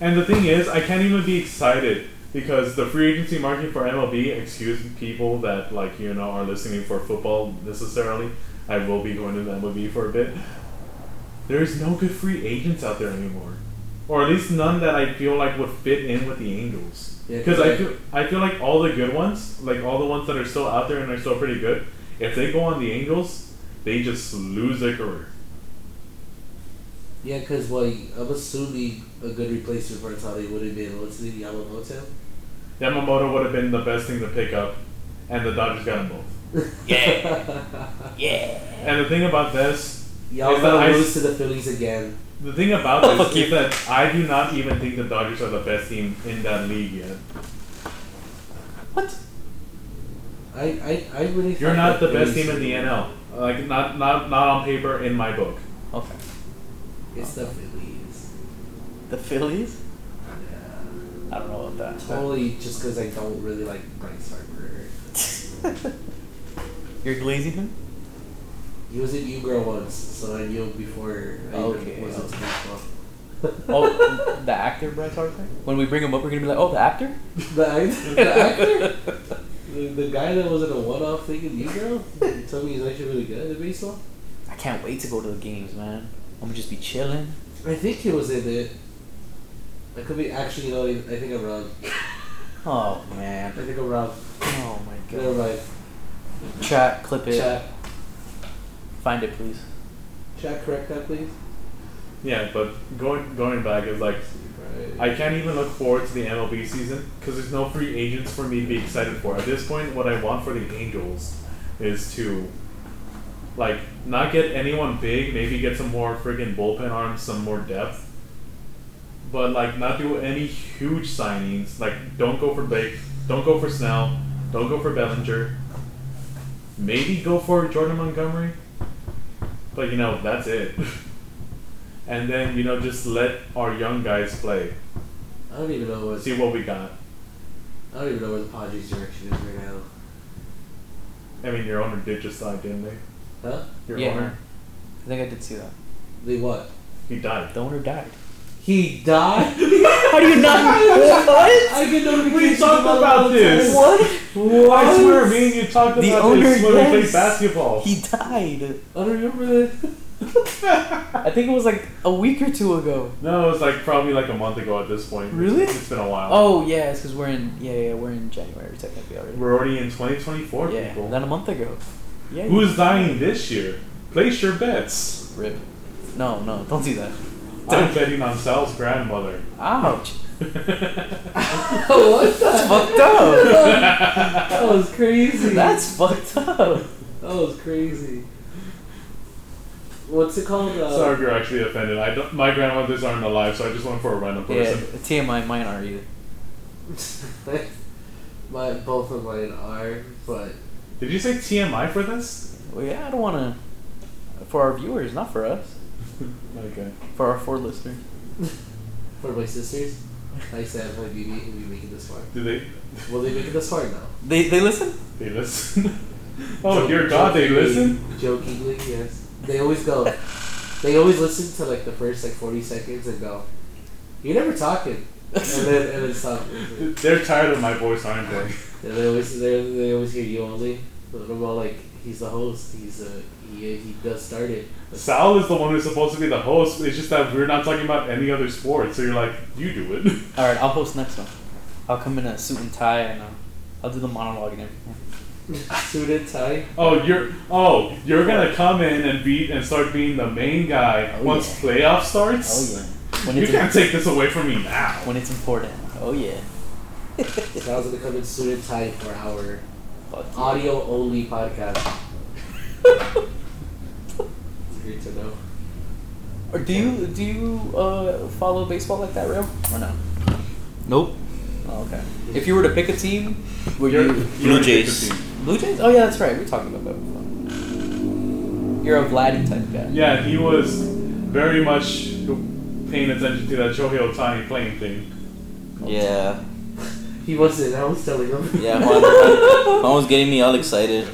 Speaker 1: and the thing is, I can't even be excited because the free agency market for MLB, excuse people that like you know are listening for football necessarily. I will be going to the MLB for a bit. There is no good free agents out there anymore, or at least none that I feel like would fit in with the Angels.
Speaker 3: Yeah,
Speaker 1: Because I feel, I feel like all the good ones, like all the ones that are still out there and are still pretty good, if they go on the Angels, they just lose their career.
Speaker 3: Yeah, because well, I'm assuming a good replacement for Atari would have been what's his name, Yamamoto. <laughs>
Speaker 1: Yamamoto would have been the best thing to pick up, and the Dodgers got them both.
Speaker 2: Yeah.
Speaker 1: And the thing about this,
Speaker 3: Yamamoto
Speaker 1: I-
Speaker 3: lose to the Phillies again.
Speaker 1: the thing about this
Speaker 2: Fuck
Speaker 1: is
Speaker 2: you.
Speaker 1: that I do not even think the Dodgers are the best team in that league yet.
Speaker 2: What?
Speaker 3: I, I, I really.
Speaker 1: You're not
Speaker 3: thought
Speaker 1: the best
Speaker 3: Phillies-
Speaker 1: team in the NL. Like not not not on paper in my book.
Speaker 2: Okay.
Speaker 3: It's the Phillies.
Speaker 4: The Phillies?
Speaker 2: I don't know about that.
Speaker 3: Totally, just because I don't really like Bryce Harper.
Speaker 4: You're glazing him?
Speaker 2: <laughs>
Speaker 3: He was in New Girl once, so I knew him before I
Speaker 2: Okay,
Speaker 3: even was into baseball.
Speaker 2: oh, the actor Bryce Harper. When we bring him up, we're gonna be like, oh, the actor.
Speaker 3: <laughs> The, act- the actor, the, the guy that was in a one-off thing in New Girl, you told me he's actually really good at baseball.
Speaker 2: <laughs> I can't wait to go to the games, man. I'm gonna just be chilling.
Speaker 3: I think he was in it. I could be actually no. I think I'm wrong.
Speaker 2: Oh
Speaker 3: I
Speaker 2: man.
Speaker 3: think I'm wrong.
Speaker 2: Oh my
Speaker 3: Never
Speaker 2: god.
Speaker 3: mind.
Speaker 2: Chat, clip it.
Speaker 3: Chat,
Speaker 2: Find it, please.
Speaker 3: chat, correct that, please.
Speaker 1: Yeah, but going going back is like I can't even look forward to the MLB season because there's no free agents for me to be excited for. At this point, what I want for the Angels is to, like, not get anyone big, maybe get some more friggin' bullpen arms, some more depth, but, like, not do any huge signings. Like, don't go for Blake, don't go for Snell, don't go for Bellinger. Maybe go for Jordan Montgomery, but, you know, that's it. <laughs> and then, you know, just let our young guys play.
Speaker 3: I don't even know
Speaker 1: Let's
Speaker 3: what.
Speaker 1: see what we got.
Speaker 3: I don't even know where the Padres' direction is right now.
Speaker 1: I mean, your owner did just die, didn't they?
Speaker 3: Huh?
Speaker 1: Your
Speaker 2: Yeah.
Speaker 1: owner,
Speaker 2: I think I did see that.
Speaker 3: They what?
Speaker 1: he died.
Speaker 2: The owner died.
Speaker 3: He died. <laughs>
Speaker 2: How do you <laughs> not? what?
Speaker 3: I get notifications.
Speaker 1: We talked about
Speaker 3: all the
Speaker 1: this.
Speaker 3: time.
Speaker 2: What?
Speaker 1: I swear, me and you talked
Speaker 2: The
Speaker 1: about
Speaker 2: owner,
Speaker 1: this when we
Speaker 2: yes.
Speaker 1: played basketball.
Speaker 2: He died.
Speaker 3: I don't remember that.
Speaker 2: I think it was like a week or two ago.
Speaker 1: no, it was like probably like a month ago at this point.
Speaker 2: Really?
Speaker 1: It's been a while.
Speaker 2: Oh yeah, it's because we're in yeah yeah we're in January technically already.
Speaker 1: We're already in 2024,
Speaker 2: Oh. Yeah,
Speaker 1: people.
Speaker 2: not a month ago. Yeah.
Speaker 1: Who's dying this year? Place your bets.
Speaker 2: Rip. No no, don't do that.
Speaker 1: I'm betting on Sal's grandmother.
Speaker 2: <laughs> Ouch.
Speaker 3: what the?
Speaker 2: fucked up.
Speaker 3: That was
Speaker 2: <laughs>
Speaker 3: crazy.
Speaker 2: That's fucked up.
Speaker 3: that was crazy. What's it called? Uh,
Speaker 1: Sorry if you're actually offended. I don't, my grandmothers aren't alive, so I just went for a random
Speaker 2: Yeah,
Speaker 1: person.
Speaker 2: TMI mine are either.
Speaker 3: <laughs> my both of mine are, but
Speaker 1: Did you say TMI for this?
Speaker 2: Well, yeah, I don't want to. For our viewers, not for us.
Speaker 1: Okay.
Speaker 2: For our four listeners.
Speaker 3: For my sisters, I said, my beauty, will be making this far.
Speaker 1: Do they?
Speaker 3: Will they make it this far now?
Speaker 2: They they listen.
Speaker 1: They listen. <laughs> oh
Speaker 3: Joke-
Speaker 1: dear God, they
Speaker 3: jokingly-
Speaker 1: listen.
Speaker 3: Jokingly, yes. They always go. They always listen to like the first like forty seconds and go, "You're never talking," and then and then stop. And
Speaker 1: They're tired of my voice, aren't they?
Speaker 3: they always they they always hear you only. But what about like he's the host. He's uh he he does start it.
Speaker 1: Sal is the one who's supposed to be the host. It's just that we're not talking about any other sport, so you're like, you do it. <laughs>
Speaker 2: All right, I'll host next one. I'll come in a suit and tie and uh, I'll do the monologue and everything.
Speaker 3: Suit and tie.
Speaker 1: Oh, you're oh, you're gonna come in and beat and start being the main guy
Speaker 2: Oh,
Speaker 1: once
Speaker 2: yeah.
Speaker 1: playoff starts.
Speaker 2: Oh yeah. When
Speaker 1: You
Speaker 2: it's im-
Speaker 1: can't take this away from me now.
Speaker 2: when it's important. Oh yeah. <laughs>
Speaker 3: Sal's gonna come in suit and tie for our
Speaker 2: Fuck yeah.
Speaker 3: audio only podcast. it's great to know.
Speaker 2: Or do you do you uh, follow baseball like that, real or no?
Speaker 4: Nope.
Speaker 2: Oh, okay. If you were to pick a team, would
Speaker 1: You're,
Speaker 2: you
Speaker 1: you're
Speaker 4: Blue Jays.
Speaker 1: a good team.
Speaker 2: Blue Jays? Oh yeah, that's right. We talked about that before. You're a Vladdy type guy.
Speaker 1: Yeah, he was very much paying attention to that Shohei Otani playing thing.
Speaker 4: Yeah.
Speaker 3: He wasn't. I was telling him.
Speaker 4: Yeah, Juan, <laughs> Juan was getting me all excited.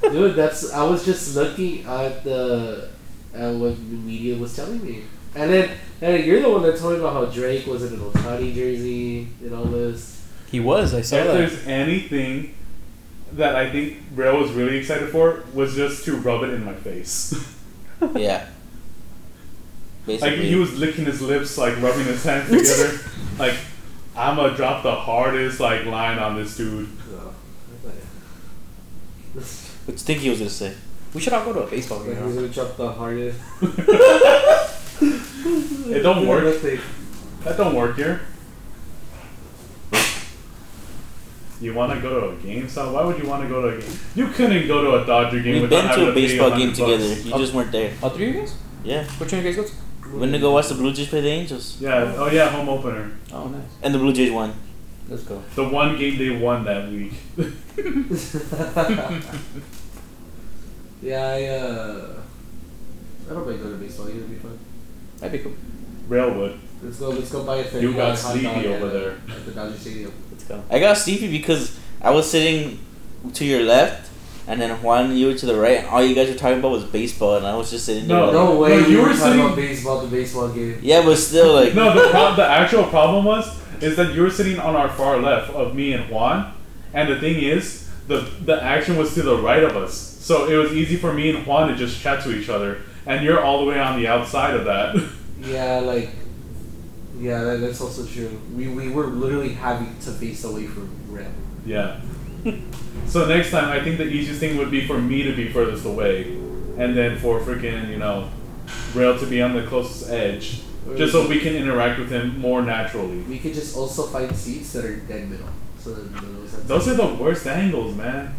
Speaker 3: Dude, that's I was just looking at the at what the media was telling me, and then and then you're the one that told me about how Drake was in an Otani jersey and all this.
Speaker 2: He was. I
Speaker 1: If
Speaker 2: saw that.
Speaker 1: there's anything that I think Rail was really excited for was just to rub it in my face. <laughs>
Speaker 4: Yeah.
Speaker 1: Like
Speaker 4: Basically.
Speaker 1: he was licking his lips, like rubbing his hands together. like I'm gonna drop the hardest like line on this dude.
Speaker 3: No,
Speaker 4: what you think he was gonna say?
Speaker 2: We should all go to a baseball game.
Speaker 3: like he's
Speaker 2: huh?
Speaker 3: gonna drop the hardest.
Speaker 1: It don't work.
Speaker 3: Nothing.
Speaker 1: That don't work here. You want to go to a game, Sal? Why would you want to go to a game? You couldn't go to a Dodger game.
Speaker 4: We've
Speaker 1: without
Speaker 4: been to a
Speaker 1: having pay
Speaker 4: baseball game
Speaker 1: 100
Speaker 4: together.
Speaker 1: bucks.
Speaker 4: You just weren't there.
Speaker 2: All three of you guys?
Speaker 4: Yeah.
Speaker 2: Which one of you guys goes?
Speaker 4: Went to go watch the Blue Jays play the Angels,
Speaker 1: Yeah. Oh yeah, home opener.
Speaker 2: Oh nice.
Speaker 4: and the Blue Jays won.
Speaker 2: Let's go.
Speaker 1: The one game they won that week.
Speaker 3: yeah, I uh, I don't mind going to baseball. It'd be fun.
Speaker 2: That'd be cool.
Speaker 1: Railwood.
Speaker 3: Let's go. Let's go buy a thing.
Speaker 1: You got
Speaker 3: hot
Speaker 1: sleepy
Speaker 3: dog
Speaker 1: over
Speaker 3: at,
Speaker 1: there.
Speaker 3: uh, at the Dodger Stadium.
Speaker 2: Let's go.
Speaker 4: I got sleepy because I was sitting to your left, and then Juan, you were to the right, and all you guys were talking about was baseball, and I was just sitting there.
Speaker 1: No.
Speaker 4: like-
Speaker 3: No way.
Speaker 1: No, you
Speaker 3: you
Speaker 1: were
Speaker 3: were talking
Speaker 1: sitting-
Speaker 3: about baseball. The baseball game.
Speaker 4: Yeah, but still, like,
Speaker 1: No, the pro- the actual problem was is that you were sitting on our far left of me and Juan, and the thing is, the the action was to the right of us, so it was easy for me and Juan to just chat to each other, and you're all the way on the outside of that. <laughs>
Speaker 3: Yeah, like, yeah, that, that's also true. We, we were literally having to face away from Ram.
Speaker 1: yeah. so next time, I think the easiest thing would be for me to be furthest away, and then for freaking you know, Rail to be on the closest edge, just so we can interact with him more naturally.
Speaker 3: We could just also find seats that are dead middle. So then those have
Speaker 1: Those are the worst angles, man.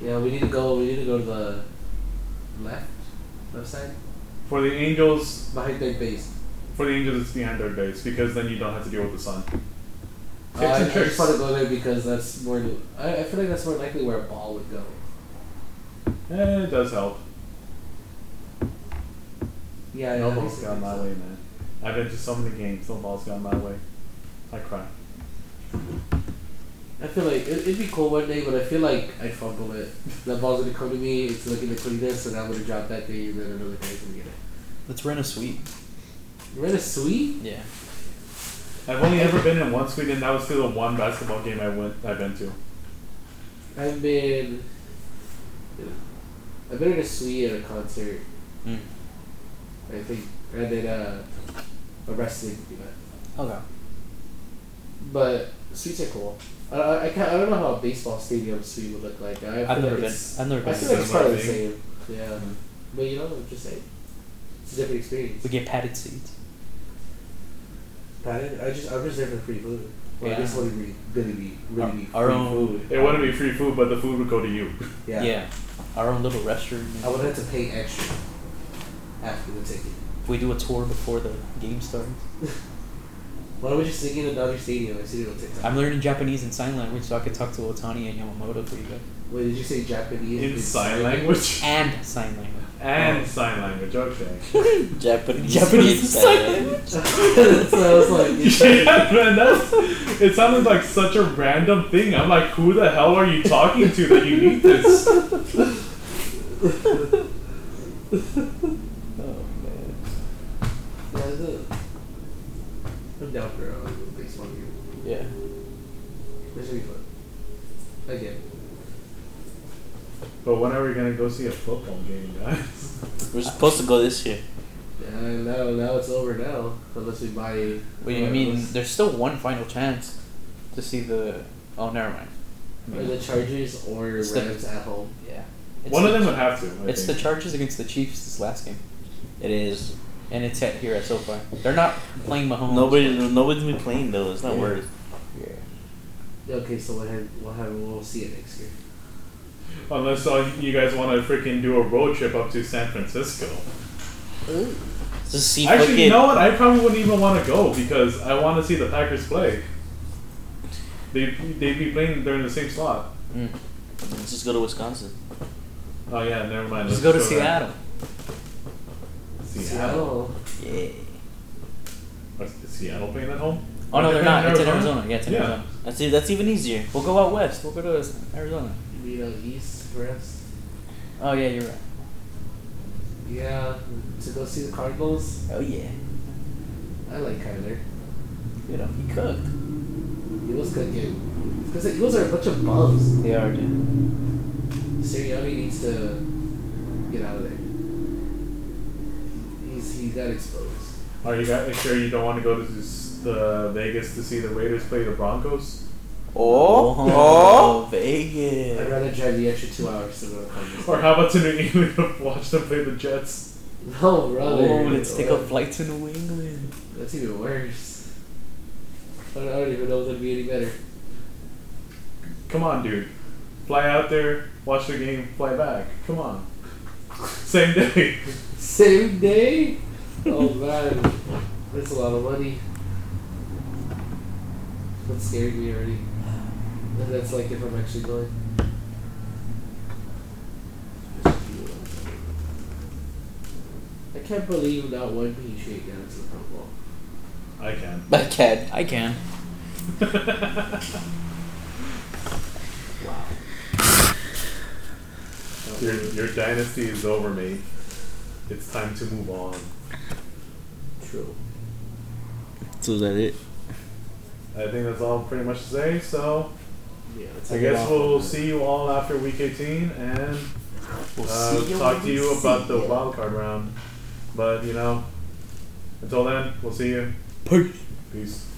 Speaker 3: Yeah, we need to go. We need to go to the left, left side,
Speaker 1: For the Angels,
Speaker 3: behind that base.
Speaker 1: For the Angels, it's behind third base because then you don't have to deal with the sun. Tips
Speaker 3: Uh, I,
Speaker 1: and
Speaker 3: I just
Speaker 1: tricks.
Speaker 3: want to go there because that's more. I, I feel like that's more likely where a ball would go.
Speaker 1: Eh, it does help.
Speaker 3: Yeah, yeah.
Speaker 1: No
Speaker 3: at
Speaker 1: ball's
Speaker 3: least it
Speaker 1: gone
Speaker 3: is.
Speaker 1: my way, man. I've been to so many games. No ball's gone my way. I cry.
Speaker 3: I feel like it, it'd be cool one day, but I feel like I'd fumble it. That ball's gonna come to me. It's looking to clean this, and I'm gonna drop that thing, and then another guy's gonna get it.
Speaker 2: Let's rent a suite.
Speaker 3: We're in a suite.
Speaker 2: Yeah.
Speaker 1: I've only ever been in one suite, and that was to the one basketball game I went. I've been to.
Speaker 3: I've been. I've been in a suite at a concert.
Speaker 2: Mm.
Speaker 3: I think I did a, a wrestling event,
Speaker 2: Okay.
Speaker 3: but suites are cool. I I, I, can't, I don't know how a baseball stadium suite would look like. I feel
Speaker 2: I've
Speaker 3: like
Speaker 2: never been.
Speaker 3: it's-
Speaker 2: I've never
Speaker 3: I
Speaker 2: been.
Speaker 3: feel
Speaker 2: to Hmm.
Speaker 3: like
Speaker 2: a-
Speaker 3: it's probably the same. Yeah, but you know, I'm just saying, it's a different experience.
Speaker 2: We get padded seats.
Speaker 3: I, didn't- I just I'm just there for free food. Well,
Speaker 2: Yeah.
Speaker 3: I just want to really, really be really be
Speaker 2: Our
Speaker 3: free
Speaker 2: own-
Speaker 3: food.
Speaker 1: It wouldn't be free food, but the food would go to you.
Speaker 3: Yeah.
Speaker 2: Our own little restroom.
Speaker 3: I would have to pay extra after the ticket.
Speaker 2: If we do a tour before the game starts.
Speaker 3: Why don't we just sing in another stadium? I see it on TikTok.
Speaker 2: I'm learning Japanese and sign language so I can talk to Otani and Yamamoto for you guys.
Speaker 3: Wait, did you say Japanese?
Speaker 1: in sign language
Speaker 2: and sign language.
Speaker 1: and sign language.
Speaker 3: <laughs>
Speaker 1: Okay.
Speaker 4: Japanese. <laughs>
Speaker 2: Japanese
Speaker 4: style.
Speaker 2: sign
Speaker 3: <laughs> so I
Speaker 2: <laughs>
Speaker 3: was like, you
Speaker 1: <laughs>
Speaker 3: said-
Speaker 1: yeah, man, that's, it sounded like such a random thing. I'm like, who the hell are you talking to that you need this?
Speaker 3: <laughs> Yeah, that's it. I'm down for a baseball game.
Speaker 2: Yeah.
Speaker 3: This should be fun. Again.
Speaker 1: But when are we gonna go see a football game, guys?
Speaker 4: We're supposed to go this year.
Speaker 3: And Uh, now, now it's over now. Unless we buy. uh,
Speaker 2: What do you mean? There's still one final chance to see the. Oh, never mind.
Speaker 3: Or the Chargers or
Speaker 2: It's the-
Speaker 3: Rams at home.
Speaker 2: Yeah. It's
Speaker 1: One
Speaker 2: the,
Speaker 1: of them would have to. I
Speaker 2: It's the
Speaker 1: think.
Speaker 2: Chargers against the Chiefs this last game,
Speaker 4: It is.
Speaker 2: and it's at here at SoFi. They're not playing Mahomes.
Speaker 4: Nobody, nobody's been playing though. It's not
Speaker 2: Yeah.
Speaker 4: worth.
Speaker 2: Yeah.
Speaker 3: Okay, so we'll have, we'll have we'll see it next year.
Speaker 1: Unless uh, you guys want to freaking do a road trip up to San Francisco.
Speaker 4: Just see
Speaker 1: Actually, you
Speaker 4: fucking.
Speaker 1: know what? I probably wouldn't even want to go because I want to see the Packers play. They they'd be playing. They're in the same slot.
Speaker 2: Mm.
Speaker 4: Let's just go to Wisconsin.
Speaker 1: Oh yeah, never mind. Let's
Speaker 2: Just go to
Speaker 1: there.
Speaker 2: Seattle.
Speaker 1: Seattle.
Speaker 3: Seattle.
Speaker 4: Yeah,
Speaker 1: Oh, Is Seattle playing at home?
Speaker 2: Oh no,
Speaker 1: Are
Speaker 2: they're
Speaker 1: they
Speaker 2: not.
Speaker 1: playing
Speaker 2: It's in Arizona. Yeah, it's in
Speaker 1: Yeah.
Speaker 2: Arizona.
Speaker 4: that's e- that's even easier.
Speaker 2: We'll go out west. We'll go to Arizona.
Speaker 3: You know, East Rams.
Speaker 2: Oh yeah, you're right.
Speaker 3: Yeah, to go see the Cardinals.
Speaker 4: Oh yeah,
Speaker 3: I like Kyler.
Speaker 2: You know, he cooked.
Speaker 3: Eagles could get. Because the Eagles are a bunch of bums.
Speaker 2: They are, dude.
Speaker 3: Sirianni needs to get out of there. He's he got exposed.
Speaker 1: Are you guys sure you don't want to go to s- the Vegas to see the Raiders play the Broncos?
Speaker 4: Oh,
Speaker 2: Oh.
Speaker 4: oh, Vegas.
Speaker 3: I'd rather drive the extra two hours to go to Cardinals.
Speaker 1: Or how about to New <laughs> England to watch them play the Jets?
Speaker 3: <laughs> No, brother.
Speaker 2: Oh, let's take a flight to New England.
Speaker 3: That's even worse. I don't, I don't even know if that'd be any better.
Speaker 1: Come on, dude. Fly out there, watch the game, fly back. Come on. Same day.
Speaker 3: Same day? Oh man, that's a lot of money. That scared me already. And that's like if I'm actually going. I can't believe not one P straight down to the Pro Bowl.
Speaker 1: I can.
Speaker 4: I can.
Speaker 2: I can.
Speaker 1: Your, your dynasty is over, mate. It's time to move on.
Speaker 3: True.
Speaker 4: So is that it?
Speaker 1: I think that's all pretty much to say, so
Speaker 3: Yeah, it's
Speaker 1: I
Speaker 3: like
Speaker 1: guess we'll see you all after week 18 and uh, talk to you about the wild card round. But, you know, until then, we'll see you. Peace. Peace.